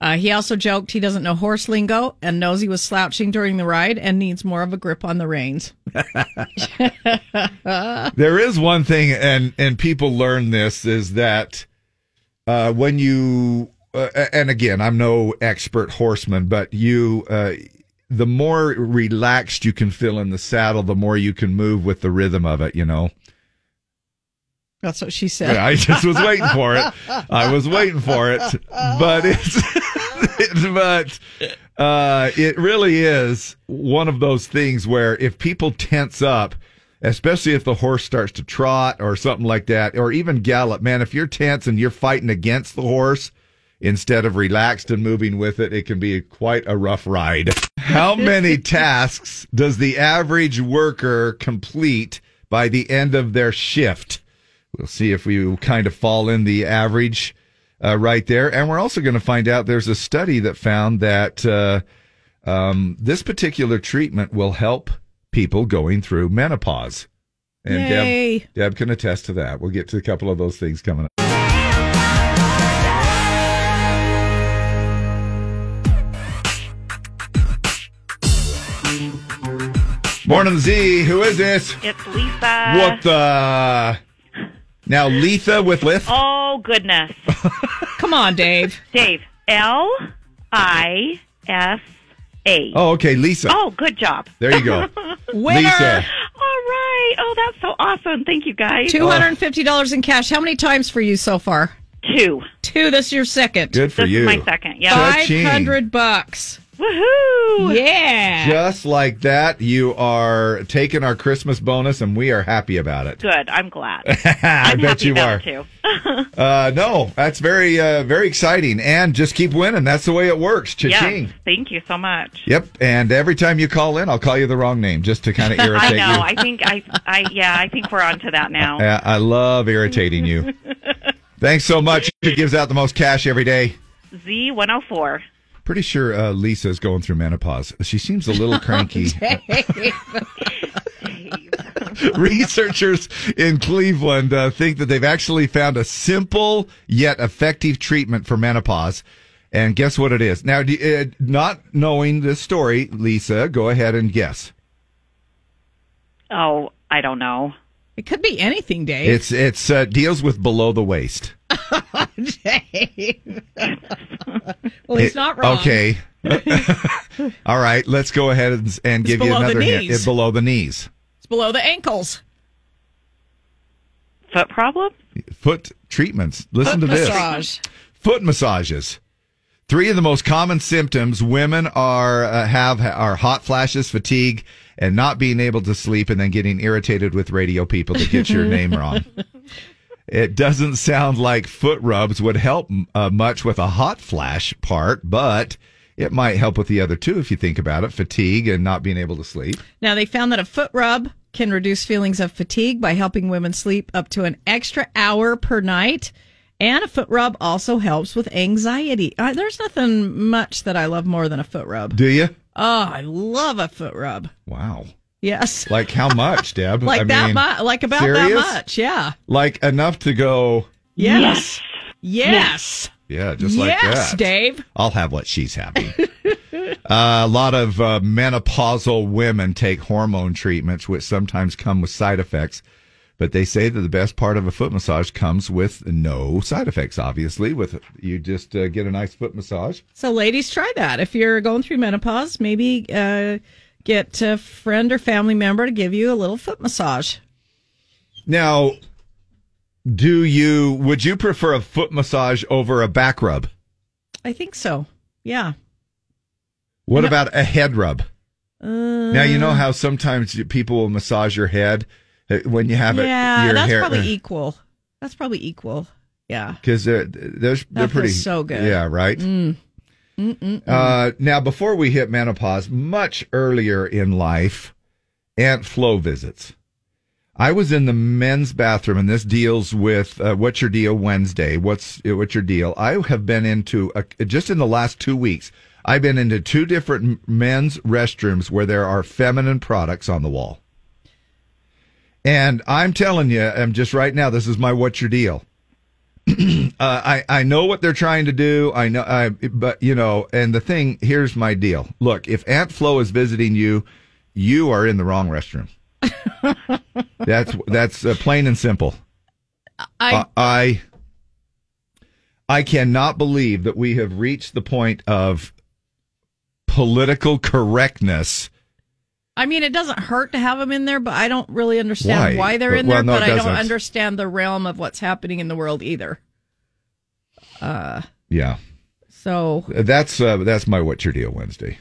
[SPEAKER 2] Uh, he also joked he doesn't know horse lingo and knows he was slouching during the ride and needs more of a grip on the reins. *laughs*
[SPEAKER 1] *laughs* there is one thing, and and people learn this is that uh, when you uh, and again, I'm no expert horseman, but you uh, the more relaxed you can feel in the saddle, the more you can move with the rhythm of it. You know.
[SPEAKER 2] That's what she said.
[SPEAKER 1] Yeah, I just was waiting for it. I was waiting for it, but it's, *laughs* it's- but uh, it really is one of those things where if people tense up, especially if the horse starts to trot or something like that, or even gallop, man, if you're tense and you're fighting against the horse instead of relaxed and moving with it, it can be quite a rough ride. How many tasks does the average worker complete by the end of their shift? We'll see if we kind of fall in the average uh, right there. And we're also going to find out there's a study that found that uh, um, this particular treatment will help people going through menopause. And
[SPEAKER 2] Yay.
[SPEAKER 1] Deb, Deb can attest to that. We'll get to a couple of those things coming up. Morning Z, who is this?
[SPEAKER 18] It's Lisa.
[SPEAKER 1] What the? Now, Letha with Lith?
[SPEAKER 18] Oh goodness.
[SPEAKER 2] *laughs* Come on, Dave.
[SPEAKER 18] Dave. L I S A.
[SPEAKER 1] Oh, okay, Lisa.
[SPEAKER 18] Oh, good job.
[SPEAKER 1] There you go. Lisa.
[SPEAKER 18] All right. Oh, that's so awesome. Thank you guys.
[SPEAKER 2] Two hundred and fifty dollars in cash. How many times for you so far?
[SPEAKER 18] Two.
[SPEAKER 2] Two. This is your second.
[SPEAKER 1] Good for
[SPEAKER 18] This
[SPEAKER 1] you.
[SPEAKER 18] is my second. Yeah.
[SPEAKER 2] Five
[SPEAKER 1] Cha-ching.
[SPEAKER 2] hundred bucks.
[SPEAKER 18] Woohoo!
[SPEAKER 2] Yeah.
[SPEAKER 1] Just like that, you are taking our Christmas bonus, and we are happy about *laughs* it.
[SPEAKER 18] Good. I'm glad.
[SPEAKER 1] I
[SPEAKER 18] I'm
[SPEAKER 1] bet
[SPEAKER 18] happy
[SPEAKER 1] you
[SPEAKER 18] about
[SPEAKER 1] are.
[SPEAKER 18] it, Too.
[SPEAKER 1] Uh, no, that's very, uh, very exciting. And just keep winning. That's the way it works. Cha-ching.
[SPEAKER 18] Yes. Thank you so much.
[SPEAKER 1] Yep. And every time you call in, I'll call you the wrong name just to kind of irritate
[SPEAKER 18] *laughs* I know.
[SPEAKER 1] you. Uh,
[SPEAKER 18] I think I. I yeah. I think we're on to that now.
[SPEAKER 1] *laughs* Yeah, I love irritating you.
[SPEAKER 18] *laughs*
[SPEAKER 1] Thanks so much. Who gives out the most cash every day?
[SPEAKER 18] Z one hundred four.
[SPEAKER 1] Pretty sure uh, Lisa's going through menopause. She seems a
[SPEAKER 2] *laughs*
[SPEAKER 1] little cranky. *laughs* Researchers in Cleveland uh, think that they've actually found a simple yet effective treatment for menopause. And guess what it is? Now, do, uh, not knowing this story, Lisa, go ahead and guess.
[SPEAKER 18] Oh, I don't know.
[SPEAKER 2] It could be anything, Dave.
[SPEAKER 1] It's it's uh, deals with below the waist.
[SPEAKER 2] *laughs* Dave. well, he's
[SPEAKER 1] It-
[SPEAKER 2] not wrong. *laughs*
[SPEAKER 1] Okay. *laughs* All right, let's go ahead and, and
[SPEAKER 2] It's
[SPEAKER 1] give you
[SPEAKER 2] below the
[SPEAKER 1] another hint.
[SPEAKER 2] knees.
[SPEAKER 1] It- below the knees.
[SPEAKER 2] It's below the ankles.
[SPEAKER 18] Foot problem?
[SPEAKER 1] Foot treatments. Listen
[SPEAKER 2] Foot
[SPEAKER 1] to this.
[SPEAKER 2] massage.
[SPEAKER 1] Foot massages. Three of the most common symptoms women are uh, have are hot flashes, fatigue, and not being able to sleep, and then getting irritated with radio people that get
[SPEAKER 2] *laughs*
[SPEAKER 1] your name wrong. It doesn't sound like foot rubs would help uh, much with a hot flash part, but it might help with the other two if you think about it: fatigue and not being able to sleep.
[SPEAKER 2] Now, they found that a foot rub can reduce feelings of fatigue by helping women sleep up to an extra hour per night. And a foot rub also helps with anxiety. Uh, there's nothing much that I love more than a foot rub.
[SPEAKER 1] Do you?
[SPEAKER 2] Oh, I love a foot rub.
[SPEAKER 1] Wow.
[SPEAKER 2] Yes.
[SPEAKER 1] Like how much,
[SPEAKER 2] *laughs*
[SPEAKER 1] Deb?
[SPEAKER 2] Like
[SPEAKER 1] I
[SPEAKER 2] that
[SPEAKER 1] mean,
[SPEAKER 2] much. Like about that
[SPEAKER 1] serious?
[SPEAKER 2] much. Yeah.
[SPEAKER 1] Like enough to go.
[SPEAKER 2] Yes. Yes.
[SPEAKER 1] Yeah, just like that.
[SPEAKER 2] Yes, Dave.
[SPEAKER 1] I'll have what she's having. *laughs* uh, a lot of uh, menopausal women take hormone treatments, which sometimes come with side effects. But they say that the best part of a foot massage comes with no side effects. Obviously, with you just uh, get a nice foot massage.
[SPEAKER 2] So, ladies, try that. If you're going through menopause, maybe uh, get a friend or family member to give you a little foot massage.
[SPEAKER 1] Now, do you would you prefer a foot massage over a back rub?
[SPEAKER 2] I think so. Yeah.
[SPEAKER 1] What about a head rub?
[SPEAKER 2] Uh,
[SPEAKER 1] Now you know how sometimes you- people will massage your head uh, when you have
[SPEAKER 2] yeah,
[SPEAKER 1] it. Your
[SPEAKER 2] that's
[SPEAKER 1] hair, uh,
[SPEAKER 2] probably e- equal. That's probably equal. Yeah.
[SPEAKER 1] because they're they're, they're
[SPEAKER 2] That
[SPEAKER 1] pretty
[SPEAKER 2] feels so good.
[SPEAKER 1] Yeah, right.
[SPEAKER 2] Mm. Mm-mm.
[SPEAKER 1] Uh, now, before we hit menopause, much earlier in life, Aunt Flo visits. I was in the men's bathroom, and this deals with uh, what's your deal Wednesday. What's what's your deal? I have been into a, just in the last two weeks. I've been into two different men's restrooms where there are feminine products on the wall. And I'm telling you, I'm just right now. This is my what's your deal? uh, I I know what they're trying to do. I know, I but you know, and the thing here's my deal. Look, if Aunt Flo is visiting you, you are in the wrong restroom. that's that's uh, plain and simple.
[SPEAKER 2] I
[SPEAKER 1] I- I I cannot believe that we have reached the point of political correctness.
[SPEAKER 2] I mean, it doesn't hurt to have them in there, but I don't really understand
[SPEAKER 1] Why?
[SPEAKER 2] why, they're in
[SPEAKER 1] Well,
[SPEAKER 2] there.
[SPEAKER 1] no, it
[SPEAKER 2] but I don't
[SPEAKER 1] doesn't.
[SPEAKER 2] understand the realm of what's happening in the world either. Uh,
[SPEAKER 1] Yeah,
[SPEAKER 2] so
[SPEAKER 1] that's uh, that's my what's your deal Wednesday,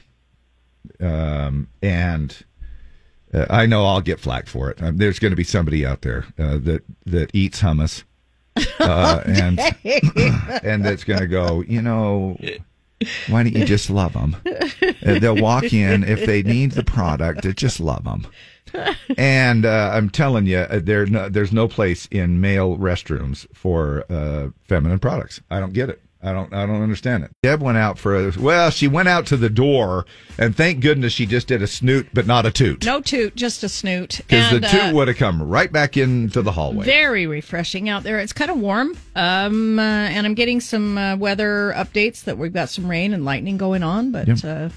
[SPEAKER 1] um, and uh, I know I'll get flack for it. Um, there's going to be somebody out there uh, that that eats hummus, uh, and *laughs* and that's going to go. You know, why don't you just love them? Uh, they'll walk in if they need the product. uh, Just love them. And uh, I'm telling you, uh, there no, there's no place in male restrooms for uh, feminine products. I don't get it. I don't. I don't understand it. Deb went out for a well. She went out to the door, and thank goodness she just did a snoot, but not a toot,
[SPEAKER 2] no toot, just a snoot.
[SPEAKER 1] because the
[SPEAKER 2] And,
[SPEAKER 1] toot
[SPEAKER 2] uh,
[SPEAKER 1] would have come right back into the hallway.
[SPEAKER 2] Very refreshing out there. It's kind of warm, um, uh, and I'm getting some uh, weather updates that we've got some rain and lightning going on, but
[SPEAKER 1] Yep.
[SPEAKER 2] uh,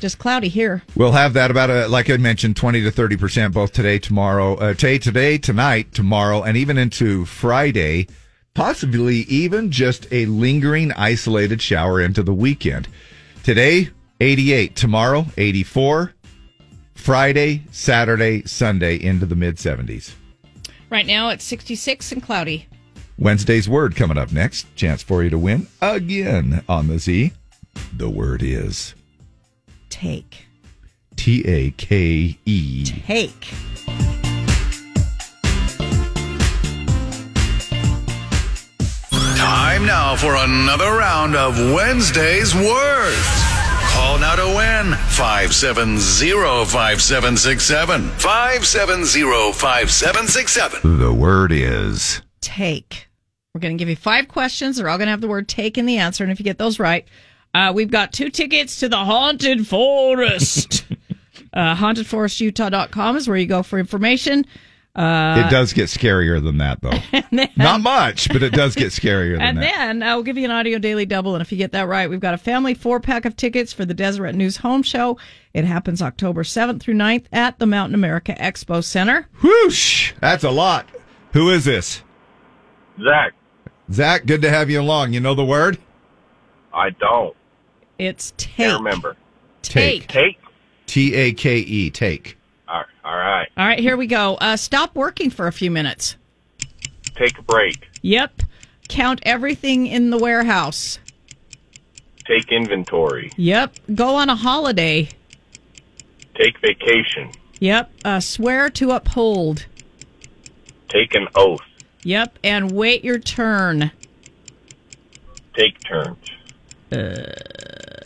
[SPEAKER 2] just cloudy here.
[SPEAKER 1] We'll have that about, uh like I mentioned, 20 to 30% both today, tomorrow, uh, today, today, tonight, tomorrow, and even into Friday, possibly even just a lingering isolated shower into the weekend. Today, 88, tomorrow, 84, Friday, Saturday, Sunday, into the mid 70s.
[SPEAKER 2] Right now it's 66 and cloudy.
[SPEAKER 1] Wednesday's word coming up next. Chance for you to win again on the Z. The word is
[SPEAKER 2] Take.
[SPEAKER 1] T A K E.
[SPEAKER 2] Take.
[SPEAKER 9] Time now for another round of Wednesday's Words. Call now to win 570-5767. 570-5767.
[SPEAKER 1] The word is.
[SPEAKER 2] take. We're going to give you five questions. They're all going to have the word take in the answer. And if you get those right, uh, we've got two tickets to the Haunted
[SPEAKER 1] *laughs*
[SPEAKER 2] Forest. uh, hauntedforestutah.com is where you go for information. Uh, *laughs*
[SPEAKER 1] It does get scarier than that, though. Not much, but it does get scarier than
[SPEAKER 2] And
[SPEAKER 1] that.
[SPEAKER 2] then I'll give you an audio daily double. And if you get that right, we've got a family four pack of tickets for the Deseret News Home Show. It happens October 7th through 9th at the Mountain America Expo Center.
[SPEAKER 1] Whoosh! That's a lot. Who is this? Zach. Zach, good to have you along. You know the word?
[SPEAKER 6] I don't.
[SPEAKER 2] It's take.
[SPEAKER 6] Can't remember.
[SPEAKER 2] Take.
[SPEAKER 6] Take.
[SPEAKER 1] T A K E, take.
[SPEAKER 6] All right.
[SPEAKER 2] All right, here we go. Uh, stop working for a few minutes.
[SPEAKER 6] Take a break.
[SPEAKER 2] Yep. Count everything in the warehouse.
[SPEAKER 6] Take inventory.
[SPEAKER 2] Yep. Go on a holiday.
[SPEAKER 6] Take vacation.
[SPEAKER 2] Yep. Uh, swear to uphold.
[SPEAKER 6] Take an oath.
[SPEAKER 2] Yep. And wait your turn.
[SPEAKER 6] Take turns.
[SPEAKER 2] Uh,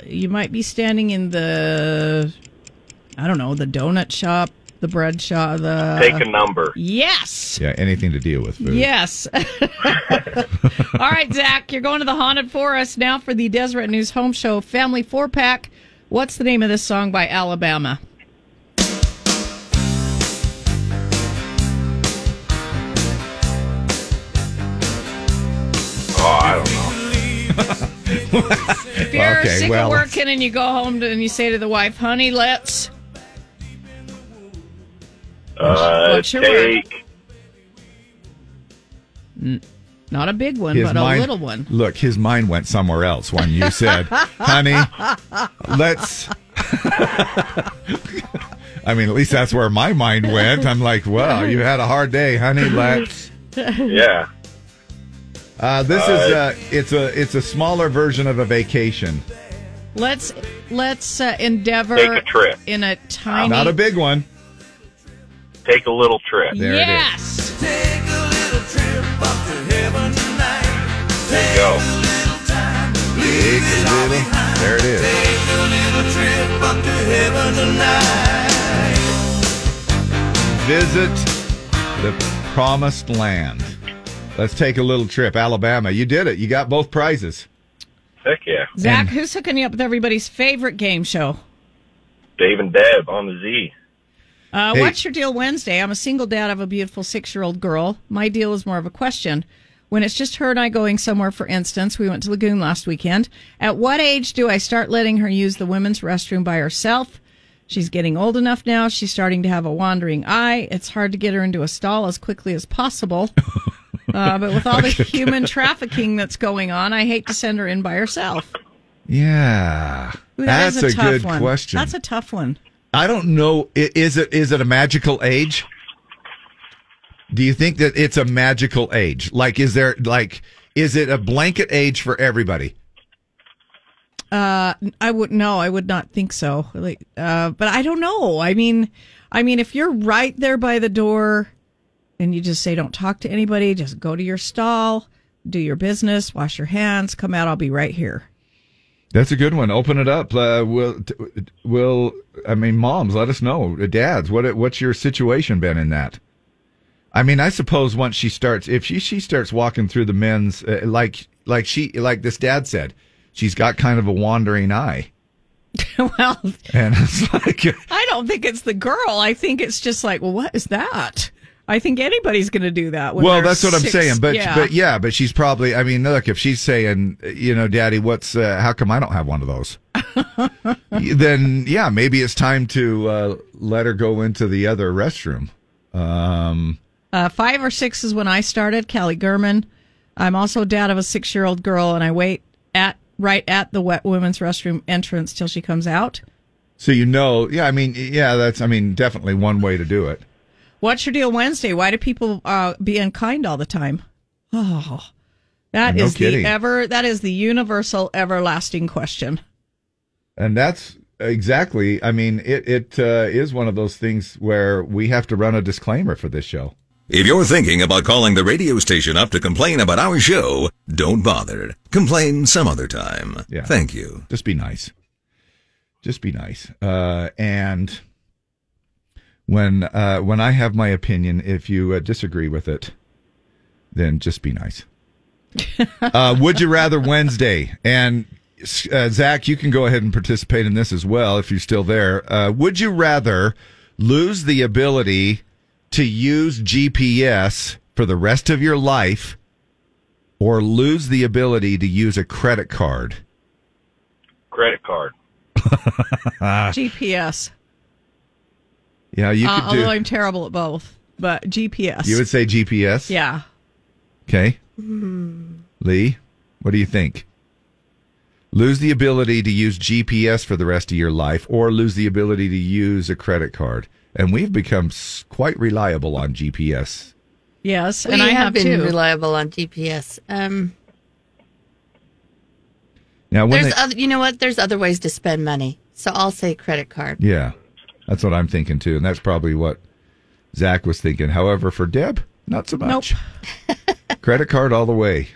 [SPEAKER 2] You might be standing in the, I don't know, the donut shop, the bread shop, the.
[SPEAKER 1] Take a number.
[SPEAKER 2] Yes.
[SPEAKER 1] Yeah, anything to deal with food.
[SPEAKER 2] Yes. *laughs* All right, Zach, you're going to the haunted forest now for the Deseret News Home Show Family Four Pack. What's the name of this song by Alabama?
[SPEAKER 6] Oh, I don't know.
[SPEAKER 2] *laughs* If you're sick of working and you go home to, and you say to the wife, "Honey, let's."
[SPEAKER 6] Uh,
[SPEAKER 2] What's your word?
[SPEAKER 6] take.
[SPEAKER 2] Not a big one, but a little one.
[SPEAKER 1] Look, his mind went somewhere else when you
[SPEAKER 2] *laughs*
[SPEAKER 1] said, honey, let's. *laughs* I mean, at least that's where my mind went. I'm like, wow, you had a hard day, *laughs* honey. Let's.
[SPEAKER 6] Yeah.
[SPEAKER 1] Uh, this is
[SPEAKER 6] Uh,
[SPEAKER 1] uh, it's a it's a smaller version of a vacation.
[SPEAKER 2] Let's let's uh, endeavor
[SPEAKER 1] Take a trip.
[SPEAKER 2] in a tiny.
[SPEAKER 1] Not a big one.
[SPEAKER 6] Take a little trip.
[SPEAKER 1] There it
[SPEAKER 2] yes.
[SPEAKER 6] is. There you go.
[SPEAKER 1] There it is. Visit the promised land. Let's take a little trip, Alabama. You did it. You got both prizes.
[SPEAKER 6] Heck yeah.
[SPEAKER 2] Zach, who's hooking you up with everybody's favorite game show?
[SPEAKER 6] Dave and Deb on the Z.
[SPEAKER 2] Uh,
[SPEAKER 1] Hey.
[SPEAKER 2] What's your deal Wednesday? I'm a single dad of a beautiful six year old girl. My deal is more of a question. When it's just her and I going somewhere, for instance, we went to Lagoon last weekend. At what age do I start letting her use the women's restroom by herself? She's getting old enough now. She's starting to have a wandering eye. It's hard to get her into a stall as quickly as
[SPEAKER 1] *laughs*
[SPEAKER 2] possible. Uh, but with all the human trafficking that's going on, I hate to send her in by herself.
[SPEAKER 1] Yeah,
[SPEAKER 2] Ooh, that
[SPEAKER 1] that's
[SPEAKER 2] is
[SPEAKER 1] a,
[SPEAKER 2] tough
[SPEAKER 1] good
[SPEAKER 2] one.
[SPEAKER 1] question.
[SPEAKER 2] That's a tough one.
[SPEAKER 1] I don't know. i- Is it is it a magical age? Do you think that it's a magical age? Like, is there like is it a blanket age for everybody?
[SPEAKER 2] Uh, I would no, I would not think so. Like, uh, but I don't know. I mean, I mean, if you're right there by the door, and you just say, "Don't talk to anybody. Just go to your stall, do your business, wash your hands, come out. I'll be right here."
[SPEAKER 1] That's a good one. Open it up. Uh, will t- will I mean moms? Let us know. Uh, Dads, what what's your situation been in that? I mean, I suppose once she starts, if she she starts walking through the men's uh, like like she like this dad said, she's got kind of a wandering eye.
[SPEAKER 2] well,
[SPEAKER 1] and it's *laughs* like
[SPEAKER 2] I don't think it's the girl. I think it's just like, well, what is that? I think anybody's going to do that. when
[SPEAKER 1] well
[SPEAKER 2] they're
[SPEAKER 1] that's what i'm
[SPEAKER 2] six-
[SPEAKER 1] saying but but yeah but she's probably i mean look if she's saying you know daddy what's uh, how come i don't have one of those then yeah maybe it's time to uh, let her go into the other restroom um
[SPEAKER 2] Uh, five or six is when I started. Callie Gurman. I'm also dad of a six year old girl, and I wait at right at the wet women's restroom entrance till she comes out.
[SPEAKER 1] so you know yeah i mean yeah that's i mean definitely one way to do it
[SPEAKER 2] What's your deal Wednesday? Why do people uh, be unkind all the time? Oh, that is
[SPEAKER 1] No
[SPEAKER 2] the
[SPEAKER 1] kidding.
[SPEAKER 2] ever that is the universal everlasting question.
[SPEAKER 1] and that's exactly i mean it it uh, is one of those things where we have to run a disclaimer for this show
[SPEAKER 19] If you're thinking about calling the radio station up to complain about our show, don't bother. Complain some other time.
[SPEAKER 1] Yeah.
[SPEAKER 19] Thank you.
[SPEAKER 1] Just be nice. Just be nice. Uh, and when uh, when I have my opinion, if you uh, disagree with it, then just be
[SPEAKER 19] *laughs*
[SPEAKER 1] nice. uh, would you rather Wednesday? And uh, Zach, you can go ahead and participate in this as well if you're still there. Uh, would you rather lose the ability to use GPS for the rest of your life, or lose the ability to use a credit card?
[SPEAKER 10] Credit card.
[SPEAKER 2] *laughs* GPS.
[SPEAKER 1] yeah, Ah. you
[SPEAKER 2] Uh,
[SPEAKER 1] could do.
[SPEAKER 2] although I'm terrible at both, but GPS.
[SPEAKER 1] You would say GPS.
[SPEAKER 2] yeah.
[SPEAKER 1] Okay. Hmm. Lee, what do you think? Lose the ability to use GPS for the rest of your life or lose the ability to use a credit card. And we've become s- quite reliable on GPS.
[SPEAKER 2] Yes,
[SPEAKER 13] We
[SPEAKER 2] and I
[SPEAKER 13] have
[SPEAKER 2] have
[SPEAKER 13] been
[SPEAKER 2] too.
[SPEAKER 13] reliable on GPS. Um,
[SPEAKER 1] Now, when
[SPEAKER 13] there's
[SPEAKER 1] they-
[SPEAKER 13] other, you know what? There's other ways to spend money. So I'll say credit card.
[SPEAKER 1] yeah, that's what I'm thinking too. And that's probably what Zach was thinking. However, for Deb, not so much. Credit card all the way.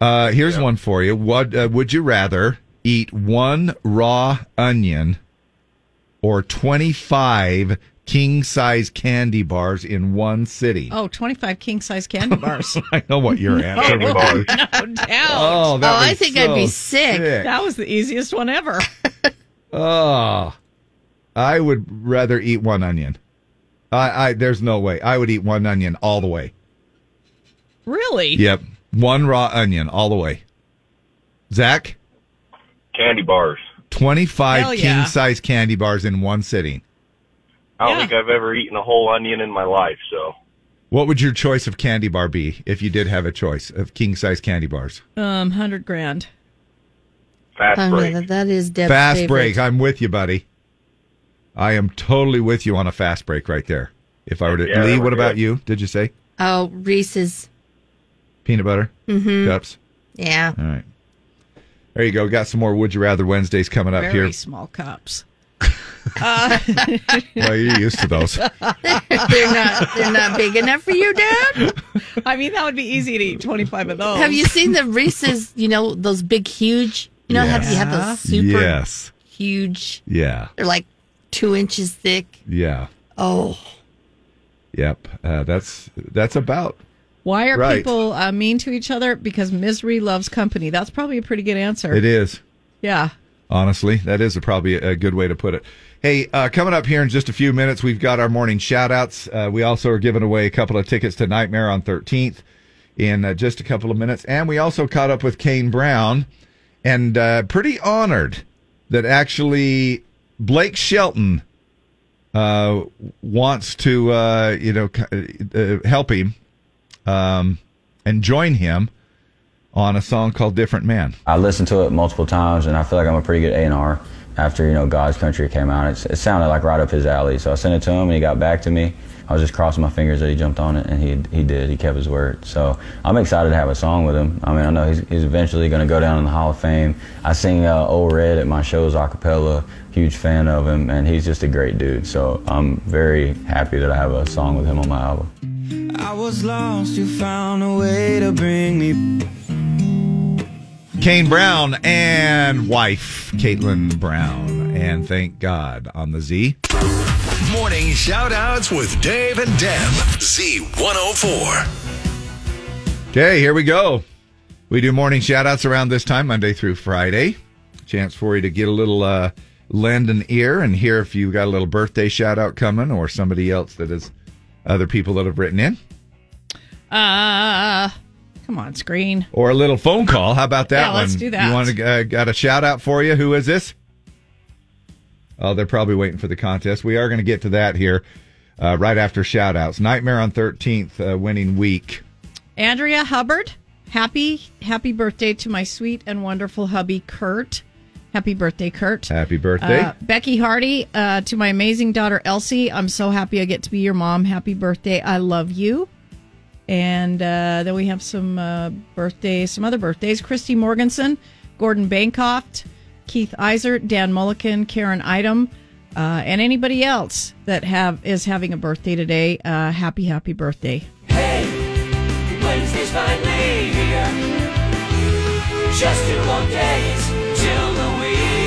[SPEAKER 1] Uh, here's one for you. What uh, would you rather eat one raw onion or 25 king size candy bars in one sitting?
[SPEAKER 2] Oh, 25 king
[SPEAKER 1] *laughs*
[SPEAKER 2] size candy *laughs* bars.
[SPEAKER 1] I know what your answer
[SPEAKER 2] Oh, *laughs* No,
[SPEAKER 1] would be.
[SPEAKER 2] no doubt.
[SPEAKER 1] Oh, that Oh, I was think I'd so be sick. sick.
[SPEAKER 2] That was the easiest one ever.
[SPEAKER 1] Oh, I would rather eat one onion. I, I there's no way. I would eat one onion all the way.
[SPEAKER 2] Really?
[SPEAKER 1] Yep, one raw onion all the way. Zach,
[SPEAKER 10] Candy bars.
[SPEAKER 1] 25
[SPEAKER 10] Hell yeah.
[SPEAKER 1] king size candy bars in one sitting.
[SPEAKER 10] I don't think I've ever eaten a whole onion in my life, so.
[SPEAKER 1] What would your choice of candy bar be if you did have a choice of king size candy bars?
[SPEAKER 2] Um, 100 grand.
[SPEAKER 13] Oh, yeah, that- that is Deb's
[SPEAKER 1] fast
[SPEAKER 13] favorite.
[SPEAKER 1] break. I'm with you, buddy. I am totally with you on a fast break right there. If I were to
[SPEAKER 13] Yeah,
[SPEAKER 1] Lee,
[SPEAKER 13] that
[SPEAKER 1] what
[SPEAKER 13] would be
[SPEAKER 1] about
[SPEAKER 13] good.
[SPEAKER 1] you? Did you say
[SPEAKER 13] Oh, Reese's.
[SPEAKER 1] peanut butter
[SPEAKER 13] Mhm.
[SPEAKER 1] cups?
[SPEAKER 13] Yeah.
[SPEAKER 1] All right. There you go. Got some more Would You Rather Wednesdays coming up
[SPEAKER 2] Very
[SPEAKER 1] here.
[SPEAKER 2] small cups. uh,
[SPEAKER 1] Well, you're used to
[SPEAKER 2] *laughs*
[SPEAKER 1] those.
[SPEAKER 13] *laughs* they're not they're not big enough for you, Dad.
[SPEAKER 2] I mean, that would be easy to eat 25 of
[SPEAKER 18] Oh.
[SPEAKER 2] those.
[SPEAKER 13] Have you seen the Reese's, you know, those big huge you know how
[SPEAKER 1] Yes.
[SPEAKER 13] you have those super
[SPEAKER 1] Yes.
[SPEAKER 13] huge
[SPEAKER 1] Yeah.
[SPEAKER 13] they're like two inches thick.
[SPEAKER 1] Yeah.
[SPEAKER 13] Oh.
[SPEAKER 1] Yep. Uh, that's that's about
[SPEAKER 2] Why are
[SPEAKER 1] Right.
[SPEAKER 2] people uh, mean to each other? Because misery loves company. That's probably a pretty good answer.
[SPEAKER 1] it is.
[SPEAKER 2] Yeah.
[SPEAKER 1] Honestly, that is a, probably a good way to put it. Hey, uh, coming up here in just a few minutes, we've got our morning shout outs. Uh, we also are giving away a couple of tickets to Nightmare on 13th in uh, just a couple of minutes. And we also caught up with Kane Brown and uh, pretty honored that actually Blake Shelton uh, wants to, uh, you know, c- uh, help him um, and join him on a song called Different Man.
[SPEAKER 20] I listened to it multiple times, and I feel like I'm a pretty good A&R. After, you know, God's Country came out, it, it sounded like right up his alley. So I sent it to him, and he got back to me. I was just crossing my fingers that he jumped on it, and he, he did. He kept his word. So I'm excited to have a song with him. I mean, I know he's, he's eventually going to go down in the Hall of Fame. I sing uh, Old Red at my shows a cappella. Huge fan of him, and he's just a great dude. So I'm very happy that I have a song with him on my album.
[SPEAKER 3] I was lost, you found a way to bring me.
[SPEAKER 1] Kane Brown and wife Caitlin Brown, and thank God on the Z.
[SPEAKER 9] Morning shout outs with Dave and Deb. Z104.
[SPEAKER 1] Okay, here we go. We do morning shout outs around this time, Monday through Friday. Chance for you to get a little uh, lend an ear and hear if you got a little birthday shout out coming or somebody else that is other people that have written in
[SPEAKER 2] Uh, come on, screen.
[SPEAKER 1] or a little phone call. How about that
[SPEAKER 2] Yeah,
[SPEAKER 1] one?
[SPEAKER 2] let's do that.
[SPEAKER 1] You want to uh, got a shout out for you? Who is this? Oh, they're probably waiting for the contest. We are going to get to that here uh, right after shout outs. Nightmare on 13th uh, winning week.
[SPEAKER 2] Andrea Hubbard, happy happy birthday to my sweet and wonderful hubby Kurt. Happy birthday, Kurt.
[SPEAKER 1] Happy birthday.
[SPEAKER 2] Uh, Becky Hardy, uh, to my amazing daughter Elsie, I'm so happy I get to be your mom. Happy birthday. I love you. And uh, then we have some uh, birthdays, some other birthdays. Christy Morganson, Gordon Bancroft, Keith Isert, Dan Mulliken, Karen Item, uh, and anybody else that have is having a birthday today. Uh, happy, happy birthday.
[SPEAKER 11] Wednesday's finally here. Just two more days till the weekend.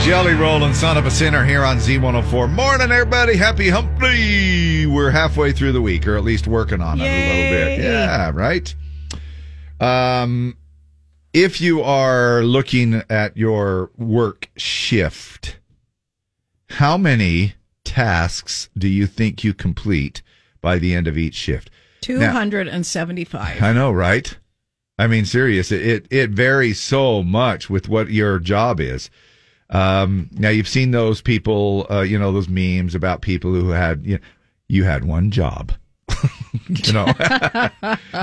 [SPEAKER 1] Jelly Roll and Son of a Sinner here on Z104. Morning, everybody. Happy Hump Day. We're halfway through the week, or at least working on it a little
[SPEAKER 11] Yay.
[SPEAKER 1] bit. Yeah, right. Um, if you are looking at your work shift, how many tasks do you think you complete by the end of each shift?
[SPEAKER 2] Two
[SPEAKER 1] Now-
[SPEAKER 2] hundred and seventy-five.
[SPEAKER 1] I know, right? I mean, serious. It, it it varies so much with what your job is. Um, now you've seen those people, uh, you know, those memes about people who had you, you had one job, *laughs* you know, *laughs*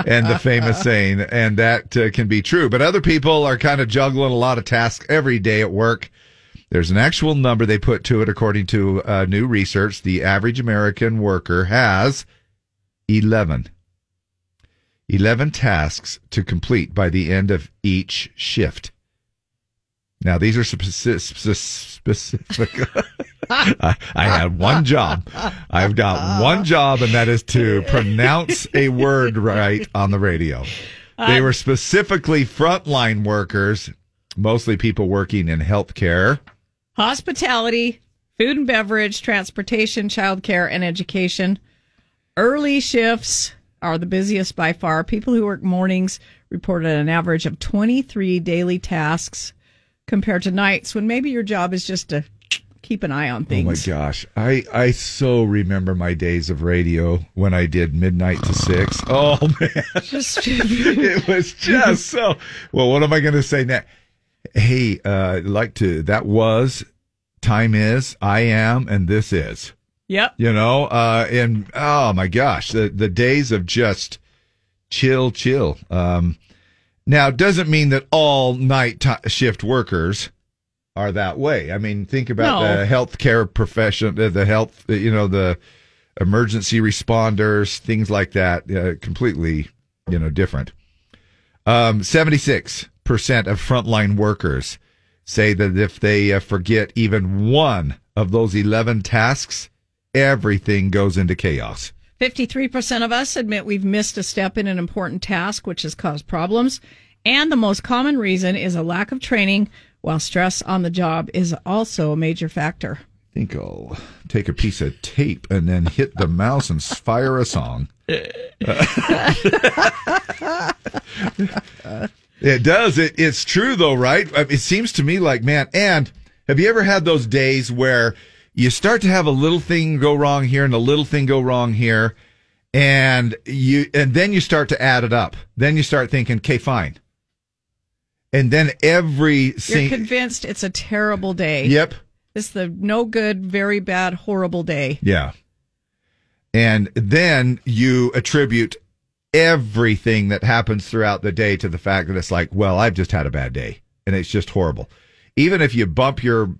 [SPEAKER 1] and the famous
[SPEAKER 11] *laughs*
[SPEAKER 1] saying, and that uh, can be true. But other people are kind of juggling a lot of tasks every day at work. There's an actual number they put to it, according to uh, new research. The average American worker has eleven 11 tasks to complete by the end of each shift. Now, these are speci- speci- specific. *laughs* I, I had one job. I've got one job, and that is to pronounce a word right on the radio. They were specifically frontline workers, mostly people working in healthcare.
[SPEAKER 2] hospitality, food and beverage, transportation, childcare, and education. Early shifts are the busiest by far. People who work mornings reported an average of 23 daily tasks compared to nights when maybe your job is just to keep an eye on
[SPEAKER 1] Oh my
[SPEAKER 2] things.
[SPEAKER 1] gosh. I, I so remember my days of radio when I did midnight to six. Oh man. *laughs* it was just so well, what am I gonna say now? Hey, uh like to that was time is, I am, and this is.
[SPEAKER 2] Yep.
[SPEAKER 1] You know, uh and oh my gosh, the the days of just chill, chill. Um now it doesn't mean that all night ti shift workers are that way. I mean, think about
[SPEAKER 21] No.
[SPEAKER 1] the healthcare profession, the, the health, you know, the emergency responders, things like that, uh, completely, you know, different. Um, 76% of frontline workers say that if they uh, forget even one of those 11 tasks, everything goes into chaos.
[SPEAKER 2] 53% of us admit we've missed a step in an important task, which has caused problems. And the most common reason is a lack of training, while stress on the job is also a major factor.
[SPEAKER 1] I think I'll take a piece of tape and then hit the mouse and *laughs* fire a song. It does. It, it's true though, right? I mean, It seems to me like, man, and have you ever had those days where you start to have a little thing go wrong here and a little thing go wrong here and you, and then you start to add it up. Then you start thinking, okay, fine. And then every
[SPEAKER 2] You're
[SPEAKER 1] single,
[SPEAKER 2] convinced it's a terrible day.
[SPEAKER 1] yep.
[SPEAKER 2] It's the no good, very bad, horrible day.
[SPEAKER 1] Yeah. And then you attribute everything that happens throughout the day to the fact that it's like, well, I've just had a bad day and it's just horrible. Even if you bump your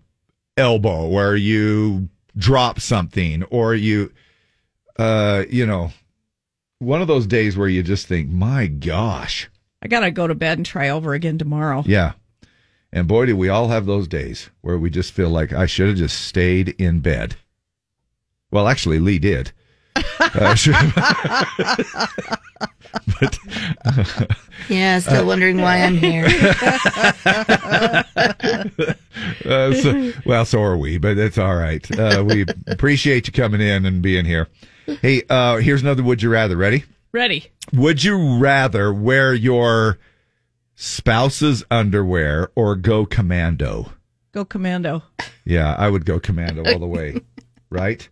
[SPEAKER 1] elbow or you drop something or you, uh, you know, one of those days where you just think, my gosh.
[SPEAKER 2] I got to go to bed and try over again tomorrow.
[SPEAKER 1] Yeah. And boy, do we all have those days where we just feel like I should have just stayed in bed. Well, actually, Lee did. Uh, *laughs* should- but,
[SPEAKER 13] *laughs* Yeah, still wondering why I'm here.
[SPEAKER 1] *laughs* uh, so- well, so are we, but it's all right. Uh, we appreciate you coming in and being here. Hey, uh, here's another Would You Rather. Ready?
[SPEAKER 2] Ready?
[SPEAKER 1] Would you rather wear your spouse's underwear or go commando?
[SPEAKER 2] Go commando.
[SPEAKER 1] Yeah, I would go commando all
[SPEAKER 2] *laughs*
[SPEAKER 1] the way, right?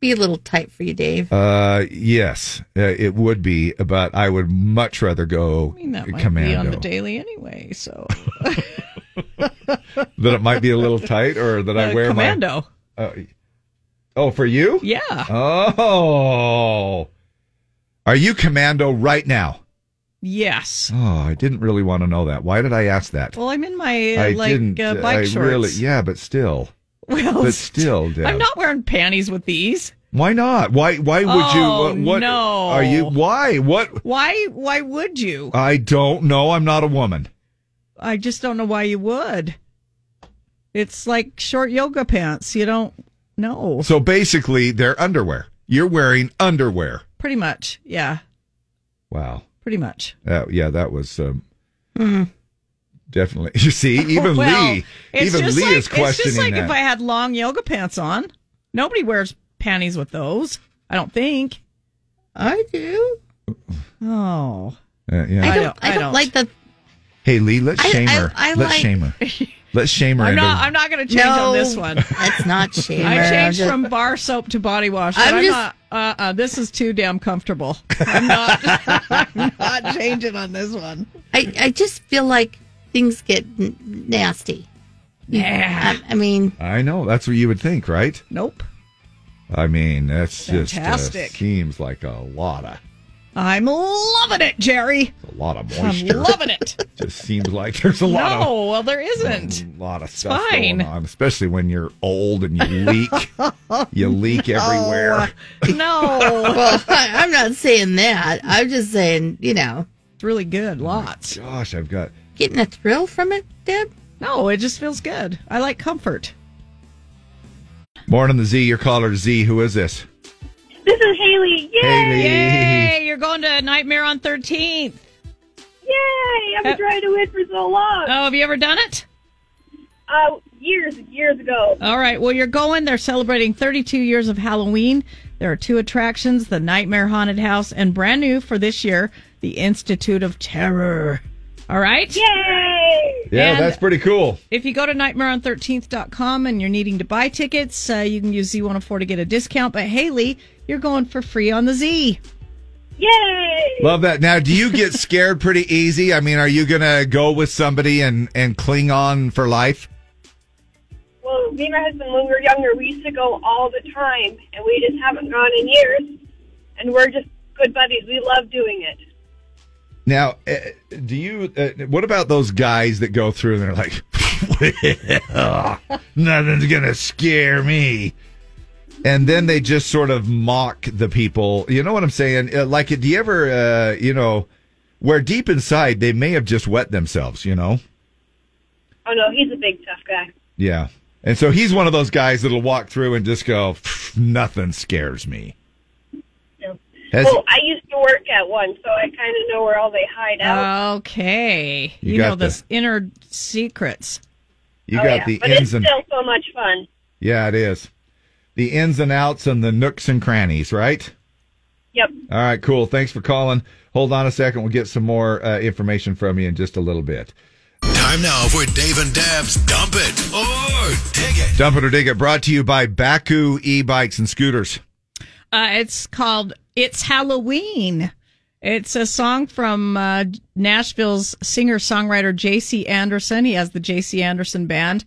[SPEAKER 13] Be a little tight for you, Dave.
[SPEAKER 1] Uh, yes, uh, it would be, but I would much rather go
[SPEAKER 2] I mean, that might
[SPEAKER 1] commando.
[SPEAKER 2] be on the daily anyway. So
[SPEAKER 1] *laughs* that it might be a little tight, or that I
[SPEAKER 2] Uh,
[SPEAKER 1] wear
[SPEAKER 2] commando.
[SPEAKER 1] my commando. oh, for you?
[SPEAKER 2] Yeah.
[SPEAKER 1] Uh, Oh, are you commando right now?
[SPEAKER 2] yes.
[SPEAKER 1] Oh, I didn't really want to know that. Why did I ask that?
[SPEAKER 2] Well, I'm in my uh,
[SPEAKER 1] I
[SPEAKER 2] like
[SPEAKER 1] didn't.
[SPEAKER 2] uh, bike
[SPEAKER 1] I
[SPEAKER 2] shorts.
[SPEAKER 1] really, yeah, but still,
[SPEAKER 2] *laughs* Well,
[SPEAKER 1] but still, Deb.
[SPEAKER 2] I'm not wearing panties with these.
[SPEAKER 1] Why not? Why? Why would you?
[SPEAKER 2] Oh,
[SPEAKER 1] what- what
[SPEAKER 2] no.
[SPEAKER 1] are you? Why? What?
[SPEAKER 2] Why? Why would you?
[SPEAKER 1] I don't know. I'm not a woman.
[SPEAKER 2] I just don't know why you would. It's like short yoga pants. You don't know.
[SPEAKER 1] So basically, they're underwear. You're wearing underwear.
[SPEAKER 2] Pretty much. Yeah.
[SPEAKER 1] Wow.
[SPEAKER 2] Pretty much.
[SPEAKER 1] Uh, yeah, that was um, definitely. *laughs*
[SPEAKER 2] *laughs*
[SPEAKER 1] You see, E-, even
[SPEAKER 2] Well,
[SPEAKER 1] Lee,
[SPEAKER 2] it's
[SPEAKER 1] even
[SPEAKER 2] just
[SPEAKER 1] Lee
[SPEAKER 2] like,
[SPEAKER 1] is questioning
[SPEAKER 2] It's just like
[SPEAKER 1] that.
[SPEAKER 2] if I had long yoga pants on. Nobody wears panties with those. I don't think.
[SPEAKER 13] I do.
[SPEAKER 2] Oh.
[SPEAKER 1] Uh, yeah.
[SPEAKER 13] I don't. I don't, like the.
[SPEAKER 1] Hey, Lee, let's
[SPEAKER 13] I-
[SPEAKER 1] shame
[SPEAKER 13] I-
[SPEAKER 1] her.
[SPEAKER 13] I
[SPEAKER 1] let's
[SPEAKER 13] like- *laughs*
[SPEAKER 1] shame her. Let's shame her.
[SPEAKER 2] I'm
[SPEAKER 1] into-
[SPEAKER 2] not. I'm not going to change on this one.
[SPEAKER 13] That's not shame.
[SPEAKER 2] *laughs* I
[SPEAKER 13] her.
[SPEAKER 2] changed
[SPEAKER 13] Just-
[SPEAKER 2] from bar soap to body wash. But
[SPEAKER 13] I'm
[SPEAKER 2] I'm,
[SPEAKER 13] just-
[SPEAKER 2] not. Uh, uh, this is too damn comfortable. I'm not. I'm not changing on this one.
[SPEAKER 13] I, I just feel like things get n- nasty. Yeah. I, I mean,
[SPEAKER 1] I know. That's what you would think, right?
[SPEAKER 2] Nope.
[SPEAKER 1] I mean, that's just uh,
[SPEAKER 2] Fantastic.
[SPEAKER 1] seems like a lot of
[SPEAKER 2] I'm loving it, Jerry.
[SPEAKER 1] a lot of moisture.
[SPEAKER 2] I'm loving it.
[SPEAKER 1] *laughs* Just seems like there's a lot of Mm.
[SPEAKER 2] no, well, there isn't.
[SPEAKER 1] a lot of stuff
[SPEAKER 2] fine.
[SPEAKER 1] going on, especially when you're old and you
[SPEAKER 2] *laughs*
[SPEAKER 1] leak. you leak everywhere.
[SPEAKER 2] Oh, No.
[SPEAKER 13] *laughs* well, I, I'm not saying that. I'm just saying, you know,
[SPEAKER 2] it's really good. Lots.
[SPEAKER 1] Gosh, I've got
[SPEAKER 13] Getting a thrill from it, Deb?
[SPEAKER 2] No, it just feels good. I like comfort.
[SPEAKER 1] Morning the Z, your caller Z. Who is this?
[SPEAKER 21] This is Haley. Yay!
[SPEAKER 1] Haley.
[SPEAKER 2] Yay! You're going to Nightmare on Thirteenth.
[SPEAKER 21] Yay! I've been trying to win for so long.
[SPEAKER 2] Oh, have you ever done it?
[SPEAKER 21] Uh, years and years ago.
[SPEAKER 2] All right. Well, you're going. They're celebrating 32 years of Halloween. There are two attractions the Nightmare Haunted House and brand new for this year, the Institute of Terror. All right.
[SPEAKER 21] Yay!
[SPEAKER 1] Yeah,
[SPEAKER 2] And-
[SPEAKER 1] that's pretty cool.
[SPEAKER 2] If you go to nightmareon13th.com and you're needing to buy tickets, uh, you can use Z104 to get a discount. But Haley, you're going for free on the Z.
[SPEAKER 21] Yay!
[SPEAKER 1] Love that. Now, do you
[SPEAKER 2] *laughs*
[SPEAKER 1] get scared pretty easy? I mean, are you gonna go with somebody and and cling on for life?
[SPEAKER 21] Well, me and my husband, when we were younger, we used to go all the time, and we just haven't gone in years. And we're just good buddies. We love doing it.
[SPEAKER 1] Now, uh, do you? Uh, what about those guys that go through and they're like, *laughs* "Well, nothing's gonna scare me," and then they just sort of mock the people. You know what I'm saying? Uh, Like, do you ever, uh, you know, where deep inside they may have just wet themselves? You know?
[SPEAKER 21] Oh no, he's a big tough guy.
[SPEAKER 1] Yeah. And so he's one of those guys that'll walk through and just go, "Nothing scares me."
[SPEAKER 21] No.
[SPEAKER 1] Has-
[SPEAKER 21] well, I used to work at one, so I kind of know where all they hide out.
[SPEAKER 2] Oh, Okay.
[SPEAKER 1] You
[SPEAKER 2] You,
[SPEAKER 1] got
[SPEAKER 2] know,
[SPEAKER 1] the-
[SPEAKER 2] this inner secrets.
[SPEAKER 1] You
[SPEAKER 21] Oh,
[SPEAKER 1] got
[SPEAKER 21] yeah.
[SPEAKER 1] the
[SPEAKER 21] but
[SPEAKER 1] ins
[SPEAKER 21] it's
[SPEAKER 1] and
[SPEAKER 21] still so much fun.
[SPEAKER 1] yeah, it is. The ins and outs and the nooks and crannies, right?
[SPEAKER 22] Yep.
[SPEAKER 1] All right, cool. Thanks for calling. Hold on a second. We'll get some more uh, information from you in just a little bit.
[SPEAKER 23] Time now for Dave and Dab's Dump It or Dig It.
[SPEAKER 1] Dump it or dig it. Brought to you by Baku e-bikes and scooters.
[SPEAKER 2] Uh, it's called It's Halloween. It's a song from uh, Nashville's singer songwriter J.C. Anderson. He has the J.C. Anderson Band.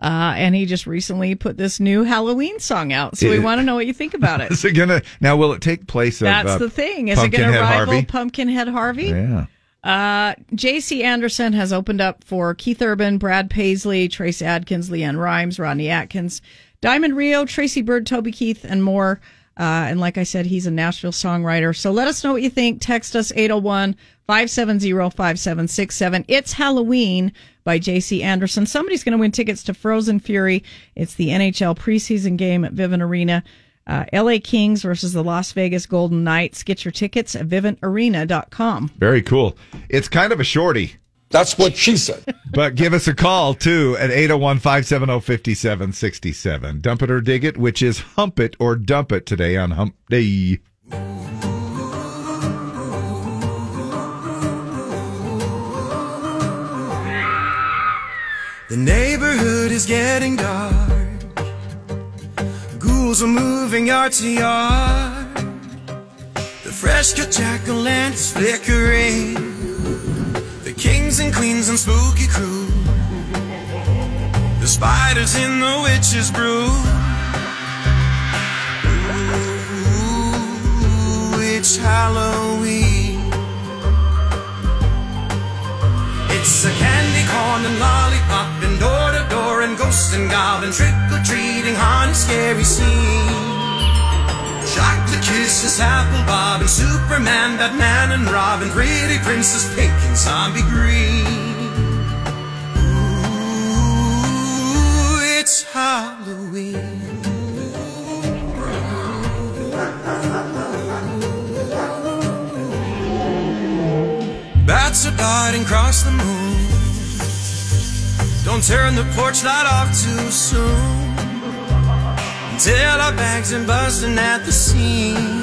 [SPEAKER 2] Uh, and he just recently put this new Halloween song out. So we
[SPEAKER 1] It-
[SPEAKER 2] want to know what you think about it.
[SPEAKER 1] *laughs* Is it gonna now? Will it take place?
[SPEAKER 2] That's
[SPEAKER 1] of, uh,
[SPEAKER 2] the thing. Is it going to
[SPEAKER 1] Pumpkinhead
[SPEAKER 2] rival
[SPEAKER 1] Harvey?
[SPEAKER 2] Pumpkinhead Harvey?
[SPEAKER 1] Yeah.
[SPEAKER 2] Uh, J.C. Anderson has opened up for Keith Urban, Brad Paisley, Trace Adkins, Leanne Rhymes, Rodney Atkins, Diamond Rio, Tracy Bird, Toby Keith, and more. Uh, and like I said, he's a Nashville songwriter. So let us know what you think. Text us 801 570 5767. It's Halloween by J.C. Anderson. Somebody's going to win tickets to Frozen Fury. It's the NHL preseason game at Vivint Arena. Uh, LA Kings versus the Las Vegas Golden Knights. Get your tickets at viventarena.com.
[SPEAKER 1] Very cool. It's kind of a shorty. That's what she said. but give us a call too at 801 570 5767. Dump it or dig it, which is hump it or dump it today on Hump Day.
[SPEAKER 24] The neighborhood is getting dark. Ghouls are moving yard to yard. The fresh jack o' lanterns flickering. The kings and queens and spooky crew. The spiders in the witch's brew. Ooh, it's Halloween. It's a candy corn and lollipop and door to door and ghost and goblin trick or treating haunted scary scene. Chocolate kisses, apple bob and Superman, Batman and Robin, pretty princess pink and zombie green. Ooh, it's Halloween. Bats are darting across the moon. Don't turn the porch light off too soon. Until our bags are buzzing at the seams.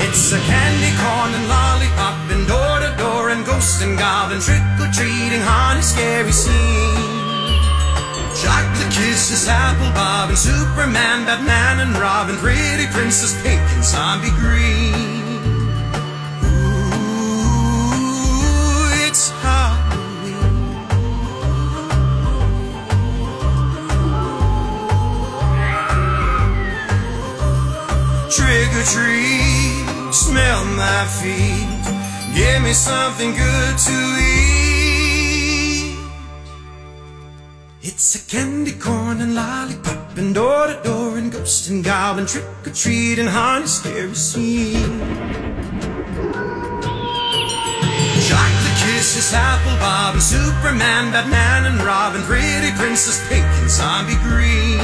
[SPEAKER 24] It's a candy corn and lollipop and door to door and ghost and goblin trick or treating haunted scary scene. Chocolate kisses, apple bob and Superman, Batman and Robin, pretty princess pink and zombie green. Ooh, it's Halloween. Trick or treat, smell my feet. Give me something good to eat. It's a candy corn and lollipop and door to door and ghost and goblin trick or treat and harness scary scene. Chocolate kisses, apple bob and Superman, Batman and Robin, pretty princess pink and zombie green.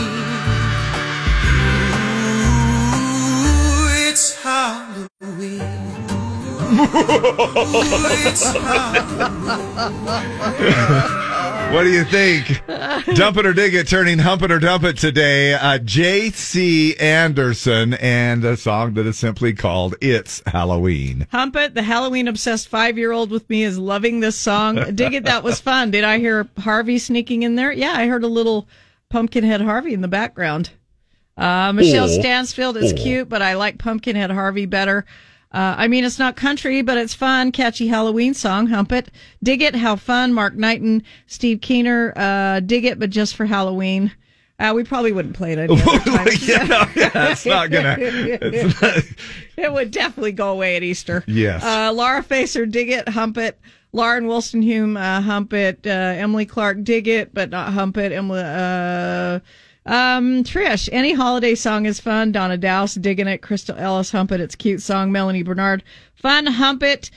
[SPEAKER 24] Ooh, it's Halloween. Ooh, it's Halloween.
[SPEAKER 1] What do you think? Dump it or dig it, turning hump it or dump it today. Uh, J.C. Anderson and a song that is simply called It's Halloween.
[SPEAKER 2] Hump it. The Halloween obsessed five year old with me is loving this song. Dig it. That was fun. Did I hear Harvey sneaking in there? Yeah, I heard a little Pumpkinhead Harvey in the background. Uh, Michelle
[SPEAKER 18] Aw.
[SPEAKER 2] Stansfield is
[SPEAKER 18] Aw.
[SPEAKER 2] cute, but I like Pumpkinhead Harvey better. Uh, I mean, it's not country, but it's fun, catchy Halloween song. Hump it, dig it, how fun. Mark Knighton, Steve Keener, uh, dig it, but just for Halloween. Uh, we probably wouldn't play it. Any
[SPEAKER 18] *laughs*
[SPEAKER 2] other time.
[SPEAKER 1] *laughs* yeah, it's not gonna-
[SPEAKER 2] *laughs*
[SPEAKER 1] it's
[SPEAKER 2] It would definitely go away at Easter.
[SPEAKER 1] Yes.
[SPEAKER 2] Uh, Laura Facer, dig it, hump it. Lauren Wilson Hume, uh, hump it. Uh, Emily Clark, dig it, but not hump it. Emily, uh, um, Trish, any holiday song is fun. Donna Dowse, digging it. Crystal Ellis, hump it. It's a cute song. Melanie Bernard, fun, hump it.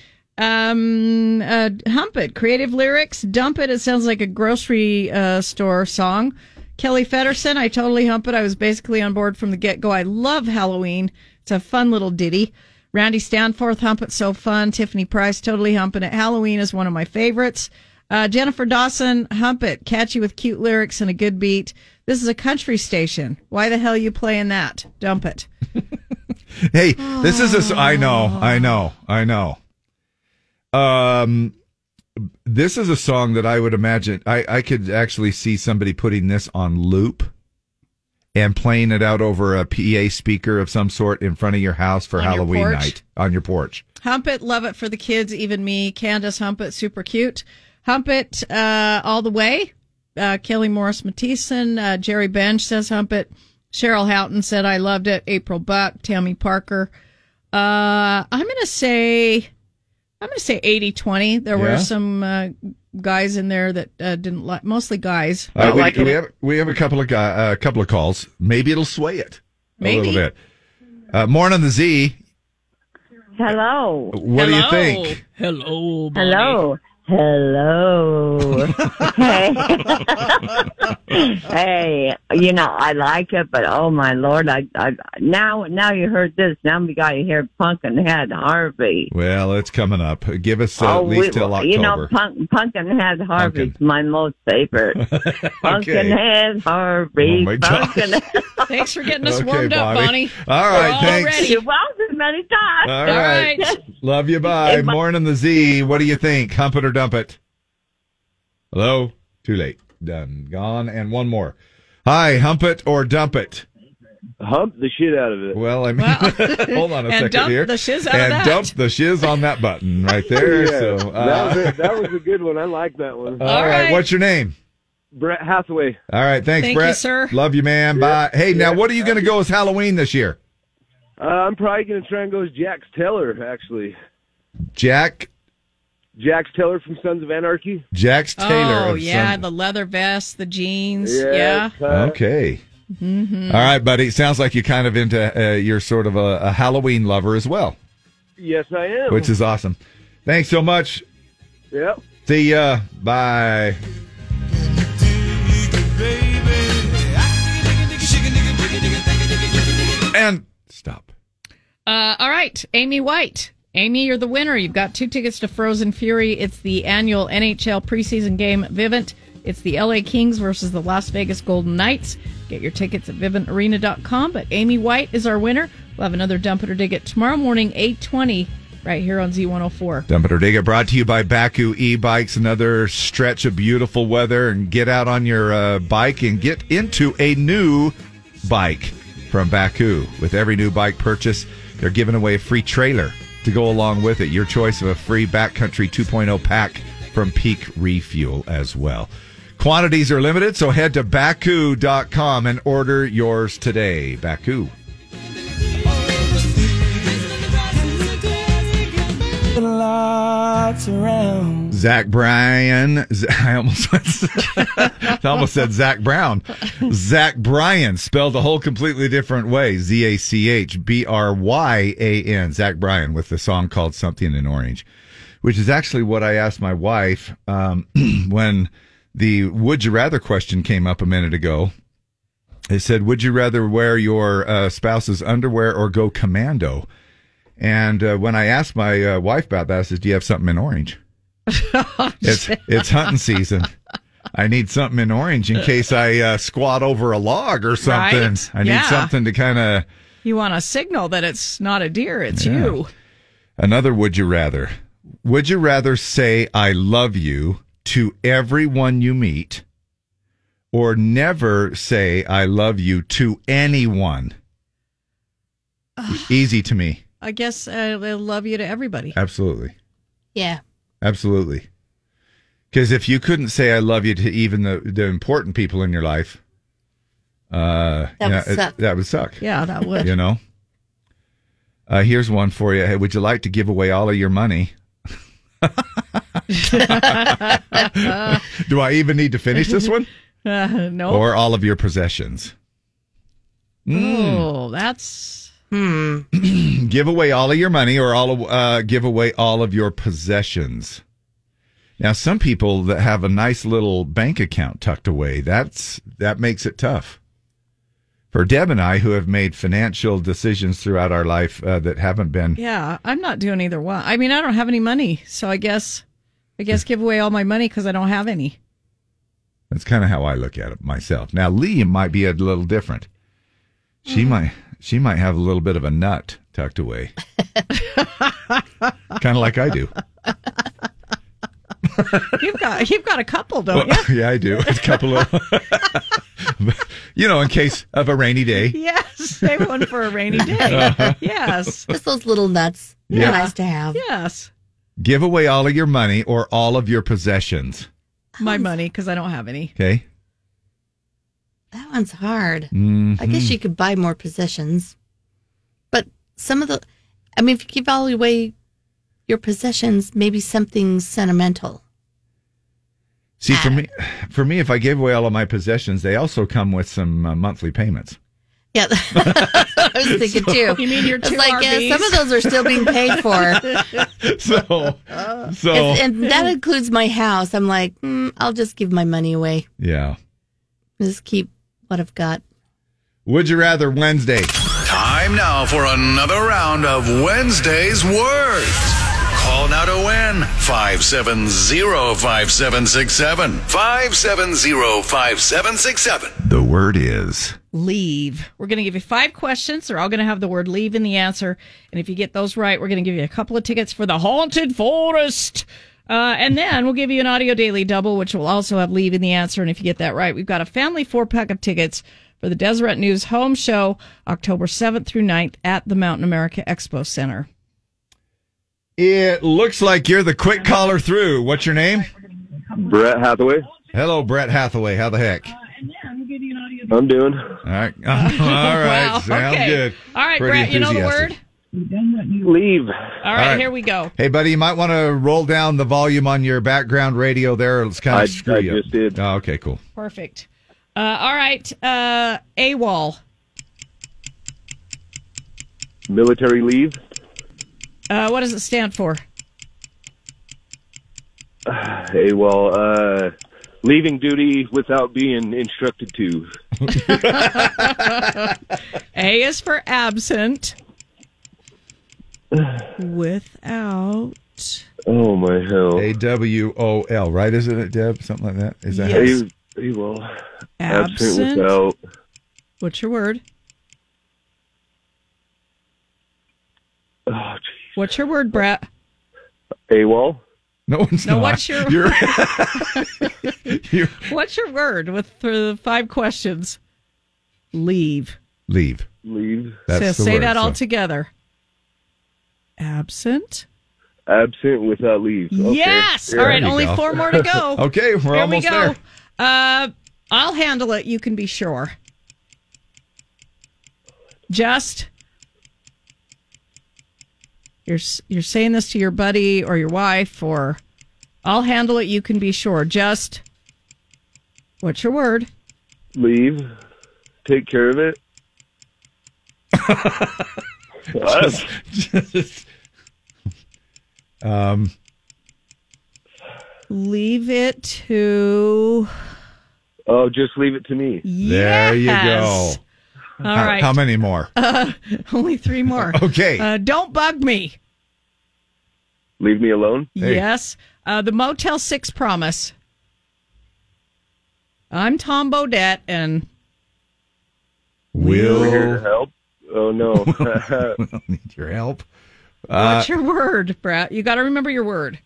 [SPEAKER 2] Um, uh, hump it. Creative lyrics, dump it. It sounds like a grocery uh, store song. Kelly Fedderson, I totally hump it. I was basically on board from the get go. I love Halloween. It's a fun little ditty. Randy Stanforth, hump it so fun. Tiffany Price, totally humping it. Halloween is one of my favorites. Uh, Jennifer Dawson, hump it, catchy with cute lyrics and a good beat. This is a country station. Why the hell you playing that? Dump it.
[SPEAKER 1] hey, this is a. s- I know, I know, I know. Um, this is a song that I would imagine I I could actually see somebody putting this on loop and playing it out over a PA speaker of some sort in front of your house for
[SPEAKER 2] On your
[SPEAKER 1] Halloween
[SPEAKER 2] porch?
[SPEAKER 1] night on your porch.
[SPEAKER 2] Hump it, love it for the kids, even me. Candace Hump it, super cute. Hump it uh, all the way. Uh, Kelly Morris Matison, uh, Jerry Bench says Hump it. Cheryl Houghton said I loved it. April Buck, Tammy Parker. Uh, I'm gonna say, I'm gonna say 80 20. There
[SPEAKER 1] Yeah?
[SPEAKER 2] were some uh, guys in there that uh, didn't like, mostly guys.
[SPEAKER 1] Uh, we, we have we have a couple of guy- uh, a couple of calls. Maybe it'll sway it a
[SPEAKER 2] Maybe.
[SPEAKER 1] little bit. Uh, Morn on the Z.
[SPEAKER 4] Hello.
[SPEAKER 1] What do you think?
[SPEAKER 4] Hello. Hello.
[SPEAKER 1] *laughs*
[SPEAKER 21] Oh.
[SPEAKER 4] Hello. hey. hey, you know, I like it, but oh my lord, I, I now now you heard this. Now we got to hear Pumpkinhead Harvey.
[SPEAKER 1] Well, it's coming up. Give us uh,
[SPEAKER 4] oh,
[SPEAKER 1] at least
[SPEAKER 4] we-
[SPEAKER 1] till October.
[SPEAKER 4] You know, Punk, Pumpkinhead Harvey's my most
[SPEAKER 1] *laughs*
[SPEAKER 4] favorite. Pumpkinhead Harvey.
[SPEAKER 1] Oh, my gosh.
[SPEAKER 4] Pumpkinhead.
[SPEAKER 2] *laughs* Thanks for getting us
[SPEAKER 1] Okay,
[SPEAKER 2] warmed up,
[SPEAKER 1] Bonnie.
[SPEAKER 2] Bonnie.
[SPEAKER 1] All right,
[SPEAKER 2] We're all
[SPEAKER 1] thanks.
[SPEAKER 2] ready.
[SPEAKER 4] You're welcome many times.
[SPEAKER 1] All right.
[SPEAKER 4] *laughs*
[SPEAKER 1] Love you. Bye. Morn on the Z. What do you think? Hump it or dump it? Hello? Too late. Done. Gone. And one more. Hi. Hump it or dump it? Hump the shit out of it. Well, I mean, *laughs* hold on
[SPEAKER 2] *laughs*
[SPEAKER 1] a
[SPEAKER 2] And
[SPEAKER 1] second
[SPEAKER 2] dump
[SPEAKER 1] here.
[SPEAKER 2] the shiz out of
[SPEAKER 1] and
[SPEAKER 2] that.
[SPEAKER 1] dump the shiz on that button right
[SPEAKER 22] *laughs*
[SPEAKER 1] there. so, uh,
[SPEAKER 22] that, was a, that was a good one. I like that one.
[SPEAKER 1] all right. What's your name?
[SPEAKER 22] Brett Hathaway.
[SPEAKER 1] All right. Thanks,
[SPEAKER 22] Thank you,
[SPEAKER 1] Brett.
[SPEAKER 22] sir.
[SPEAKER 1] Love you, man. Bye. Hey, now, what are you going to go as Halloween this year?
[SPEAKER 22] Uh, I'm probably going to try and go as Jax Teller, actually.
[SPEAKER 1] Jack,
[SPEAKER 22] Jax Teller from Sons of Anarchy.
[SPEAKER 1] Jax Taylor.
[SPEAKER 2] Oh
[SPEAKER 1] of
[SPEAKER 2] yeah,
[SPEAKER 1] some-
[SPEAKER 2] the leather vest, the jeans.
[SPEAKER 22] Yeah,
[SPEAKER 2] Yeah.
[SPEAKER 1] Okay.
[SPEAKER 2] Mhm.
[SPEAKER 1] All right, buddy. Sounds like you're kind of into, uh, you're sort of a, a Halloween lover as well,
[SPEAKER 22] Yes, I
[SPEAKER 2] Oh.
[SPEAKER 22] am.
[SPEAKER 1] which is awesome. Thanks so much.
[SPEAKER 22] Yep.
[SPEAKER 1] See ya. Bye. And stop.
[SPEAKER 2] Uh, all right, Amy White. Amy, you're the winner. You've got two tickets to Frozen Fury. It's the annual NHL preseason game at Vivint. It's the LA Kings versus the Las Vegas Golden Knights. Get your tickets at viventarena.com. But Amy White is our winner. We'll have another dump it or dig it tomorrow morning, 820, right here on Z104.
[SPEAKER 1] Dump it or dig it. Brought to you by Baku e-bikes. Another stretch of beautiful weather, and get out on your uh, bike and get into a new bike from Baku. With every new bike purchase, they're giving away a free trailer to go along with it. Your choice of a free backcountry 2.0 pack from Peak Refuel as well. Quantities are limited, so head to baku.com and order yours today. Baku.
[SPEAKER 11] The lights
[SPEAKER 2] *laughs*
[SPEAKER 11] around.
[SPEAKER 1] Zach Bryan. Z- *laughs* I almost, I almost said Zach Brown. Zach Bryan, spelled a whole completely different way. Z A C H B R Y A N. Zach Bryan with the song called Something in Orange, which is actually what I asked my wife um, *clears throat* when the Would You Rather question came up a minute ago. It said, Would you rather wear your uh, spouse's underwear or go commando? And uh, when I asked my uh, wife about that, I said, Do you have something in orange?
[SPEAKER 2] Oh,
[SPEAKER 1] it's it's hunting season. I need something in orange in case I uh, squat over a log or something.
[SPEAKER 2] Right.
[SPEAKER 1] I need
[SPEAKER 2] Yeah.
[SPEAKER 1] something to kind of
[SPEAKER 2] You want a signal that it's not a deer, it's
[SPEAKER 1] Yeah.
[SPEAKER 2] you.
[SPEAKER 1] another. Would you rather? Would you rather say "I love you" to everyone you meet, or never say "I love you" to anyone? Easy to me.
[SPEAKER 2] I guess uh, I love you to everybody. *laughs*
[SPEAKER 1] Absolutely.
[SPEAKER 2] Yeah.
[SPEAKER 1] Absolutely. Because if you couldn't say "I love you" to even the, the important people in your life, uh,
[SPEAKER 2] That would
[SPEAKER 1] yeah, it-
[SPEAKER 2] suck.
[SPEAKER 1] that would suck.
[SPEAKER 2] Yeah, that would.
[SPEAKER 1] You know. Uh, here's one for you. Hey, would you like to give away all of your money? *laughs* Do I even need to *laughs*
[SPEAKER 2] *laughs*
[SPEAKER 1] finish this one,
[SPEAKER 2] Uh, no.
[SPEAKER 1] or all of your possessions? Mm.
[SPEAKER 2] Oh, that's
[SPEAKER 1] *clears throat* give away all of your money, or all of, uh, give away all of your possessions. Now, some people that have a nice little bank account tucked away, that's that makes it tough. For Deb and I, who have made financial decisions throughout our life uh, that haven't been
[SPEAKER 2] yeah. I'm not doing either one. I mean, I don't have any money, so I guess I guess give away all my money because I don't have any.
[SPEAKER 1] That's kind of how I look at it myself. Now Lee might be a little different. She might she might have a little bit of a nut tucked away. kind of like I do.
[SPEAKER 2] You've got you've got a couple,
[SPEAKER 13] Oh,
[SPEAKER 2] don't
[SPEAKER 1] Well, *laughs* yeah, I do. A couple of, *laughs* you know, in case of a rainy day.
[SPEAKER 2] you? Yes, save one for a rainy day.
[SPEAKER 1] *laughs* Uh-huh.
[SPEAKER 2] Yes,
[SPEAKER 13] just those little nuts. They're
[SPEAKER 1] Yeah.
[SPEAKER 13] nice to have.
[SPEAKER 2] Yes,
[SPEAKER 1] Give away all of your money or all of your possessions.
[SPEAKER 2] my money because I don't have any.
[SPEAKER 1] Okay.
[SPEAKER 13] That one's hard. I
[SPEAKER 1] Mhm.
[SPEAKER 13] guess you could buy more possessions, but some of the, I mean, if you give all away your possessions, maybe something sentimental. *laughs*
[SPEAKER 1] See, for me, for me, if I give away all of my possessions, they also come with some uh, monthly payments. *laughs*
[SPEAKER 13] Yeah, that's what I was thinking too.
[SPEAKER 2] You mean your
[SPEAKER 13] It's
[SPEAKER 2] two
[SPEAKER 13] like, yeah,
[SPEAKER 2] RVs?
[SPEAKER 13] some of those are still being
[SPEAKER 2] *laughs*
[SPEAKER 13] paid for.
[SPEAKER 1] So, so
[SPEAKER 13] Oh. It's- and that includes my house. I'm like, mm, I'll just give my money away.
[SPEAKER 1] yeah.
[SPEAKER 13] Just keep what I've got.
[SPEAKER 1] Would you rather Wednesday?
[SPEAKER 9] Time now for another round of Wednesday's Words. Call now to win 570-5767. 570-5767.
[SPEAKER 1] The word is
[SPEAKER 2] leave. We're going to give you five questions. They're all going to have the word leave in the answer. And if you get those right, we're going to give you a couple of tickets for the Haunted Forest. Uh, and then we'll give you an audio daily double, which will also have leave in the answer. And if you get that right, we've got a family four pack of tickets for the Deseret News Home Show, October 7th through 9th at the Mountain America Expo Center.
[SPEAKER 1] It looks like you're the quick caller through. What's your name? Brett Hathaway. Hello, Brett Hathaway. How the heck?
[SPEAKER 22] I'm doing.
[SPEAKER 1] All right. *laughs* All right.
[SPEAKER 2] Wow,
[SPEAKER 1] Sound
[SPEAKER 2] okay.
[SPEAKER 1] good.
[SPEAKER 2] All right,
[SPEAKER 1] Pretty
[SPEAKER 2] Brett, you know the word?
[SPEAKER 1] enthusiastic. Leave.
[SPEAKER 2] All right, here we go.
[SPEAKER 1] Hey, buddy, you might want to roll down the volume on your background radio there. It's kind
[SPEAKER 2] I-
[SPEAKER 1] of screw you. just did. Oh, okay, cool.
[SPEAKER 2] Perfect. Uh, all right, uh, AWOL.
[SPEAKER 22] Military leave. *sighs*
[SPEAKER 2] Uh, what does it stand for?
[SPEAKER 22] Hey, well, uh, leaving duty without being instructed to.
[SPEAKER 2] *laughs* A is for absent. Without.
[SPEAKER 1] Oh my hell. A W O L, right? Isn't it, Deb? Something like that. Is that how
[SPEAKER 2] Yes.
[SPEAKER 1] it-
[SPEAKER 22] Hey, well,
[SPEAKER 2] Absent.
[SPEAKER 22] without.
[SPEAKER 2] What's your word?
[SPEAKER 22] oh,
[SPEAKER 2] What's your word, Brett?
[SPEAKER 22] AWOL.
[SPEAKER 1] No, it's
[SPEAKER 2] No, what's your
[SPEAKER 1] You're- *laughs*
[SPEAKER 2] what's your word with the five questions? Leave.
[SPEAKER 1] Leave.
[SPEAKER 22] Leave.
[SPEAKER 2] so say that all together. Absent.
[SPEAKER 22] Absent without leave. Okay.
[SPEAKER 2] Yes.
[SPEAKER 22] Yeah.
[SPEAKER 2] All right. Only four more to go.
[SPEAKER 22] *laughs* Okay, we're
[SPEAKER 2] Here
[SPEAKER 22] almost
[SPEAKER 2] we go.
[SPEAKER 22] there.
[SPEAKER 2] Uh, I'll handle it. You can be sure. Just you're s- you're saying this to your buddy or your wife or I'll handle it. You can be sure. Just what's your word?
[SPEAKER 22] Leave. Take care of it.
[SPEAKER 1] *laughs*
[SPEAKER 22] What?
[SPEAKER 1] Um,
[SPEAKER 2] Leave it to.
[SPEAKER 22] oh, just leave it to me.
[SPEAKER 1] There you go.
[SPEAKER 2] Yes. All
[SPEAKER 1] how,
[SPEAKER 2] right.
[SPEAKER 1] how many more?
[SPEAKER 2] Uh, *laughs* only three more.
[SPEAKER 1] Okay.
[SPEAKER 2] Uh, don't bug me.
[SPEAKER 22] Leave me alone.
[SPEAKER 2] Yes. Uh, the Motel 6 promise. I'm Tom Bodette, and
[SPEAKER 1] Will
[SPEAKER 22] We're here to help.
[SPEAKER 1] *laughs*
[SPEAKER 22] Oh
[SPEAKER 2] Uh,
[SPEAKER 22] no. *laughs*
[SPEAKER 1] We'll need your help. Uh,
[SPEAKER 2] what's your word, Brett? You got to remember your word.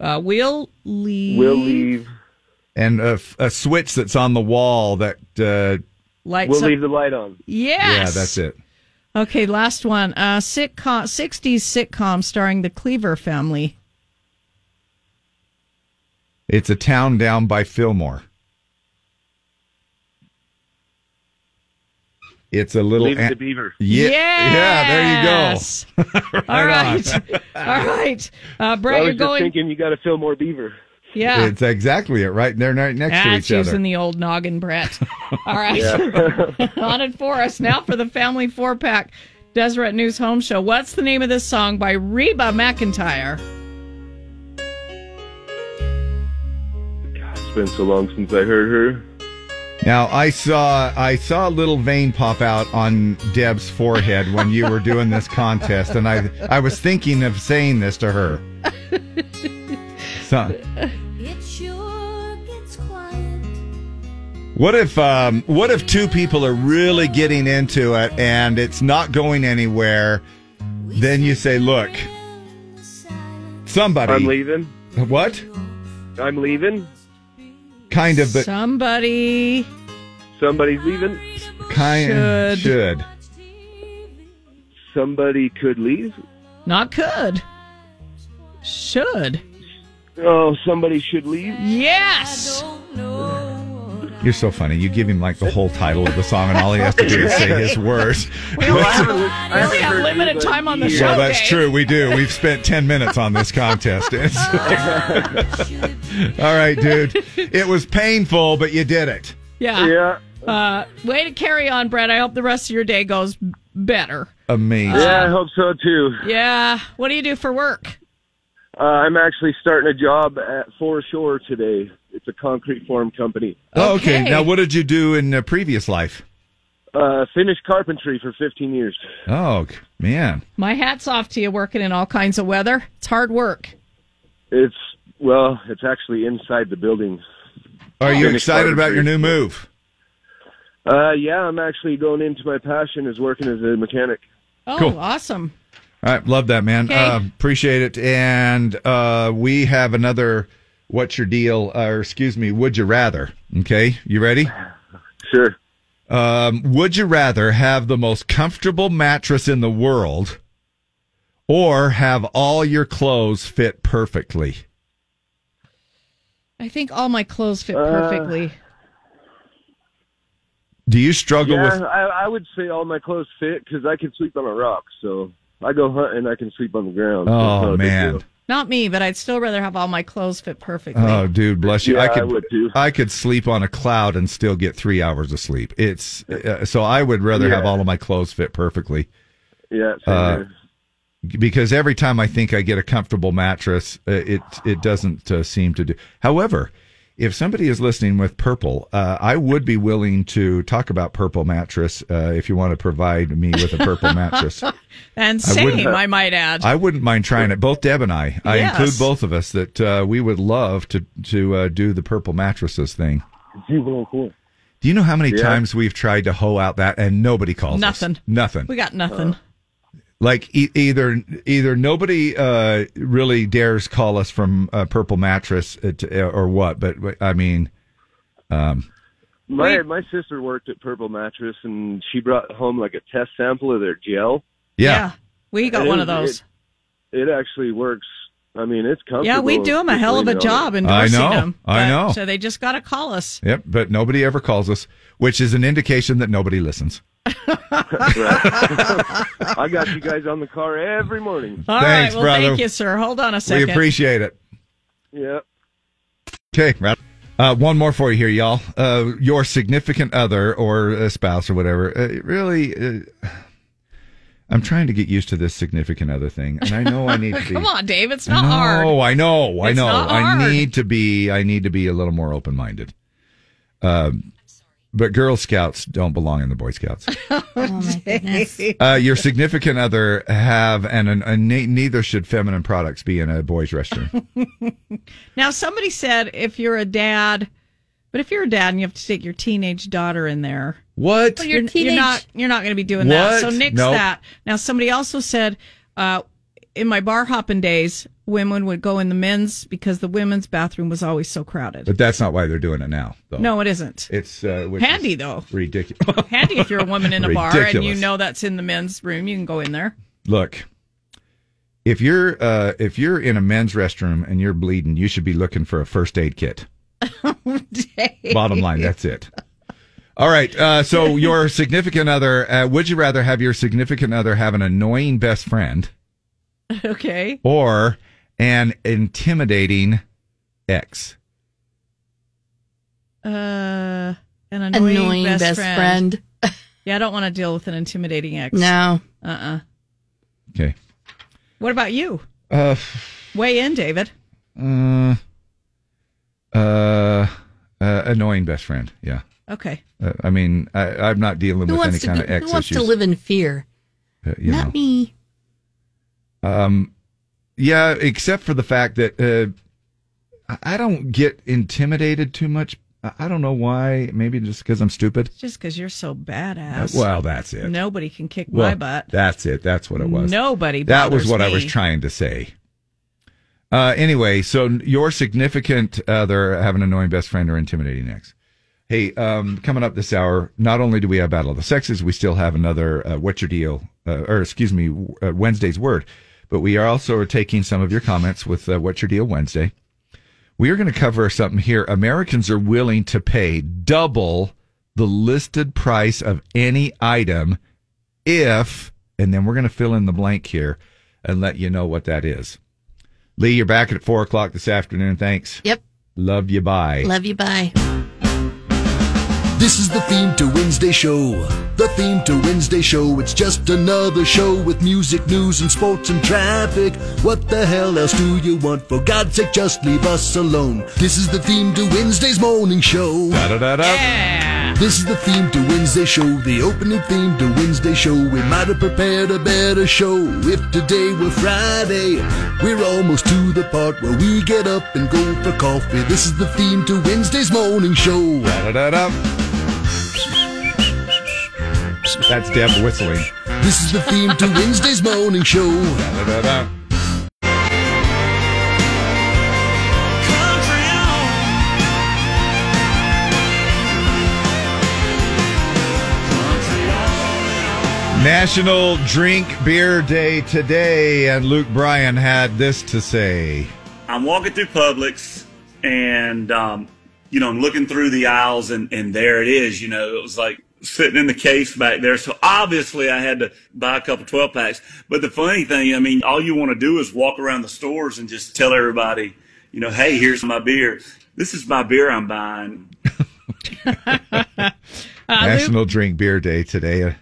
[SPEAKER 2] Uh, we'll leave.
[SPEAKER 1] And a, f- a switch that's on the wall that. Uh,
[SPEAKER 2] Lights We'll up- leave the
[SPEAKER 22] light on.
[SPEAKER 1] Yeah,
[SPEAKER 2] Yes.
[SPEAKER 1] that's it.
[SPEAKER 2] Okay, last one. Uh, sitcom, 60s sitcom starring the Cleaver
[SPEAKER 22] *laughs*
[SPEAKER 2] family.
[SPEAKER 1] It's a town down by Fillmore. It's a little.
[SPEAKER 22] Leave it
[SPEAKER 1] an-
[SPEAKER 22] to Beaver.
[SPEAKER 1] Yeah, *laughs*
[SPEAKER 2] Yes.
[SPEAKER 1] yeah. There you go.
[SPEAKER 2] All right.
[SPEAKER 1] on.
[SPEAKER 2] All right. Uh,
[SPEAKER 22] I
[SPEAKER 2] Brett,
[SPEAKER 22] was
[SPEAKER 2] you're
[SPEAKER 22] just
[SPEAKER 2] going.
[SPEAKER 22] thinking you got to fill more beaver.
[SPEAKER 2] *laughs* yeah.
[SPEAKER 1] It's exactly it. Right there, right next to
[SPEAKER 2] That's
[SPEAKER 1] each other.
[SPEAKER 2] using the old noggin, Brett. All right.
[SPEAKER 1] *laughs*
[SPEAKER 2] *laughs* Haunted Forest now for the family four pack Deseret News Home Show. What's the name of this song by Reba McIntyre?
[SPEAKER 22] It's been so long since I heard her.
[SPEAKER 1] Now I saw I saw a little vein pop out on Deb's forehead when you were doing this contest, and I I was thinking of saying this to her. So,
[SPEAKER 12] It sure gets quiet.
[SPEAKER 1] what if um, what if two people are really getting into it and it's not going anywhere, Then you say, look, somebody.
[SPEAKER 22] I'm leaving.
[SPEAKER 1] What?
[SPEAKER 22] I'm leaving.
[SPEAKER 1] Kind of, but
[SPEAKER 2] Somebody
[SPEAKER 22] Somebody's leaving.
[SPEAKER 1] kind
[SPEAKER 2] should.
[SPEAKER 1] should.
[SPEAKER 22] Somebody could leave.
[SPEAKER 2] not could should.
[SPEAKER 22] Oh, somebody should leave.
[SPEAKER 2] Yes.
[SPEAKER 1] You're so funny. You give him like the whole title of the song, and all he has to do is say
[SPEAKER 2] *laughs*
[SPEAKER 1] his words.
[SPEAKER 2] We only have, we only have limited time on the show.
[SPEAKER 1] Well, that's
[SPEAKER 2] Dave.
[SPEAKER 1] true. We do. We've spent 10 minutes on this
[SPEAKER 2] *laughs*
[SPEAKER 1] contest. It's-
[SPEAKER 2] Oh,
[SPEAKER 1] all right, dude. It was painful, but you did it.
[SPEAKER 2] Yeah. Yeah. Uh, way to carry on, Brett. I hope the rest of your day goes better.
[SPEAKER 1] Amazing.
[SPEAKER 22] Yeah, I hope so too.
[SPEAKER 2] Uh, Yeah. What do you do for work?
[SPEAKER 22] Uh, I'm actually starting a job at For Shore today. It's a concrete form company.
[SPEAKER 1] Oh, okay. Now, what did you do in a previous life?
[SPEAKER 22] Uh, finished carpentry for 15 years.
[SPEAKER 1] Oh, c- man.
[SPEAKER 2] My hat's off to you working in all kinds of weather. It's hard work.
[SPEAKER 22] It's well, it's actually inside the building.
[SPEAKER 1] Are you
[SPEAKER 22] Finished
[SPEAKER 1] excited about your
[SPEAKER 22] carpentry.
[SPEAKER 1] new move?
[SPEAKER 22] Uh, yeah, I'm actually going into my passion is working as a mechanic.
[SPEAKER 2] Oh, awesome.
[SPEAKER 1] All right, love that, man.
[SPEAKER 2] Okay.
[SPEAKER 1] Uh, appreciate it. And uh, we have another What's Your Deal, uh, or excuse me, Would You Rather? Okay, you ready?
[SPEAKER 22] Sure.
[SPEAKER 1] Um, would you rather have the most comfortable mattress in the world or have all your clothes fit perfectly?
[SPEAKER 2] I think all my clothes fit perfectly.
[SPEAKER 1] Do you struggle
[SPEAKER 22] yeah,
[SPEAKER 1] with.
[SPEAKER 22] I, I would say all my clothes fit because I can sleep on a rock. So I go hunting, I can sleep on the ground. It's not a
[SPEAKER 1] Oh,
[SPEAKER 22] big
[SPEAKER 1] man.
[SPEAKER 22] deal.
[SPEAKER 2] Not me, but I'd still rather have all my clothes fit perfectly.
[SPEAKER 1] Oh, dude, bless you.
[SPEAKER 22] Yeah,
[SPEAKER 1] I could
[SPEAKER 22] I would
[SPEAKER 1] I could sleep on a cloud and still get three hours of sleep. It's uh, so I would rather have
[SPEAKER 22] Yeah.
[SPEAKER 1] all of my clothes fit perfectly.
[SPEAKER 22] Yeah. same
[SPEAKER 1] Uh,
[SPEAKER 22] here. *laughs*
[SPEAKER 1] because every time I think I get a comfortable mattress, uh, it it doesn't uh, seem to do. However, if somebody is listening with purple, uh, I would be willing to talk about purple mattress uh, if you want to provide me with a purple mattress.
[SPEAKER 2] *laughs* and
[SPEAKER 1] I
[SPEAKER 2] same,
[SPEAKER 1] wouldn't-
[SPEAKER 2] I, might add.
[SPEAKER 1] I wouldn't mind trying it. Both Deb and I, I
[SPEAKER 2] Yes.
[SPEAKER 1] include both of us that uh, we would love to to uh, do the purple mattresses thing. Do you know how many
[SPEAKER 2] Yeah.
[SPEAKER 1] times we've tried to hoe out that and nobody calls
[SPEAKER 2] nothing.
[SPEAKER 1] us? Nothing.
[SPEAKER 2] We got nothing.
[SPEAKER 1] like e- either either nobody uh, really dares call us from uh, purple mattress uh, to, or what but i mean um,
[SPEAKER 22] My my sister worked at Purple Mattress and she brought home like a test sample of their gel.
[SPEAKER 1] yeah.
[SPEAKER 2] we got
[SPEAKER 22] And it
[SPEAKER 2] one of
[SPEAKER 22] was-
[SPEAKER 2] those.
[SPEAKER 22] It, it actually works. I mean, it's comfortable.
[SPEAKER 2] Yeah, we do them a
[SPEAKER 22] It's
[SPEAKER 2] hell of a
[SPEAKER 22] laid out.
[SPEAKER 2] job
[SPEAKER 1] I
[SPEAKER 2] endorsing
[SPEAKER 1] know.
[SPEAKER 2] them.
[SPEAKER 1] I
[SPEAKER 2] But-
[SPEAKER 1] know.
[SPEAKER 2] So they just got to call us.
[SPEAKER 1] yep but nobody ever calls us which is an indication that nobody listens
[SPEAKER 22] *laughs* I got you guys on the car every morning.
[SPEAKER 2] All right.
[SPEAKER 1] Thanks,
[SPEAKER 2] well,
[SPEAKER 1] brother.
[SPEAKER 2] thank you, sir. Hold on a
[SPEAKER 1] we
[SPEAKER 13] *laughs*
[SPEAKER 2] second.
[SPEAKER 1] appreciate it
[SPEAKER 22] Yeah.
[SPEAKER 1] okay right. uh, one more for you here y'all uh, your significant other or a spouse or whatever uh, really uh, i'm trying to get used to this significant other thing and i know i need
[SPEAKER 2] *laughs*
[SPEAKER 1] to be
[SPEAKER 2] Come on, Dave. It's not
[SPEAKER 1] no,
[SPEAKER 2] hard.
[SPEAKER 1] I know, I
[SPEAKER 2] It's
[SPEAKER 1] know.
[SPEAKER 2] not
[SPEAKER 1] I
[SPEAKER 2] hard.
[SPEAKER 1] need to be. I need to be a little more open minded. Um, but Girl Scouts don't belong in the
[SPEAKER 2] *laughs*
[SPEAKER 1] Boy Scouts. uh, your significant other have, and an, a ne- neither should feminine products be in a
[SPEAKER 2] *laughs*
[SPEAKER 1] boys' restroom.
[SPEAKER 2] Now, somebody said if you're a dad, but if you're a dad and you have to take your teenage daughter in there,
[SPEAKER 1] What?
[SPEAKER 13] Well, your
[SPEAKER 2] you're,
[SPEAKER 13] teenage-
[SPEAKER 2] you're not you're not going to be doing that. So
[SPEAKER 1] What?
[SPEAKER 2] nix
[SPEAKER 1] Nope.
[SPEAKER 2] that. Now, somebody also said uh, in my bar hopping days, women would go in the men's because the women's bathroom was always so crowded.
[SPEAKER 1] *laughs* but that's not why they're doing it now. Though.
[SPEAKER 2] No, it isn't.
[SPEAKER 1] it's uh, which is
[SPEAKER 2] Handy though.
[SPEAKER 1] Ridiculous.
[SPEAKER 2] Handy if you're a woman in a bar and you
[SPEAKER 1] Ridiculous.
[SPEAKER 2] know that's in the men's room, you can go in there.
[SPEAKER 1] *laughs*
[SPEAKER 2] *laughs*
[SPEAKER 1] Look, if you're uh, if you're in a men's restroom and you're bleeding, you should be looking for a first aid kit. Bottom
[SPEAKER 2] *laughs*
[SPEAKER 1] line, that's it. All right. Uh, so your significant other, uh, would you rather have your significant other have an annoying best friend
[SPEAKER 2] okay.
[SPEAKER 1] or an intimidating ex?
[SPEAKER 2] Uh, an annoying,
[SPEAKER 13] Annoying
[SPEAKER 2] best,
[SPEAKER 13] best
[SPEAKER 2] friend. *laughs* yeah, I don't want to deal with an intimidating ex.
[SPEAKER 13] No.
[SPEAKER 2] Uh uh
[SPEAKER 1] Okay.
[SPEAKER 2] What about you?
[SPEAKER 1] Uh,
[SPEAKER 2] Weigh in, David.
[SPEAKER 1] uh, uh, uh, annoying best friend. Yeah.
[SPEAKER 2] Okay.
[SPEAKER 1] Uh, I mean, I, I'm not dealing
[SPEAKER 13] Who
[SPEAKER 1] with any
[SPEAKER 13] wants, to,
[SPEAKER 1] kind
[SPEAKER 13] go-
[SPEAKER 1] of ex
[SPEAKER 13] who wants
[SPEAKER 1] issues.
[SPEAKER 13] to live in fear?
[SPEAKER 1] uh, you
[SPEAKER 13] Not
[SPEAKER 1] know.
[SPEAKER 13] me.
[SPEAKER 1] Um, yeah, except for the fact that uh, I- I don't get intimidated too much I- I don't know why. Maybe just because I'm stupid.
[SPEAKER 2] Just because you're so badass.
[SPEAKER 1] Uh, well, that's it.
[SPEAKER 2] Nobody can kick my
[SPEAKER 1] Well,
[SPEAKER 2] butt.
[SPEAKER 1] That's it. That's what it was.
[SPEAKER 2] Nobody
[SPEAKER 1] That was
[SPEAKER 2] bothers
[SPEAKER 1] what I was
[SPEAKER 2] me.
[SPEAKER 1] trying to say. Uh, anyway, so your significant other uh, have an annoying best friend or intimidating ex. Hey, um, coming up this hour, not only do we have Battle of the Sexes, we still have another uh, What's Your Deal, uh, or excuse me, uh, Wednesday's Word. But we are also taking some of your comments with uh, What's Your Deal Wednesday. We are going to cover something here. Americans are willing to pay double the listed price of any item if, and then we're going to fill in the blank here and let you know what that is. Lee, you're back at four o'clock this afternoon. Thanks.
[SPEAKER 13] Yep.
[SPEAKER 1] Love you. Bye.
[SPEAKER 13] Love you. Bye.
[SPEAKER 5] This is the theme to Wednesday show. The theme to Wednesday show. It's just another show with music, news, and sports and traffic. What the hell else do you want? For God's sake, just leave us alone. This is the theme to Wednesday's morning show. This is the theme to Wednesday show. The opening theme to Wednesday show. We might have prepared a better show if today were Friday. We're almost to the part where we get up and go for coffee. This is the theme to Wednesday's morning show.
[SPEAKER 1] That's Deb whistling.
[SPEAKER 5] This is the theme to Wednesday's morning show.
[SPEAKER 1] National Drink Beer Day today, and Luke Bryan had this to say.
[SPEAKER 7] *laughs* I'm walking through Publix and, um, you know, I'm looking through the aisles and, and there it is, you know, it was like sitting in the case back there. So obviously I had to buy a couple 12 packs. But the funny thing, I mean, all you want to do is walk around the stores and just tell everybody, you know, hey, here's my beer. This is my beer I'm buying.
[SPEAKER 2] Uh, Luke,
[SPEAKER 1] National Drink Beer Day today. uh,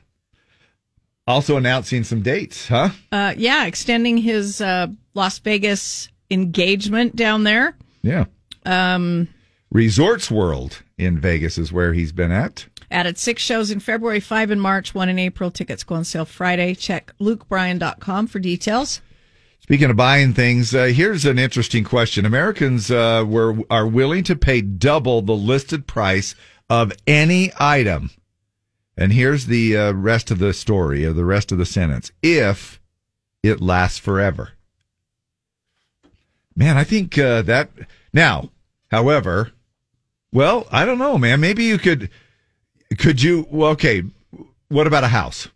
[SPEAKER 1] Also announcing some dates, huh?
[SPEAKER 2] uh, yeah, extending his uh, Las Vegas engagement down there.
[SPEAKER 1] Yeah.
[SPEAKER 2] Um,
[SPEAKER 1] Resorts World in Vegas is where he's been at.
[SPEAKER 2] added six shows in February, five in March, one in April. Tickets go on sale Friday. Check lukebryan.com for details.
[SPEAKER 1] Speaking of buying things, uh, here's an interesting question. Americans uh, were are willing to pay double the listed price of any item. And here's the uh, rest of the story or the rest of the sentence. If it lasts forever. Man, I think uh, that now, however, well, I don't know, man. Maybe you could could you well, okay, what about a house?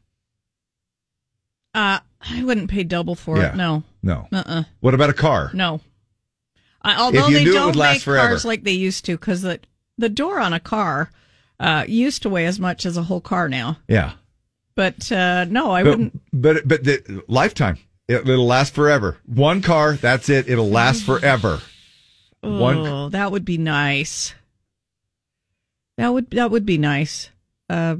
[SPEAKER 2] Uh, I wouldn't pay double for
[SPEAKER 1] Yeah.
[SPEAKER 2] it. No.
[SPEAKER 1] No.
[SPEAKER 2] Uh-uh.
[SPEAKER 1] What about a car?
[SPEAKER 2] No. I, although
[SPEAKER 1] you
[SPEAKER 2] they
[SPEAKER 1] knew it
[SPEAKER 2] don't
[SPEAKER 1] would last
[SPEAKER 2] make
[SPEAKER 1] forever.
[SPEAKER 2] cars like they used to, because the the door on a car uh, used to weigh as much as a whole car now.
[SPEAKER 1] Yeah.
[SPEAKER 2] But uh, no, I
[SPEAKER 1] but,
[SPEAKER 2] wouldn't.
[SPEAKER 1] But but the lifetime, it, will last forever. One car, that's it. It'll last
[SPEAKER 2] Mm-hmm.
[SPEAKER 1] forever.
[SPEAKER 2] Oh,
[SPEAKER 1] One-
[SPEAKER 2] that would be nice. That would that would be nice. Uh,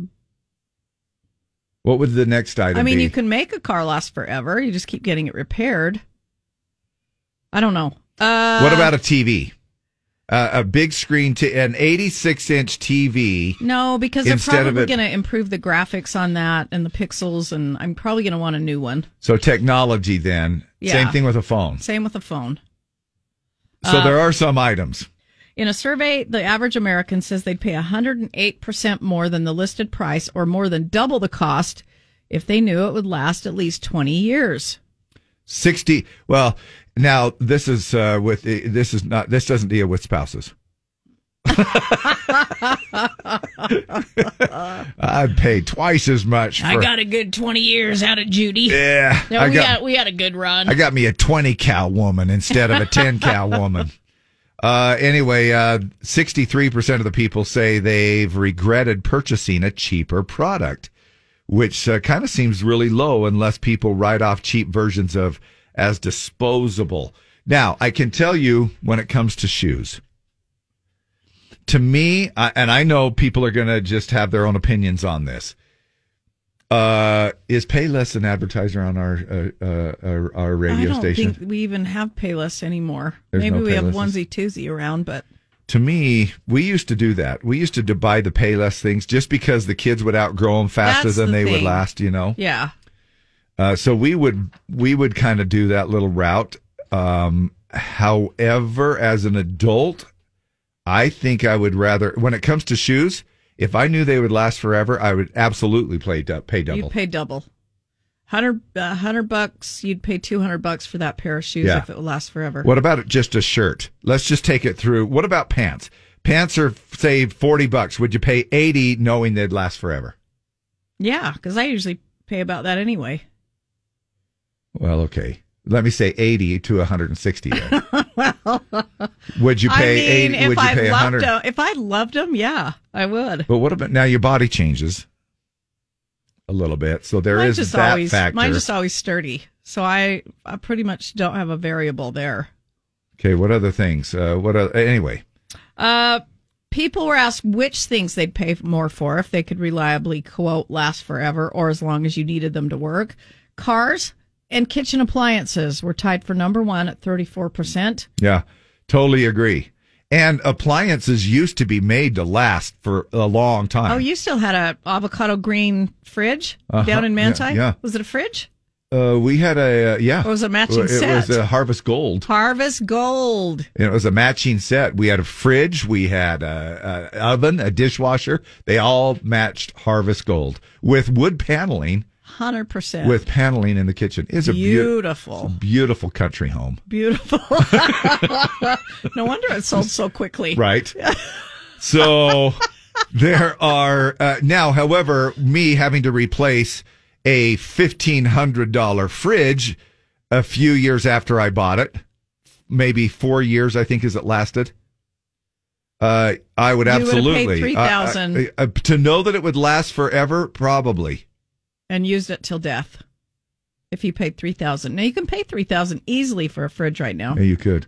[SPEAKER 1] What would the next item?
[SPEAKER 2] I mean,
[SPEAKER 1] be?
[SPEAKER 2] you can make a car last forever. You just keep getting it repaired. I don't know. Uh,
[SPEAKER 1] what about a TV? Uh, a big screen, t- an 86 inch TV.
[SPEAKER 2] No, because they're
[SPEAKER 1] Instead of
[SPEAKER 2] probably
[SPEAKER 1] it-
[SPEAKER 2] going to improve the graphics on that and the pixels, and I'm probably going to want a new one.
[SPEAKER 1] So technology, then
[SPEAKER 2] Yeah.
[SPEAKER 1] same thing with a phone.
[SPEAKER 2] Same with a phone.
[SPEAKER 1] So
[SPEAKER 2] Uh,
[SPEAKER 1] there are some items.
[SPEAKER 2] In a survey, the average American says they'd pay 108% more than the listed price or more than double the cost if they knew it would last at least 20 years.
[SPEAKER 1] 60 well now this is uh with this is not this doesn't deal with spouses *laughs* i've paid twice as much for,
[SPEAKER 2] a good 20 years out of Judy.
[SPEAKER 1] Yeah,
[SPEAKER 2] No,
[SPEAKER 1] I
[SPEAKER 2] we,
[SPEAKER 1] got-
[SPEAKER 2] got, we had a good run.
[SPEAKER 1] i got me a 20 cow woman instead of a
[SPEAKER 2] *laughs*
[SPEAKER 1] 10 cow woman uh anyway uh 63% of the people say they've regretted purchasing a cheaper product which uh, kind of seems really low unless people write off cheap versions of as disposable. Now, I can tell you when it comes to shoes. To me, I, and I know people are going to just have their own opinions on this. Uh, is Payless an advertiser on our uh, uh, our, our
[SPEAKER 2] I
[SPEAKER 1] radio
[SPEAKER 2] don't
[SPEAKER 1] station?
[SPEAKER 2] think we even have Payless anymore.
[SPEAKER 1] There's
[SPEAKER 2] Maybe
[SPEAKER 1] no
[SPEAKER 2] we have
[SPEAKER 1] Paylasses.
[SPEAKER 2] onesie twosie around, but
[SPEAKER 1] to me, we used to do that. We used to d- buy the Payless things just because the kids would outgrow them faster
[SPEAKER 2] That's
[SPEAKER 1] than
[SPEAKER 2] the
[SPEAKER 1] they would
[SPEAKER 2] thing.
[SPEAKER 1] last. You know?
[SPEAKER 2] yeah.
[SPEAKER 1] Uh, so we would we would kind of do that little route. Um, however, as an adult, I think I would rather when it comes to shoes. If I knew they would last forever, I would absolutely play du- pay double.
[SPEAKER 2] You'd pay double. 100, uh, 100 bucks, you'd pay 200 bucks for that pair of shoes
[SPEAKER 1] Yeah.
[SPEAKER 2] if it would last forever.
[SPEAKER 1] What about just a shirt? Let's just take it through. What about pants? Pants are say forty bucks. Would you pay eighty knowing they'd last forever?
[SPEAKER 2] Yeah, because I usually pay about that anyway.
[SPEAKER 1] Well, okay. Let me say eighty to one hundred and sixty.
[SPEAKER 2] *laughs*
[SPEAKER 1] Then. would you pay
[SPEAKER 2] I mean,
[SPEAKER 1] eighty? Would
[SPEAKER 2] if
[SPEAKER 1] you
[SPEAKER 2] I
[SPEAKER 1] pay a
[SPEAKER 2] loved
[SPEAKER 1] hundred?
[SPEAKER 2] them, if I loved them, yeah, I would.
[SPEAKER 1] But what about now? Your body changes a little bit, so there
[SPEAKER 2] Mine
[SPEAKER 1] is
[SPEAKER 2] just
[SPEAKER 1] that
[SPEAKER 2] always,
[SPEAKER 1] factor.
[SPEAKER 2] Mine's just always sturdy, so I I pretty much don't have a variable there.
[SPEAKER 1] okay, what other things? Uh, what other, anyway?
[SPEAKER 2] Uh, people were asked which things they'd pay more for if they could reliably quote last forever or as long as you needed them to work. Cars and kitchen appliances were tied for number one at thirty four percent.
[SPEAKER 1] Yeah, totally agree. And appliances used to be made to last for a long time.
[SPEAKER 2] Oh, you still had a avocado green fridge
[SPEAKER 1] Uh-huh.
[SPEAKER 2] down in
[SPEAKER 1] Yeah,
[SPEAKER 2] Manti?
[SPEAKER 1] yeah.
[SPEAKER 2] Was it a fridge?
[SPEAKER 1] Uh, we had a uh, yeah.
[SPEAKER 2] Or was it a matching
[SPEAKER 1] it
[SPEAKER 2] set?
[SPEAKER 1] was a Harvest Gold.
[SPEAKER 2] Harvest Gold.
[SPEAKER 1] And it was a matching set. We had a fridge, we had a, a oven, a dishwasher. They all matched Harvest Gold with wood paneling.
[SPEAKER 2] 100%.
[SPEAKER 1] With paneling in the kitchen, it's a beau-
[SPEAKER 2] Beautiful.
[SPEAKER 1] it's a beautiful country home, *laughs*
[SPEAKER 2] Beautiful. *laughs* no wonder it sold so *laughs* quickly.
[SPEAKER 1] right? so there are uh, now, however, me having to replace a fifteen hundred dollar fridge a few years after I bought it, maybe four years, I think, is it lasted. Uh, I would
[SPEAKER 2] You would've paid
[SPEAKER 1] absolutely
[SPEAKER 2] $3,000.
[SPEAKER 1] I- I- I- to know that it would last forever. Probably,
[SPEAKER 2] And used it till death. If you paid 3000 Now you can pay 3000 easily for a fridge right now.
[SPEAKER 1] Yeah, you could.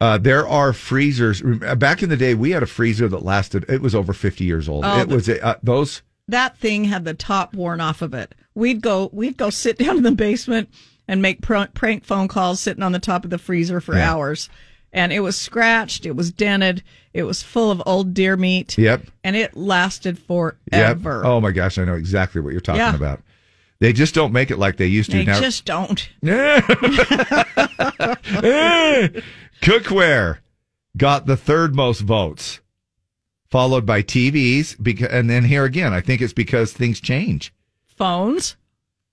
[SPEAKER 1] Uh, there are freezers. Rem- uh, Back in the day, we had a freezer that lasted. It was over fifty years old.
[SPEAKER 2] Oh,
[SPEAKER 1] it
[SPEAKER 2] the-
[SPEAKER 1] was uh, those.
[SPEAKER 2] That thing had the top worn off of it. We'd go we'd go sit down in the basement and make pr- prank phone calls sitting on the top of the freezer for
[SPEAKER 1] Yeah.
[SPEAKER 2] hours. And it was scratched, it was dented, it was full of old deer meat.
[SPEAKER 1] Yep.
[SPEAKER 2] And it lasted forever.
[SPEAKER 1] Yep. Oh my gosh, I know exactly what you're talking
[SPEAKER 2] Yeah.
[SPEAKER 1] about. They just don't make it like they used to
[SPEAKER 2] They
[SPEAKER 1] now. *laughs* Eh.
[SPEAKER 2] just don't.
[SPEAKER 1] Cookware got the third most votes, followed by TVs. Because, and then here again, I think it's because things change.
[SPEAKER 2] Phones,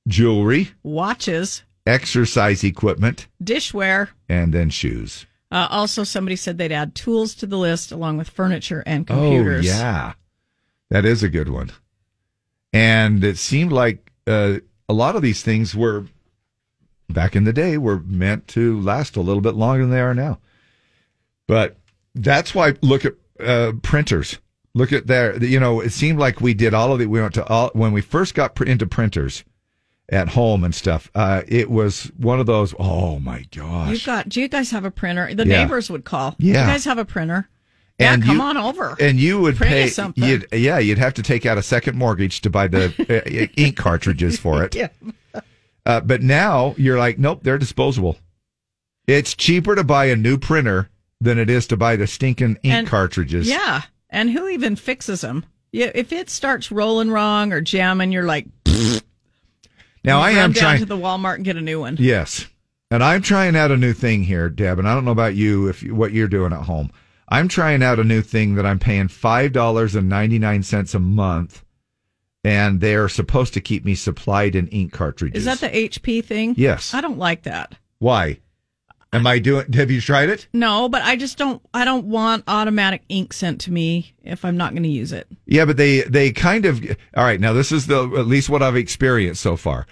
[SPEAKER 1] Jewelry,
[SPEAKER 2] watches,
[SPEAKER 1] exercise equipment,
[SPEAKER 2] dishware.
[SPEAKER 1] and then shoes.
[SPEAKER 2] Uh, also, somebody said they'd add tools to the list along with furniture and computers.
[SPEAKER 1] Oh yeah, that is a good one. And it seemed like uh, a lot of these things were back in the day were meant to last a little bit longer than they are now. But that's why look at uh, printers. Look at there. You know, it seemed like we did all of it. We went to all when we first got pr- into printers at home and stuff. Uh, it was one of those. Oh my gosh!
[SPEAKER 2] You've got, do you guys have a printer? The
[SPEAKER 1] Yeah.
[SPEAKER 2] neighbors would call.
[SPEAKER 1] Yeah.
[SPEAKER 2] You guys have a printer? Yeah,
[SPEAKER 1] And
[SPEAKER 2] come
[SPEAKER 1] you-
[SPEAKER 2] on over.
[SPEAKER 1] And you would
[SPEAKER 2] Print us
[SPEAKER 1] pay
[SPEAKER 2] something.
[SPEAKER 1] You'd, yeah, you'd have to take out a second mortgage to
[SPEAKER 2] *laughs*
[SPEAKER 1] buy the uh, ink cartridges for *laughs* it.
[SPEAKER 2] Yeah.
[SPEAKER 1] Uh, but now you're like, nope, they're disposable. It's cheaper to buy a new printer than it is to buy the stinking ink
[SPEAKER 2] And-
[SPEAKER 1] cartridges.
[SPEAKER 2] Yeah. And who even fixes them? Yeah, if it starts rolling wrong or jamming, you're like,
[SPEAKER 1] *sniffs* Now
[SPEAKER 2] you
[SPEAKER 1] I
[SPEAKER 2] run
[SPEAKER 1] am
[SPEAKER 2] down
[SPEAKER 1] trying.
[SPEAKER 2] to the Walmart and get a new one.
[SPEAKER 1] Yes. And I'm trying out a new thing here, Deb, and I don't know about you if you, what you're doing at home. I'm trying out a new thing that I'm paying $5.99 a month and they're supposed to keep me supplied in ink
[SPEAKER 2] Is
[SPEAKER 1] cartridges.
[SPEAKER 2] that the HP thing?
[SPEAKER 1] Yes.
[SPEAKER 2] I don't like that.
[SPEAKER 1] Why? Am I doing Have you tried it?
[SPEAKER 2] No, but I just don't. I don't want automatic ink sent to me if I'm not going to use it.
[SPEAKER 1] Yeah, but they they kind of All right, now this is the at least what I've experienced so far.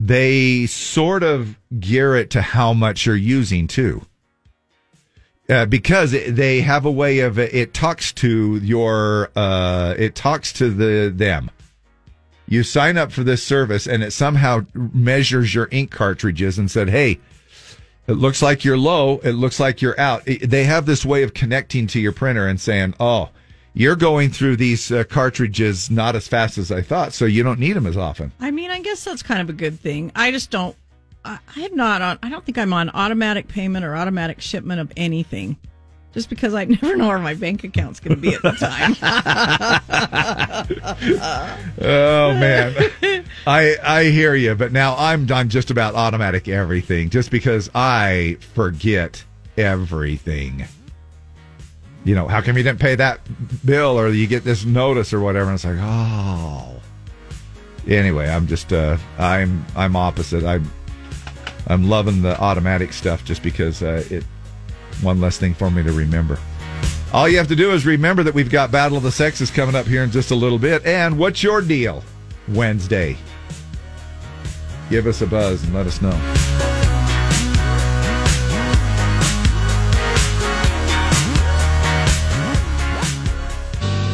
[SPEAKER 1] They sort of gear it to how much you're using too. uh, because it, they have a way of it talks to your uh, it talks to the them. You sign up for this service, and it somehow measures your ink cartridges and said, "Hey, it looks like you're low. It looks like you're out." It- they have this way of connecting to your printer and saying, "Oh, you're going through these uh, cartridges not as fast as I thought, so you don't need them as often."
[SPEAKER 2] I mean, I guess that's kind of a good thing. I just don't. I, I'm not on. I don't think I'm on automatic payment or automatic shipment of anything, just because I *laughs* never know where my bank account's going to be at the time.
[SPEAKER 1] Oh man, I I hear you, but now I'm I'm just about automatic everything, just because I forget everything. you know, how come you didn't pay that bill or you get this notice or whatever? And it's like, oh. Anyway, I'm just uh, I'm I'm opposite. I'm I'm loving the automatic stuff just because uh, it one less thing for me to remember. All you have to do is remember that we've got Battle of the Sexes coming up here in just a little bit. And what's your deal Wednesday? Give us a buzz and let us know.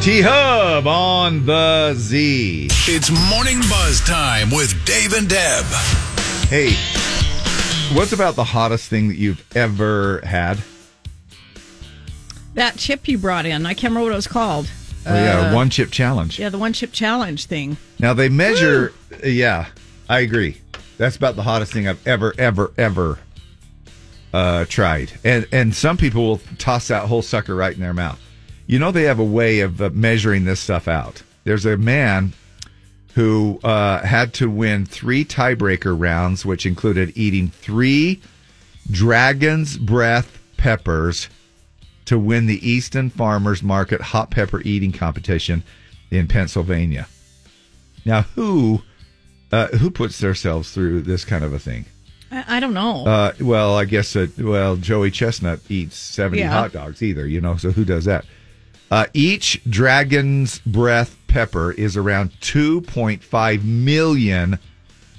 [SPEAKER 1] T Hub on the Z.
[SPEAKER 9] It's Morning Buzz time with Dave and Deb.
[SPEAKER 1] Hey, what's about the hottest thing that you've ever had?
[SPEAKER 2] *laughs* That chip you brought in, I can't remember what it was called.
[SPEAKER 1] Oh, yeah,
[SPEAKER 2] Uh,
[SPEAKER 1] one chip challenge.
[SPEAKER 2] Yeah, the one chip challenge thing.
[SPEAKER 1] Now they measure. Yeah, I agree. That's about the hottest thing I've ever, ever, ever uh, tried. And and some people will toss that whole sucker right in their mouth. You know they have a way of uh, measuring this stuff out. There's a man who uh, had to win three tiebreaker rounds, which included eating three dragon's breath peppers to win the Easton Farmers Market hot pepper eating competition in Pennsylvania. Now, who uh, who puts themselves through this kind of a thing?
[SPEAKER 2] I, I don't know.
[SPEAKER 1] Uh, well, I guess uh, well Joey Chestnut eats seventy
[SPEAKER 2] Yeah.
[SPEAKER 1] hot dogs either, you know. So who does that? Uh, each dragon's breath pepper is around two point five million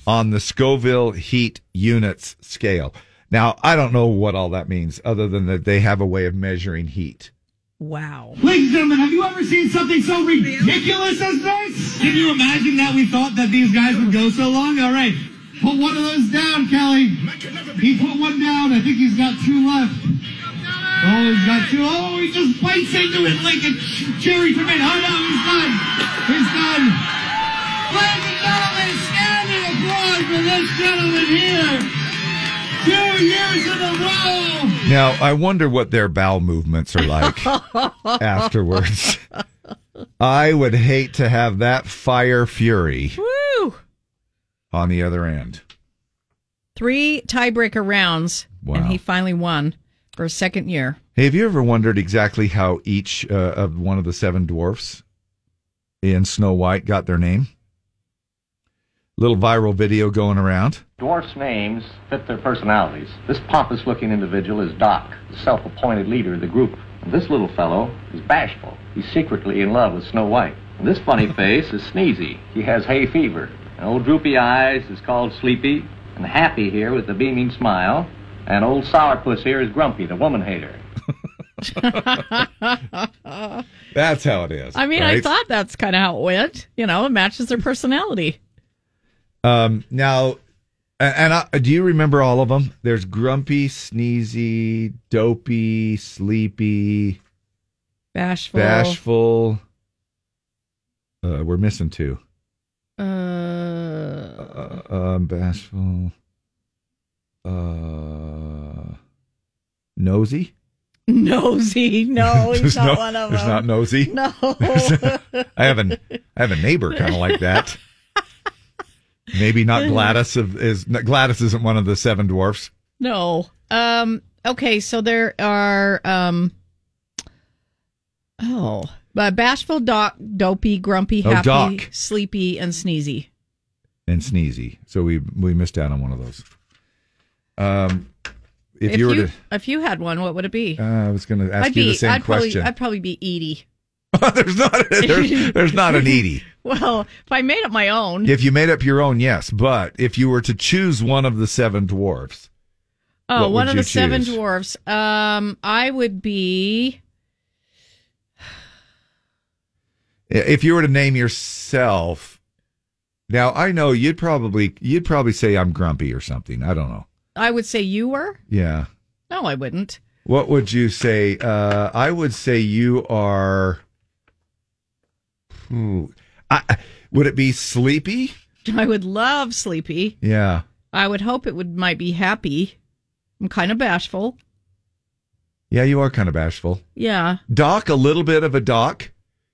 [SPEAKER 1] on the Scoville heat units scale. Now I don't know what all that means, other than that they have a way of measuring heat.
[SPEAKER 2] Wow.
[SPEAKER 8] Ladies and gentlemen, have you ever seen something so ridiculous as this? Can you imagine that we thought that these guys would go so long? All right, put one of those down, Kelly. He put one down. I think he's got two left. Oh, he's got two. Oh, he just bites into it like a ch- cherry tomato. Oh no, he's done. He's done. Ladies and gentlemen, standing applause for this gentleman here. Two years in a row.
[SPEAKER 1] Now I wonder what their bowel movements are like. afterwards. I would hate to have that fire fury
[SPEAKER 2] Woo!
[SPEAKER 1] on the other end.
[SPEAKER 2] Three tiebreaker rounds,
[SPEAKER 1] Wow.
[SPEAKER 2] and he finally won for a second year. *laughs*
[SPEAKER 1] Hey, have you ever wondered exactly how each uh, of one of the seven dwarfs in Snow White got their name? Little viral video going around.
[SPEAKER 14] Dwarfs' names fit their personalities. This pompous looking individual is Doc, the self appointed leader of the group. And this little fellow is bashful. He's secretly in love with Snow White. And this funny face is sneezy. He has hay fever. And old droopy eyes is called sleepy. And happy here with the beaming smile. And old sourpuss here is grumpy, the woman hater.
[SPEAKER 1] That's how it is.
[SPEAKER 2] I mean, I
[SPEAKER 1] right?
[SPEAKER 2] thought that's kind of how it went. You know, it matches their personality.
[SPEAKER 1] Um, now, and, and I, do you remember all of them? There's grumpy, sneezy, dopey, sleepy,
[SPEAKER 2] Bashful.
[SPEAKER 1] bashful. Uh, we're missing two.
[SPEAKER 2] Uh,
[SPEAKER 1] Uh, um, bashful. Uh,
[SPEAKER 2] nosy.
[SPEAKER 1] nosy. *laughs*
[SPEAKER 2] No, he's
[SPEAKER 1] There's
[SPEAKER 2] not
[SPEAKER 1] no-
[SPEAKER 2] one of
[SPEAKER 1] there's
[SPEAKER 2] them.
[SPEAKER 1] not nosy.
[SPEAKER 2] No.
[SPEAKER 1] *laughs* I have an I have a neighbor kind of
[SPEAKER 2] *laughs*
[SPEAKER 1] like that. Maybe not Gladys of, is Gladys isn't one of the seven dwarfs.
[SPEAKER 2] no. Um. Okay, so there are. um Oh, uh, bashful, doc, dopey, grumpy,
[SPEAKER 1] Oh,
[SPEAKER 2] happy,
[SPEAKER 1] Doc.
[SPEAKER 2] sleepy, and sneezy.
[SPEAKER 1] and sneezy. So we we missed out on one of those. Um, if, you were
[SPEAKER 2] if you had one, what would it be?
[SPEAKER 1] to, uh, I was going to ask
[SPEAKER 2] I'd
[SPEAKER 1] you
[SPEAKER 2] be,
[SPEAKER 1] the same
[SPEAKER 2] I'd
[SPEAKER 1] question.
[SPEAKER 2] Probably, I'd probably be Edie.
[SPEAKER 1] there's, there's not an Edie.
[SPEAKER 2] *laughs* Well, if I made up my own,
[SPEAKER 1] If you made up your own, yes. But if you were to choose one of the seven dwarfs,
[SPEAKER 2] oh,
[SPEAKER 1] what
[SPEAKER 2] one
[SPEAKER 1] would
[SPEAKER 2] of
[SPEAKER 1] you
[SPEAKER 2] the seven
[SPEAKER 1] choose?
[SPEAKER 2] dwarfs. Um, I would be.
[SPEAKER 1] if you were to name yourself, now I know you'd probably you'd probably say I'm grumpy or something. I don't know.
[SPEAKER 2] I would say you were.
[SPEAKER 1] Yeah.
[SPEAKER 2] No, I wouldn't.
[SPEAKER 1] What would you say? Uh, I would say you are. Hmm. I, would it be sleepy?
[SPEAKER 2] I would love sleepy.
[SPEAKER 1] Yeah.
[SPEAKER 2] I would hope it would might be happy. I'm kind of bashful.
[SPEAKER 1] Yeah, you are kind of bashful.
[SPEAKER 2] Yeah.
[SPEAKER 1] Doc, a little bit of a doc.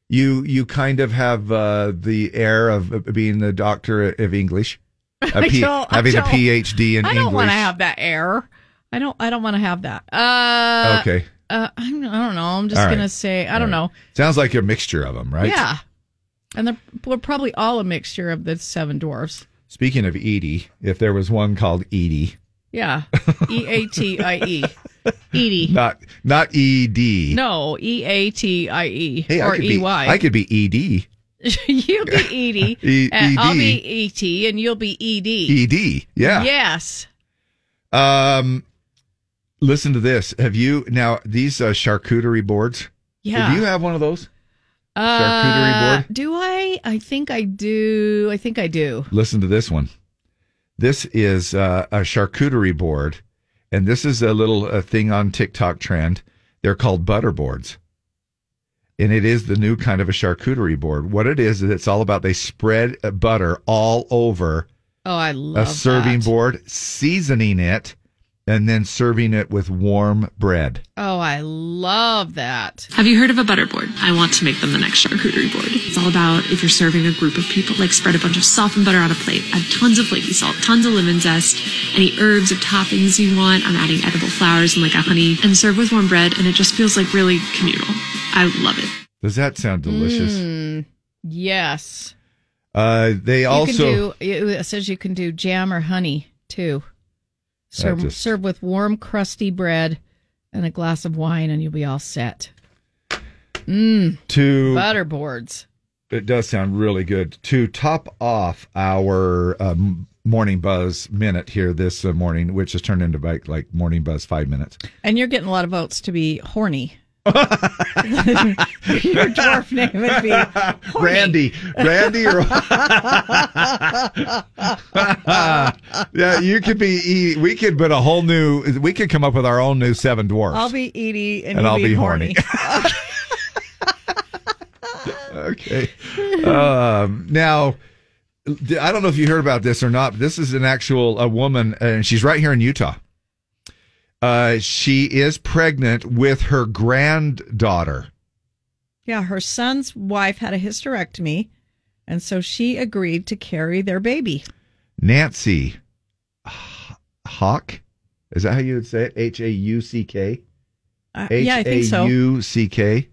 [SPEAKER 1] You you kind of have uh, the air of being the doctor of English,
[SPEAKER 2] *laughs* I
[SPEAKER 1] A P-
[SPEAKER 2] don't- I
[SPEAKER 1] having a
[SPEAKER 2] don't-
[SPEAKER 1] PhD in
[SPEAKER 2] I
[SPEAKER 1] English.
[SPEAKER 2] don't want to have that error. I don't. I don't want to have that. Uh,
[SPEAKER 1] okay,
[SPEAKER 18] Uh, I'm, I don't know. I'm just
[SPEAKER 1] All right.
[SPEAKER 18] gonna say I don't know.
[SPEAKER 1] Sounds like a mixture of them, right?
[SPEAKER 18] Yeah, and they're we're probably all a mixture of the seven dwarfs.
[SPEAKER 1] Speaking of Edie, if there was one called Edie, *laughs*
[SPEAKER 18] Yeah, E A T I E, Edie.
[SPEAKER 1] not not Ed.
[SPEAKER 18] No, E A T I E
[SPEAKER 1] Hey, I
[SPEAKER 18] or
[SPEAKER 1] could be
[SPEAKER 18] E Y.
[SPEAKER 1] I could be Ed.
[SPEAKER 18] *laughs* you'll
[SPEAKER 1] *laughs*
[SPEAKER 18] be Edie,
[SPEAKER 1] E-
[SPEAKER 18] and I'll
[SPEAKER 1] ED.
[SPEAKER 18] be E T, and you'll be E D.
[SPEAKER 1] Ed. Yeah.
[SPEAKER 18] Yes.
[SPEAKER 1] Um, listen to this. Have you now these uh, charcuterie boards?
[SPEAKER 18] Yeah.
[SPEAKER 1] Do you have one of those?
[SPEAKER 18] Uh,
[SPEAKER 1] Charcuterie board?
[SPEAKER 18] Do I? I think I do. I think I do.
[SPEAKER 1] Listen to this one. This is uh, a charcuterie board, and this is a little uh thing on TikTok trend. They're called butter boards, and it is the new kind of a charcuterie board. What it is is it's all about they spread uh, butter all over
[SPEAKER 18] Oh, I love
[SPEAKER 1] a serving
[SPEAKER 18] that.
[SPEAKER 1] board, seasoning it, and then serving it with warm bread.
[SPEAKER 18] Oh, I love that.
[SPEAKER 15] Have you heard of a butter board? I want to make them the next charcuterie board. It's all about if you're serving a group of people, like spread a bunch of softened butter on a plate, add tons of flaky salt, tons of lemon zest, any herbs or toppings you want. I'm adding edible flowers and like a honey, and serve with warm bread, and it just feels like really communal. I love it.
[SPEAKER 1] Does that sound delicious?
[SPEAKER 18] Mm, yes.
[SPEAKER 1] Uh, they also
[SPEAKER 18] you can do, it says you can do jam or honey too.
[SPEAKER 1] That
[SPEAKER 18] Serve,
[SPEAKER 1] just-
[SPEAKER 18] serve with warm, crusty bread and a glass of wine, and you'll be all set. Mmm.
[SPEAKER 1] to
[SPEAKER 18] Butter boards.
[SPEAKER 1] It does sound really good. To top off our um, morning buzz minute here this uh, morning, which has turned into like, like morning buzz five minutes.
[SPEAKER 18] And you're getting a lot of votes to be horny. *laughs* Your dwarf name would be
[SPEAKER 1] *laughs* Randy, Randy, or *laughs* yeah, you could be. E- We could put a whole new. We could come up with our own new seven dwarfs,
[SPEAKER 18] I'll be Edie and,
[SPEAKER 1] and
[SPEAKER 18] you'll
[SPEAKER 1] I'll
[SPEAKER 2] *laughs*
[SPEAKER 1] be horny. okay. Um, now, I don't know if you heard about this or not. But this is an actual a woman, and she's right here in Utah. Uh, she is pregnant with her granddaughter.
[SPEAKER 18] Yeah, her son's wife had a hysterectomy, and so she agreed to carry their baby.
[SPEAKER 1] Nancy H- Hawk. Is that how you would say it? H A U C K?
[SPEAKER 18] Uh, yeah, I think so.
[SPEAKER 1] H A U C K.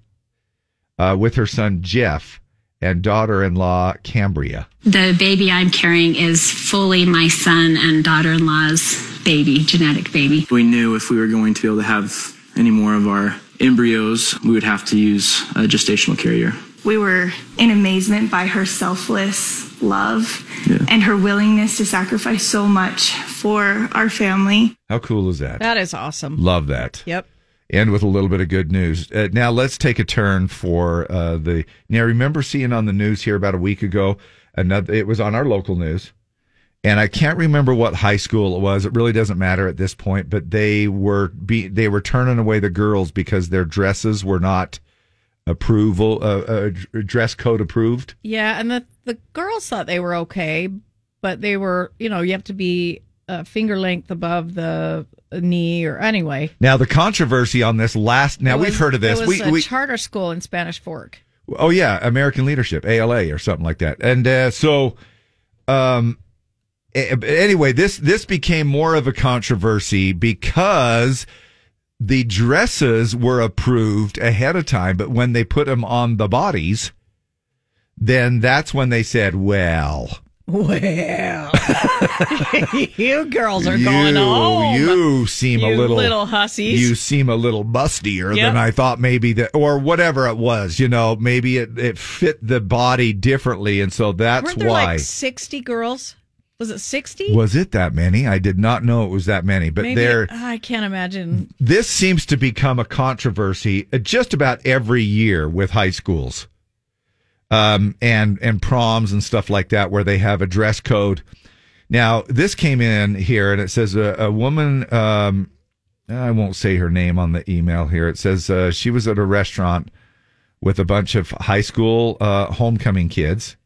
[SPEAKER 1] uh, With her son Jeff and daughter in law Cambria.
[SPEAKER 4] The baby I'm carrying is fully my son and daughter in law's baby, genetic baby.
[SPEAKER 22] We knew if we were going to be able to have any more of our embryos, we would have to use a gestational carrier.
[SPEAKER 2] We were in amazement by her selfless love and her willingness to sacrifice so much for our family.
[SPEAKER 1] How cool is that?
[SPEAKER 18] That is awesome.
[SPEAKER 1] Love that.
[SPEAKER 18] Yep.
[SPEAKER 1] End with a little bit of good news. Uh, now let's take a turn for uh, the. Now remember seeing on the news here about a week ago. Another. It was on our local news, and I can't remember what high school it was. It really doesn't matter at this point. But they were be, they were turning away the girls because their dresses were not approval uh, uh, dress code approved.
[SPEAKER 18] Yeah, and the the girls thought they were okay, but they were, you know, you have to be uh, finger length above the knee, or anyway.
[SPEAKER 1] Now the controversy on this last. Now
[SPEAKER 18] It
[SPEAKER 1] we've
[SPEAKER 18] was-
[SPEAKER 1] heard of this.
[SPEAKER 18] It was
[SPEAKER 1] we,
[SPEAKER 18] a
[SPEAKER 1] we,
[SPEAKER 18] charter school in Spanish Fork.
[SPEAKER 1] Oh yeah, American Leadership (ALA) or something like that. And uh, so, um, a- anyway, this this became more of a controversy because the dresses were approved ahead of time, but when they put them on the bodies, then that's when they said, "Well,
[SPEAKER 18] Well, *laughs* you girls are
[SPEAKER 1] you,
[SPEAKER 18] going home.
[SPEAKER 1] you seem a
[SPEAKER 18] You
[SPEAKER 1] little
[SPEAKER 18] little hussies.
[SPEAKER 1] You seem a little bustier
[SPEAKER 18] Yep.
[SPEAKER 1] than I thought. Maybe that, or whatever it was. You know, maybe it, it fit the body differently, and so that's
[SPEAKER 18] Weren't there
[SPEAKER 1] why.
[SPEAKER 18] like sixty girls? Was it sixty?
[SPEAKER 1] was it that many? I did not know it was that many, but
[SPEAKER 18] Maybe,
[SPEAKER 1] there.
[SPEAKER 18] I can't imagine.
[SPEAKER 1] This seems to become a controversy uh, just about every year with high schools, um, and and proms and stuff like that, where they have a dress code. Now, this came in here, and it says a, a woman. Um, I won't say her name on the email here. It says uh, she was at a restaurant with a bunch of high school uh, homecoming kids.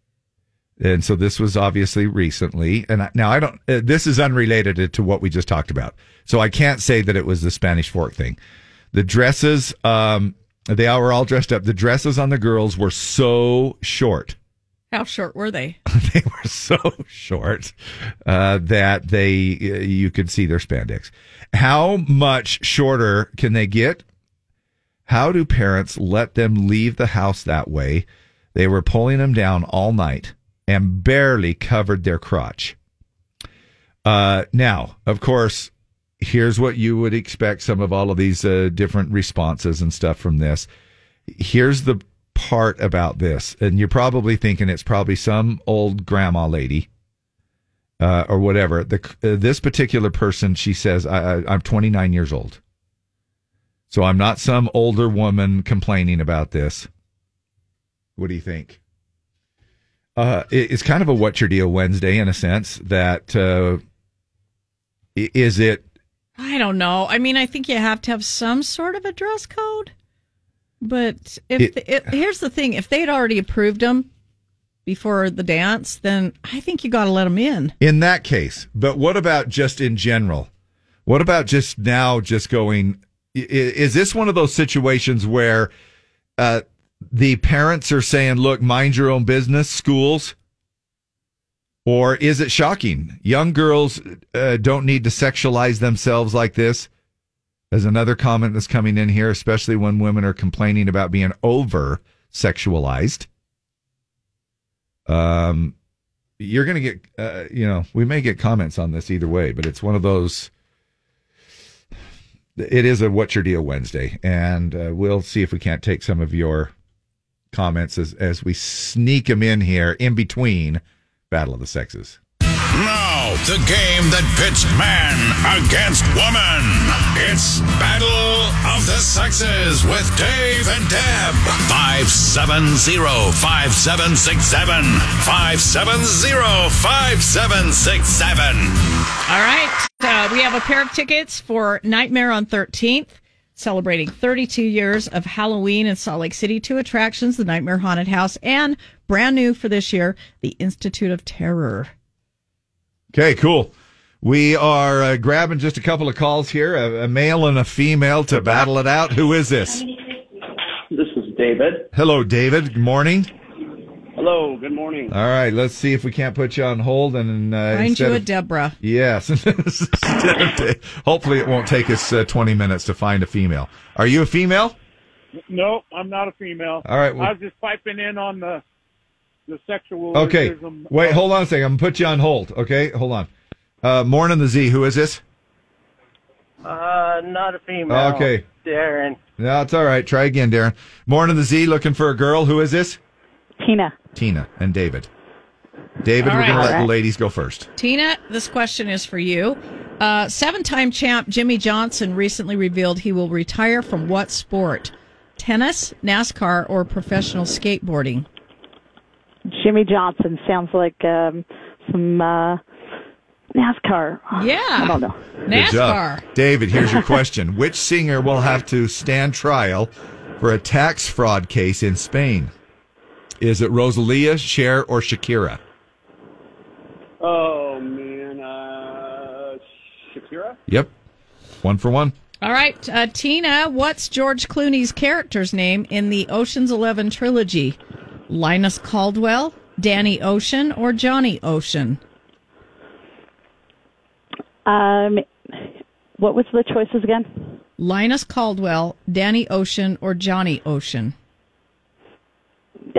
[SPEAKER 1] And so this was obviously recently. And I, now I don't, uh, this is unrelated to, to what we just talked about. So I can't say that it was the Spanish fork thing. The dresses, um, they all were all dressed up. The dresses on the girls were so short,
[SPEAKER 18] How short were they?
[SPEAKER 1] *laughs* were so short, uh, that they, uh, you could see their spandex. How much shorter can they get? How do parents let them leave the house that way? They were pulling them down all night and barely covered their crotch. Uh, now, of course, here's what you would expect some of all of these uh, different responses and stuff from this. Here's the part about this, and you're probably thinking it's probably some old grandma lady uh, or whatever. The, uh, this particular person, she says, I, I, I'm 29 years old. So I'm not some older woman complaining about this. What do you think? Uh, it- it's kind of a what's your deal Wednesday in a sense that uh, i- is it
[SPEAKER 2] I don't know. I mean, I think you have to have some sort of a dress code. But if
[SPEAKER 1] It-
[SPEAKER 2] the, it, here's the thing, if they had already approved them before the dance, then I think you got to let them in.
[SPEAKER 1] in that case. But what about just in general? What about just now just going? i- i- Is this one of those situations where uh, the parents are saying, look, mind your own business, schools? Or is it shocking? Young girls uh, don't need to sexualize themselves like this. There's another comment that's coming in here, especially when women are complaining about being over sexualized. Um, you're going to get, uh, you know, we may get comments on this either way, but it's one of those. It is a What's Your Deal Wednesday, and uh, we'll see if we can't take some of your comments as, as we sneak them in here in between Battle of the Sexes.
[SPEAKER 9] Now, the game that pits man against woman. It's Battle of the Sexes with Dave and Deb. 570-5767. 570-5767.
[SPEAKER 2] All right. Uh, we have a pair of tickets for Nightmare on 13th, celebrating 32 years of Halloween in Salt Lake City. Two attractions, the Nightmare Haunted House, and brand new for this year, the Institute of Terror.
[SPEAKER 1] Okay, cool. We are uh, grabbing just a couple of calls here a, a male and a female to battle it out. Who is this?
[SPEAKER 6] This is David.
[SPEAKER 1] Hello, David. Good morning.
[SPEAKER 6] Hello, good morning.
[SPEAKER 1] All right, let's see if we can't put you on hold and uh,
[SPEAKER 2] Find
[SPEAKER 1] instead
[SPEAKER 2] you a
[SPEAKER 1] of-
[SPEAKER 2] Deborah.
[SPEAKER 1] Yes. *laughs* Hopefully, it won't take us uh, 20 minutes to find a female. Are you a female?
[SPEAKER 17] No, I'm not a female.
[SPEAKER 1] All right, well-
[SPEAKER 17] I was just piping in on the the sexual.
[SPEAKER 1] Okay.
[SPEAKER 17] racism.
[SPEAKER 1] Wait, hold on a second. I'm going to put you on hold. Okay, hold on. Uh, Morning the Z. Who is this?
[SPEAKER 6] Uh, not a female.
[SPEAKER 1] Okay.
[SPEAKER 6] Darren.
[SPEAKER 1] No, it's all right. Try again, Darren. Morning the Z. Looking for a girl. Who is this?
[SPEAKER 6] Tina.
[SPEAKER 1] Tina and David. David,
[SPEAKER 2] All
[SPEAKER 1] we're going
[SPEAKER 2] right.
[SPEAKER 1] to let
[SPEAKER 2] All right.
[SPEAKER 1] the ladies go first.
[SPEAKER 2] Tina, this question is for you. Uh, Seven time champ Jimmy Johnson recently revealed he will retire from what sport? Tennis, NASCAR, or professional skateboarding?
[SPEAKER 18] Jimmy Johnson sounds like um, some uh, NASCAR. Yeah. I don't know.
[SPEAKER 1] Good job. David, here's your
[SPEAKER 18] *laughs*
[SPEAKER 1] question. Which singer will have to stand trial for a tax fraud case in Spain? Is it Rosalia, Cher, or Shakira?
[SPEAKER 6] Oh, man. Uh, Shakira?
[SPEAKER 1] Yep. One for one.
[SPEAKER 2] All right, uh, Tina, what's George Clooney's character's name in the Ocean's Eleven trilogy? Linus Caldwell, Danny Ocean, or Johnny Ocean?
[SPEAKER 18] Um, what was the choices again?
[SPEAKER 2] Linus Caldwell, Danny Ocean, or Johnny Ocean?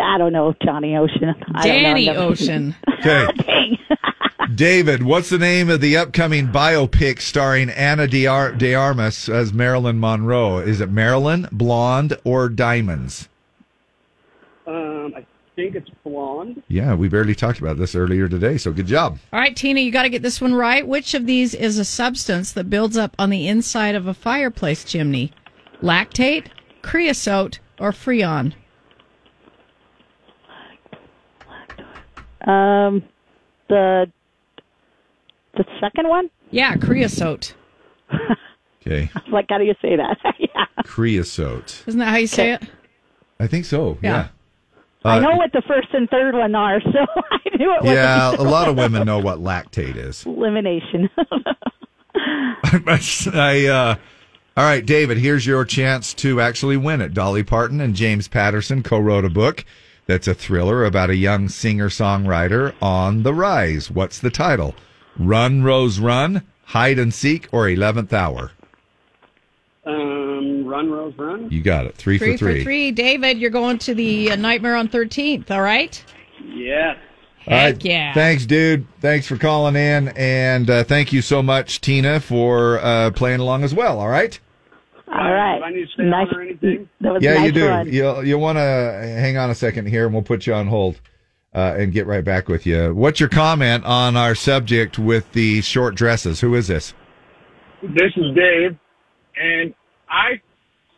[SPEAKER 18] I don't know. Johnny Ocean. I don't know.
[SPEAKER 2] Danny
[SPEAKER 18] I've never-
[SPEAKER 2] Ocean.
[SPEAKER 18] *laughs*
[SPEAKER 1] Okay. David, what's the name of the upcoming biopic starring Anna de, Ar- de Armas as Marilyn Monroe? Is it Marilyn, Blonde, or Diamonds?
[SPEAKER 6] Um, I think it's blonde.
[SPEAKER 1] Yeah, we barely talked about this earlier today, so good job.
[SPEAKER 2] All right, Tina, you got to get this one right. Which of these is a substance that builds up on the inside of a fireplace chimney? Lactate, creosote, or freon?
[SPEAKER 18] Um, the the second one.
[SPEAKER 2] Yeah, creosote.
[SPEAKER 1] Okay.
[SPEAKER 18] *laughs* Like, how do you say that? *laughs* yeah.
[SPEAKER 1] Creosote.
[SPEAKER 2] Isn't that how you say it?
[SPEAKER 1] I think so. Yeah.
[SPEAKER 18] Yeah.
[SPEAKER 1] Uh,
[SPEAKER 18] I know what the first and third one are, *laughs* so I knew
[SPEAKER 1] *laughs*
[SPEAKER 18] it.
[SPEAKER 1] yeah,
[SPEAKER 18] was
[SPEAKER 1] a lot of women know what lactate is.
[SPEAKER 18] *laughs*
[SPEAKER 1] *laughs*
[SPEAKER 18] elimination.
[SPEAKER 1] I, uh, all right, David, here's your chance to actually win it. Dolly Parton and James Patterson co wrote a book that's a thriller about a young singer songwriter on the rise. What's the title? Run, Rose, Run, Hide and Seek, or 11th Hour?
[SPEAKER 6] Um, Run, Rose, run.
[SPEAKER 1] You got it. Three,
[SPEAKER 2] Three
[SPEAKER 1] for three.
[SPEAKER 2] for three. David, you're going to the uh, Nightmare on 13th, all right?
[SPEAKER 6] Yes.
[SPEAKER 1] All
[SPEAKER 2] Heck yeah.
[SPEAKER 1] Thanks, dude. Thanks for calling in. And uh, thank you so much, Tina, for uh, playing along as well. All right?
[SPEAKER 18] All right.
[SPEAKER 6] Do I need to stay
[SPEAKER 18] Nice.
[SPEAKER 6] on or anything?
[SPEAKER 18] That was a
[SPEAKER 1] yeah,
[SPEAKER 18] nice
[SPEAKER 1] you do.
[SPEAKER 18] Run.
[SPEAKER 1] You'll, you'll want to hang on a second here, and we'll put you on hold uh, and get right back with you. What's your comment on our subject with the short dresses? Who is this?
[SPEAKER 17] This is Dave, and I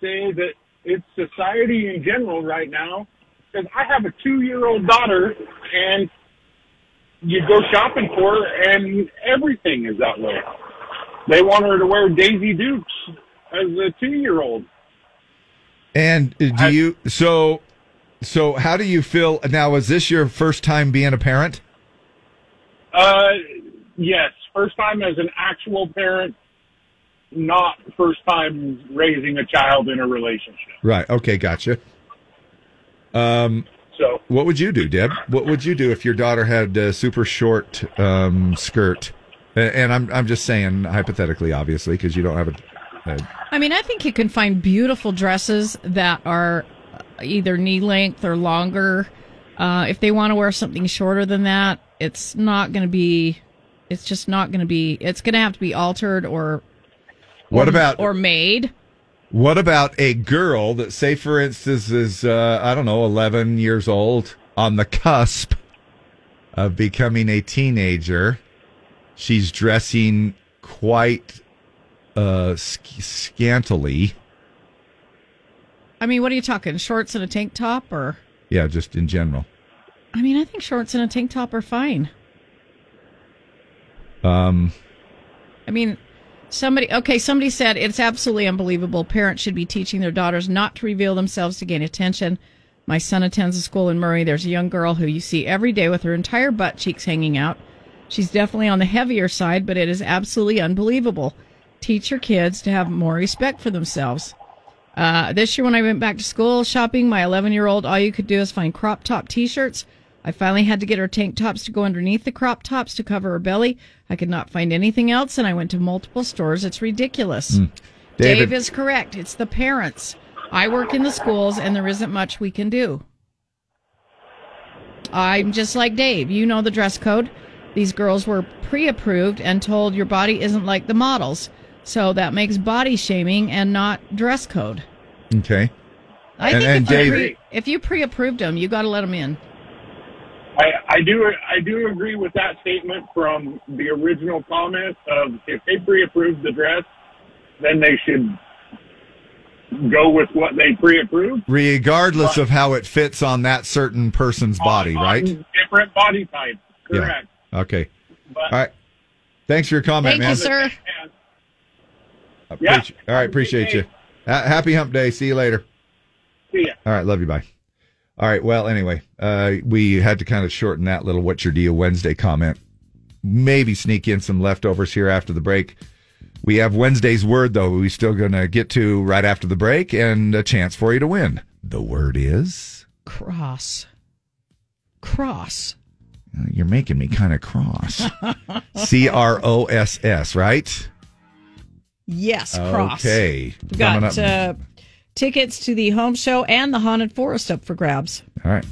[SPEAKER 17] say that it's society in general right now. Because I have a two-year-old daughter, and you go shopping for her, and everything is that way. They want her to wear Daisy Dukes as a two-year-old.
[SPEAKER 1] And uh, do you so so? How do you feel now? Is this your first time being a parent?
[SPEAKER 17] Uh, yes, first time as an actual parent, not first time raising a child in a relationship.
[SPEAKER 1] Right. Okay. Gotcha. Um.
[SPEAKER 17] So,
[SPEAKER 1] what would you do, Deb? What would you do if your daughter had a super short um, skirt? A- And I'm I'm just saying hypothetically, obviously, because you don't have a. a
[SPEAKER 2] I mean, I think you can find beautiful dresses that are uh, either knee length or longer. Uh, if they want to wear something shorter than that, it's not going to be. It's just not going to be. It's going to have to be altered or.
[SPEAKER 1] What
[SPEAKER 2] or-
[SPEAKER 1] about-
[SPEAKER 2] or made?
[SPEAKER 1] What about a girl that, say, for instance, is, uh, I don't know, 11 years old, on the cusp of becoming a teenager? She's dressing quite uh, sc- scantily.
[SPEAKER 2] I mean, what are you talking? Shorts and a tank top, or
[SPEAKER 1] Yeah, just in general.
[SPEAKER 2] I mean, I think shorts and a tank top are fine.
[SPEAKER 1] Um,
[SPEAKER 2] I mean, somebody okay, somebody said it's absolutely unbelievable. Parents should be teaching their daughters not to reveal themselves to gain attention. My son attends a school in Murray. There's a young girl who you see every day with her entire butt cheeks hanging out. She's definitely on the heavier side, but it is absolutely unbelievable. Teach your kids to have more respect for themselves. Uh, this year, when I went back to school shopping, my 11 year old, all you could do is find crop top t shirts. I finally had to get her tank tops to go underneath the crop tops to cover her belly. I could not find anything else, and I went to multiple stores. It's ridiculous.
[SPEAKER 1] Mm.
[SPEAKER 2] Dave,
[SPEAKER 1] David-
[SPEAKER 2] is correct. It's the parents. I work in the schools, and there isn't much we can do. I'm just like Dave. You know the dress code. These girls were pre approved and told your body isn't like the models. So that makes body shaming and not dress code.
[SPEAKER 1] Okay.
[SPEAKER 2] I
[SPEAKER 1] And-
[SPEAKER 2] think
[SPEAKER 1] and
[SPEAKER 2] if, you
[SPEAKER 1] Dave-
[SPEAKER 2] pre, if you pre-approved them, you got to let them in.
[SPEAKER 17] I, I do I do agree with that statement from the original comment of if they pre-approved the dress, then they should go with what they pre-approved.
[SPEAKER 1] Regardless of how it fits on that certain person's body, right?
[SPEAKER 17] Different body types, correct?
[SPEAKER 1] Yeah. Okay.
[SPEAKER 17] But-
[SPEAKER 1] All right. Thanks for your
[SPEAKER 2] Thank
[SPEAKER 1] comment, man.
[SPEAKER 2] you, sir.
[SPEAKER 1] Appreci- All right. Appreciate you. Ha- happy hump day. See you later.
[SPEAKER 17] See ya.
[SPEAKER 1] All right. Love you. Bye. All right. Well, anyway, uh, we had to kind of shorten that little What's Your Deal Wednesday comment. Maybe sneak in some leftovers here after the break. We have Wednesday's word, though, we're still going to get to right after the break and a chance for you to win. The word is
[SPEAKER 2] Cross. Cross.
[SPEAKER 1] uh, you're making me kind of cross. *laughs* C R O S S, right?
[SPEAKER 2] Yes, cross.
[SPEAKER 1] Okay.
[SPEAKER 2] We've
[SPEAKER 1] Coming
[SPEAKER 2] got
[SPEAKER 1] up-
[SPEAKER 2] uh, tickets to the home show and the haunted forest up for grabs.
[SPEAKER 1] All right.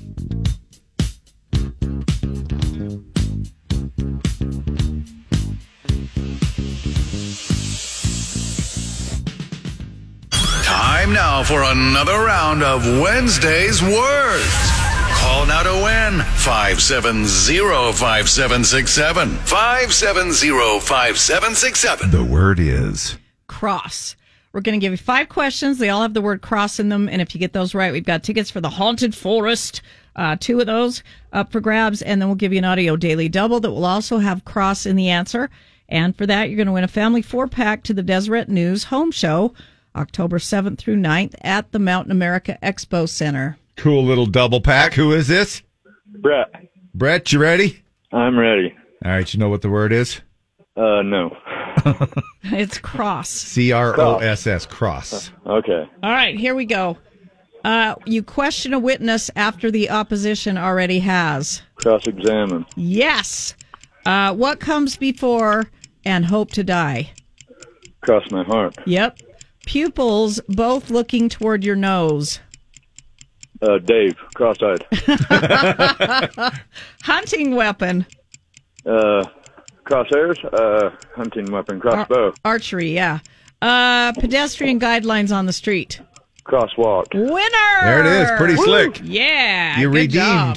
[SPEAKER 9] Time now for another round of Wednesday's Words. Call now to win 570-5767. 570-5767.
[SPEAKER 1] The word is
[SPEAKER 2] Cross. We're going to give you five questions. They all have the word cross in them. And if you get those right, we've got tickets for the haunted forest. Uh, two of those up for grabs. And then we'll give you an audio daily double that will also have cross in the answer. And for that, you're going to win a family four pack to the Deseret News home show, October 7th through 9th at the Mountain America Expo Center. *laughs*
[SPEAKER 1] cool little double pack. Who is this?
[SPEAKER 10] Brett.
[SPEAKER 1] Brett, you ready?
[SPEAKER 10] I'm ready.
[SPEAKER 1] All right. You know what the word is?
[SPEAKER 10] Uh, no.
[SPEAKER 2] It's cross.
[SPEAKER 1] C R O S S, cross.
[SPEAKER 10] Uh, Okay.
[SPEAKER 2] All right, here we go. Uh, you question a witness after the opposition already has.
[SPEAKER 10] Cross examine.
[SPEAKER 2] Yes. Uh, what comes before and hope to die?
[SPEAKER 10] Cross my heart.
[SPEAKER 2] Yep. Pupils both looking toward your nose.
[SPEAKER 10] Uh, Dave,
[SPEAKER 18] *laughs*
[SPEAKER 10] cross-eyed.
[SPEAKER 2] Hunting weapon.
[SPEAKER 10] Uh, crosshairs. Uh, hunting weapon. Crossbow.
[SPEAKER 2] Archery, yeah. Uh, pedestrian guidelines on the street.
[SPEAKER 10] Crosswalk.
[SPEAKER 2] Winner!
[SPEAKER 10] There it is. Pretty
[SPEAKER 2] Woo!
[SPEAKER 10] slick.
[SPEAKER 2] Yeah.
[SPEAKER 10] You
[SPEAKER 2] good
[SPEAKER 10] redeemed.
[SPEAKER 2] job.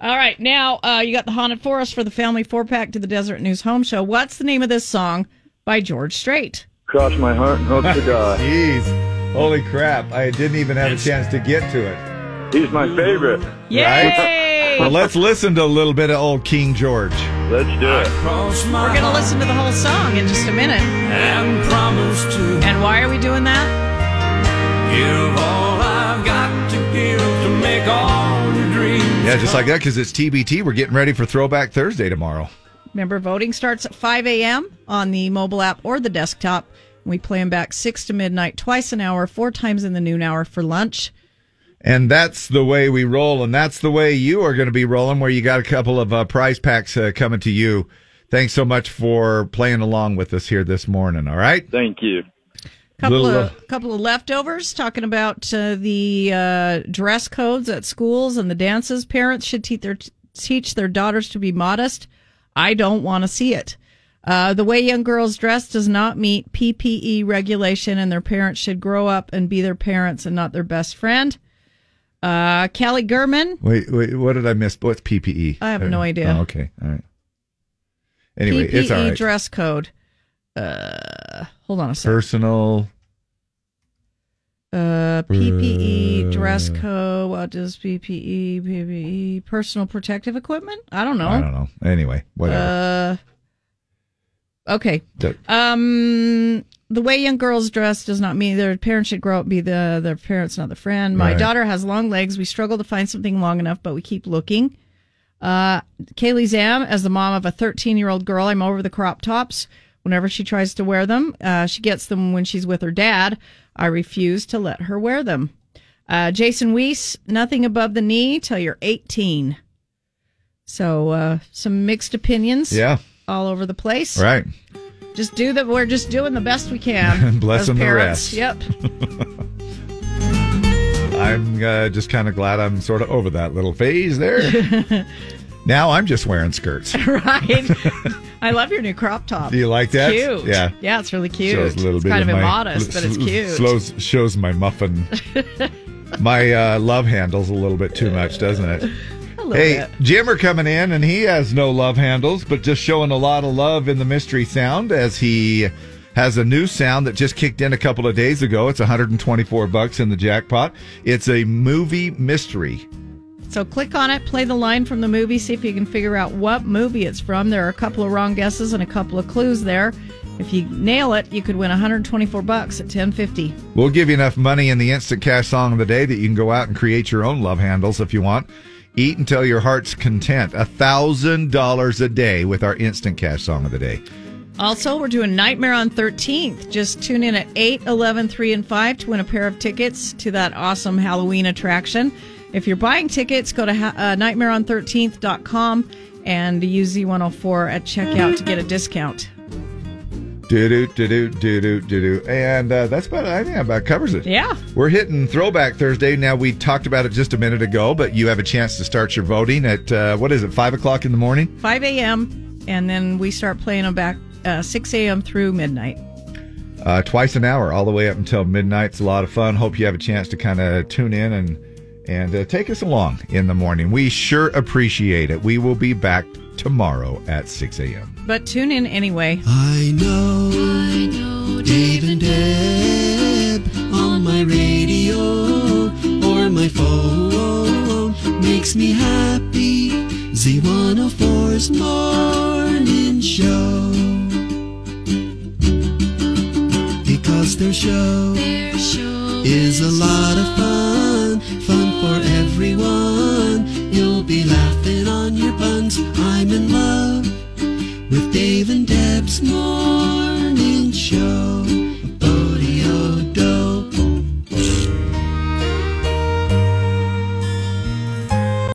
[SPEAKER 2] All right, now uh, you got the haunted forest for the family four pack to the Desert News Home Show. What's the name of this song by George Strait?
[SPEAKER 10] Cross my heart and hope to God.
[SPEAKER 1] *laughs* Jeez. Holy crap. I didn't even have a chance to get to it.
[SPEAKER 10] He's my favorite.
[SPEAKER 2] Yay!
[SPEAKER 1] Well, let's listen to a little bit of old King George.
[SPEAKER 10] Let's do it.
[SPEAKER 2] We're gonna listen to the whole song in just a minute. And promise to. And why are we doing that?
[SPEAKER 11] Give all I've got to give to make all your dreams.
[SPEAKER 1] Yeah, just like that, because it's TBT. We're getting ready for Throwback Thursday tomorrow.
[SPEAKER 2] Remember, voting starts at 5 a.m. on the mobile app or the desktop. We play them back six to midnight, twice an hour, four times in the noon hour for lunch.
[SPEAKER 1] And that's the way we roll, and that's the way you are going to be rolling. Where you got a couple of uh, prize packs uh, coming to you. Thanks so much for playing along with us here this morning. All right.
[SPEAKER 10] Thank you.
[SPEAKER 2] Couple
[SPEAKER 1] Little, uh,
[SPEAKER 2] of couple of leftovers talking about uh, the uh, dress codes at schools and the dances. Parents should teach their teach their daughters to be modest. I don't want to see it. Uh, the way young girls dress does not meet PPE regulation, and their parents should grow up and be their parents and not their best friend. Uh, Callie Gurman,
[SPEAKER 1] wait, wait, what did I miss? What's PPE?
[SPEAKER 2] I have no idea.
[SPEAKER 1] Oh, okay. All right. Anyway,
[SPEAKER 2] PPE
[SPEAKER 1] it's all right.
[SPEAKER 2] E dress code. Uh, hold on a second.
[SPEAKER 1] Personal.
[SPEAKER 2] Uh, PPE,
[SPEAKER 1] Uh,
[SPEAKER 2] E, dress code, what does E, PPE, PPE, personal protective equipment? I don't know.
[SPEAKER 1] I don't know. Anyway, whatever.
[SPEAKER 2] Uh, okay.
[SPEAKER 1] D-
[SPEAKER 2] Um, the way young girls dress does not mean their parents should grow up and be the their parents, not the friend. My
[SPEAKER 3] Right.
[SPEAKER 2] daughter has long legs. We struggle to find something long enough, but we keep looking. Uh, Kaylee Zam, as the mom of a 13 year old girl, I'm over the crop tops. Whenever she tries to wear them, uh, she gets them when she's with her dad. I refuse to let her wear them. Uh, Jason Weiss, nothing above the knee till you're 18. So uh, some mixed opinions.
[SPEAKER 1] Yeah.
[SPEAKER 2] All over the place.
[SPEAKER 1] right.
[SPEAKER 2] Just do that. We're just doing the best we can.
[SPEAKER 1] *laughs* Bless
[SPEAKER 2] as
[SPEAKER 1] them the
[SPEAKER 2] parents.
[SPEAKER 1] rest.
[SPEAKER 2] Yep.
[SPEAKER 1] I'm uh, just kind of glad I'm sort of over that little phase there.
[SPEAKER 2] *laughs*
[SPEAKER 1] now I'm just wearing skirts.
[SPEAKER 2] right. I love your new crop top.
[SPEAKER 1] Do you like that?
[SPEAKER 2] Cute.
[SPEAKER 1] Yeah.
[SPEAKER 2] Yeah, it's really cute.
[SPEAKER 1] Shows a little
[SPEAKER 2] it's
[SPEAKER 1] bit
[SPEAKER 2] kind of,
[SPEAKER 1] my- *laughs*
[SPEAKER 2] immodest, but it's
[SPEAKER 1] sl-
[SPEAKER 2] cute.
[SPEAKER 1] Slows, shows my
[SPEAKER 2] *laughs*
[SPEAKER 1] muffin. my uh, love handle's a little bit too much, doesn't it?
[SPEAKER 2] A little
[SPEAKER 1] Hey,
[SPEAKER 2] bit.
[SPEAKER 1] Jimmer coming in, and he has no love handles, but just showing a lot of love in the mystery sound as he has a new sound that just kicked in a couple of days ago. It's 124 bucks in the jackpot. It's a movie mystery.
[SPEAKER 2] So click on it, play the line from the movie, see if you can figure out what movie it's from. There are a couple of wrong guesses and a couple of clues there. If you nail it, you could win 124 bucks at 1050.
[SPEAKER 1] We'll give you enough money in the instant cash song of the day that you can go out and create your own love handles if you want. Eat until your heart's content. A thousand dollars a day with our instant cash song of the day.
[SPEAKER 2] Also, we're doing Nightmare on 13th. Just tune in at 8, 11, 3, and 5 to win a pair of tickets to that awesome Halloween attraction. If you're buying tickets, go to ha- uh, nightmareon13th.com and use Z104 at checkout to get a discount.
[SPEAKER 1] Do do do do do do do do, and uh, that's about. I think that about covers it.
[SPEAKER 2] Yeah.
[SPEAKER 1] We're hitting Throwback Thursday now. We talked about it just a minute ago, but you have a chance to start your voting at uh, what is it, five o'clock in the morning?
[SPEAKER 2] 5 a.m., and then we start playing them back uh, 6 a.m. through midnight.
[SPEAKER 1] uh, twice an hour, all the way up until midnight. It's a lot of fun. Hope you have a chance to kind of tune in and and uh, take us along in the morning. We sure appreciate it. We will be back tomorrow at six a.m.
[SPEAKER 2] But tune in anyway. I
[SPEAKER 11] know. I know Dave and Deb on my radio or my phone makes me happy. Z104's morning show. Because their show, is a lot of fun, fun for everyone. You'll be laughing on your buns. I'm in love with Dave and Deb's morning.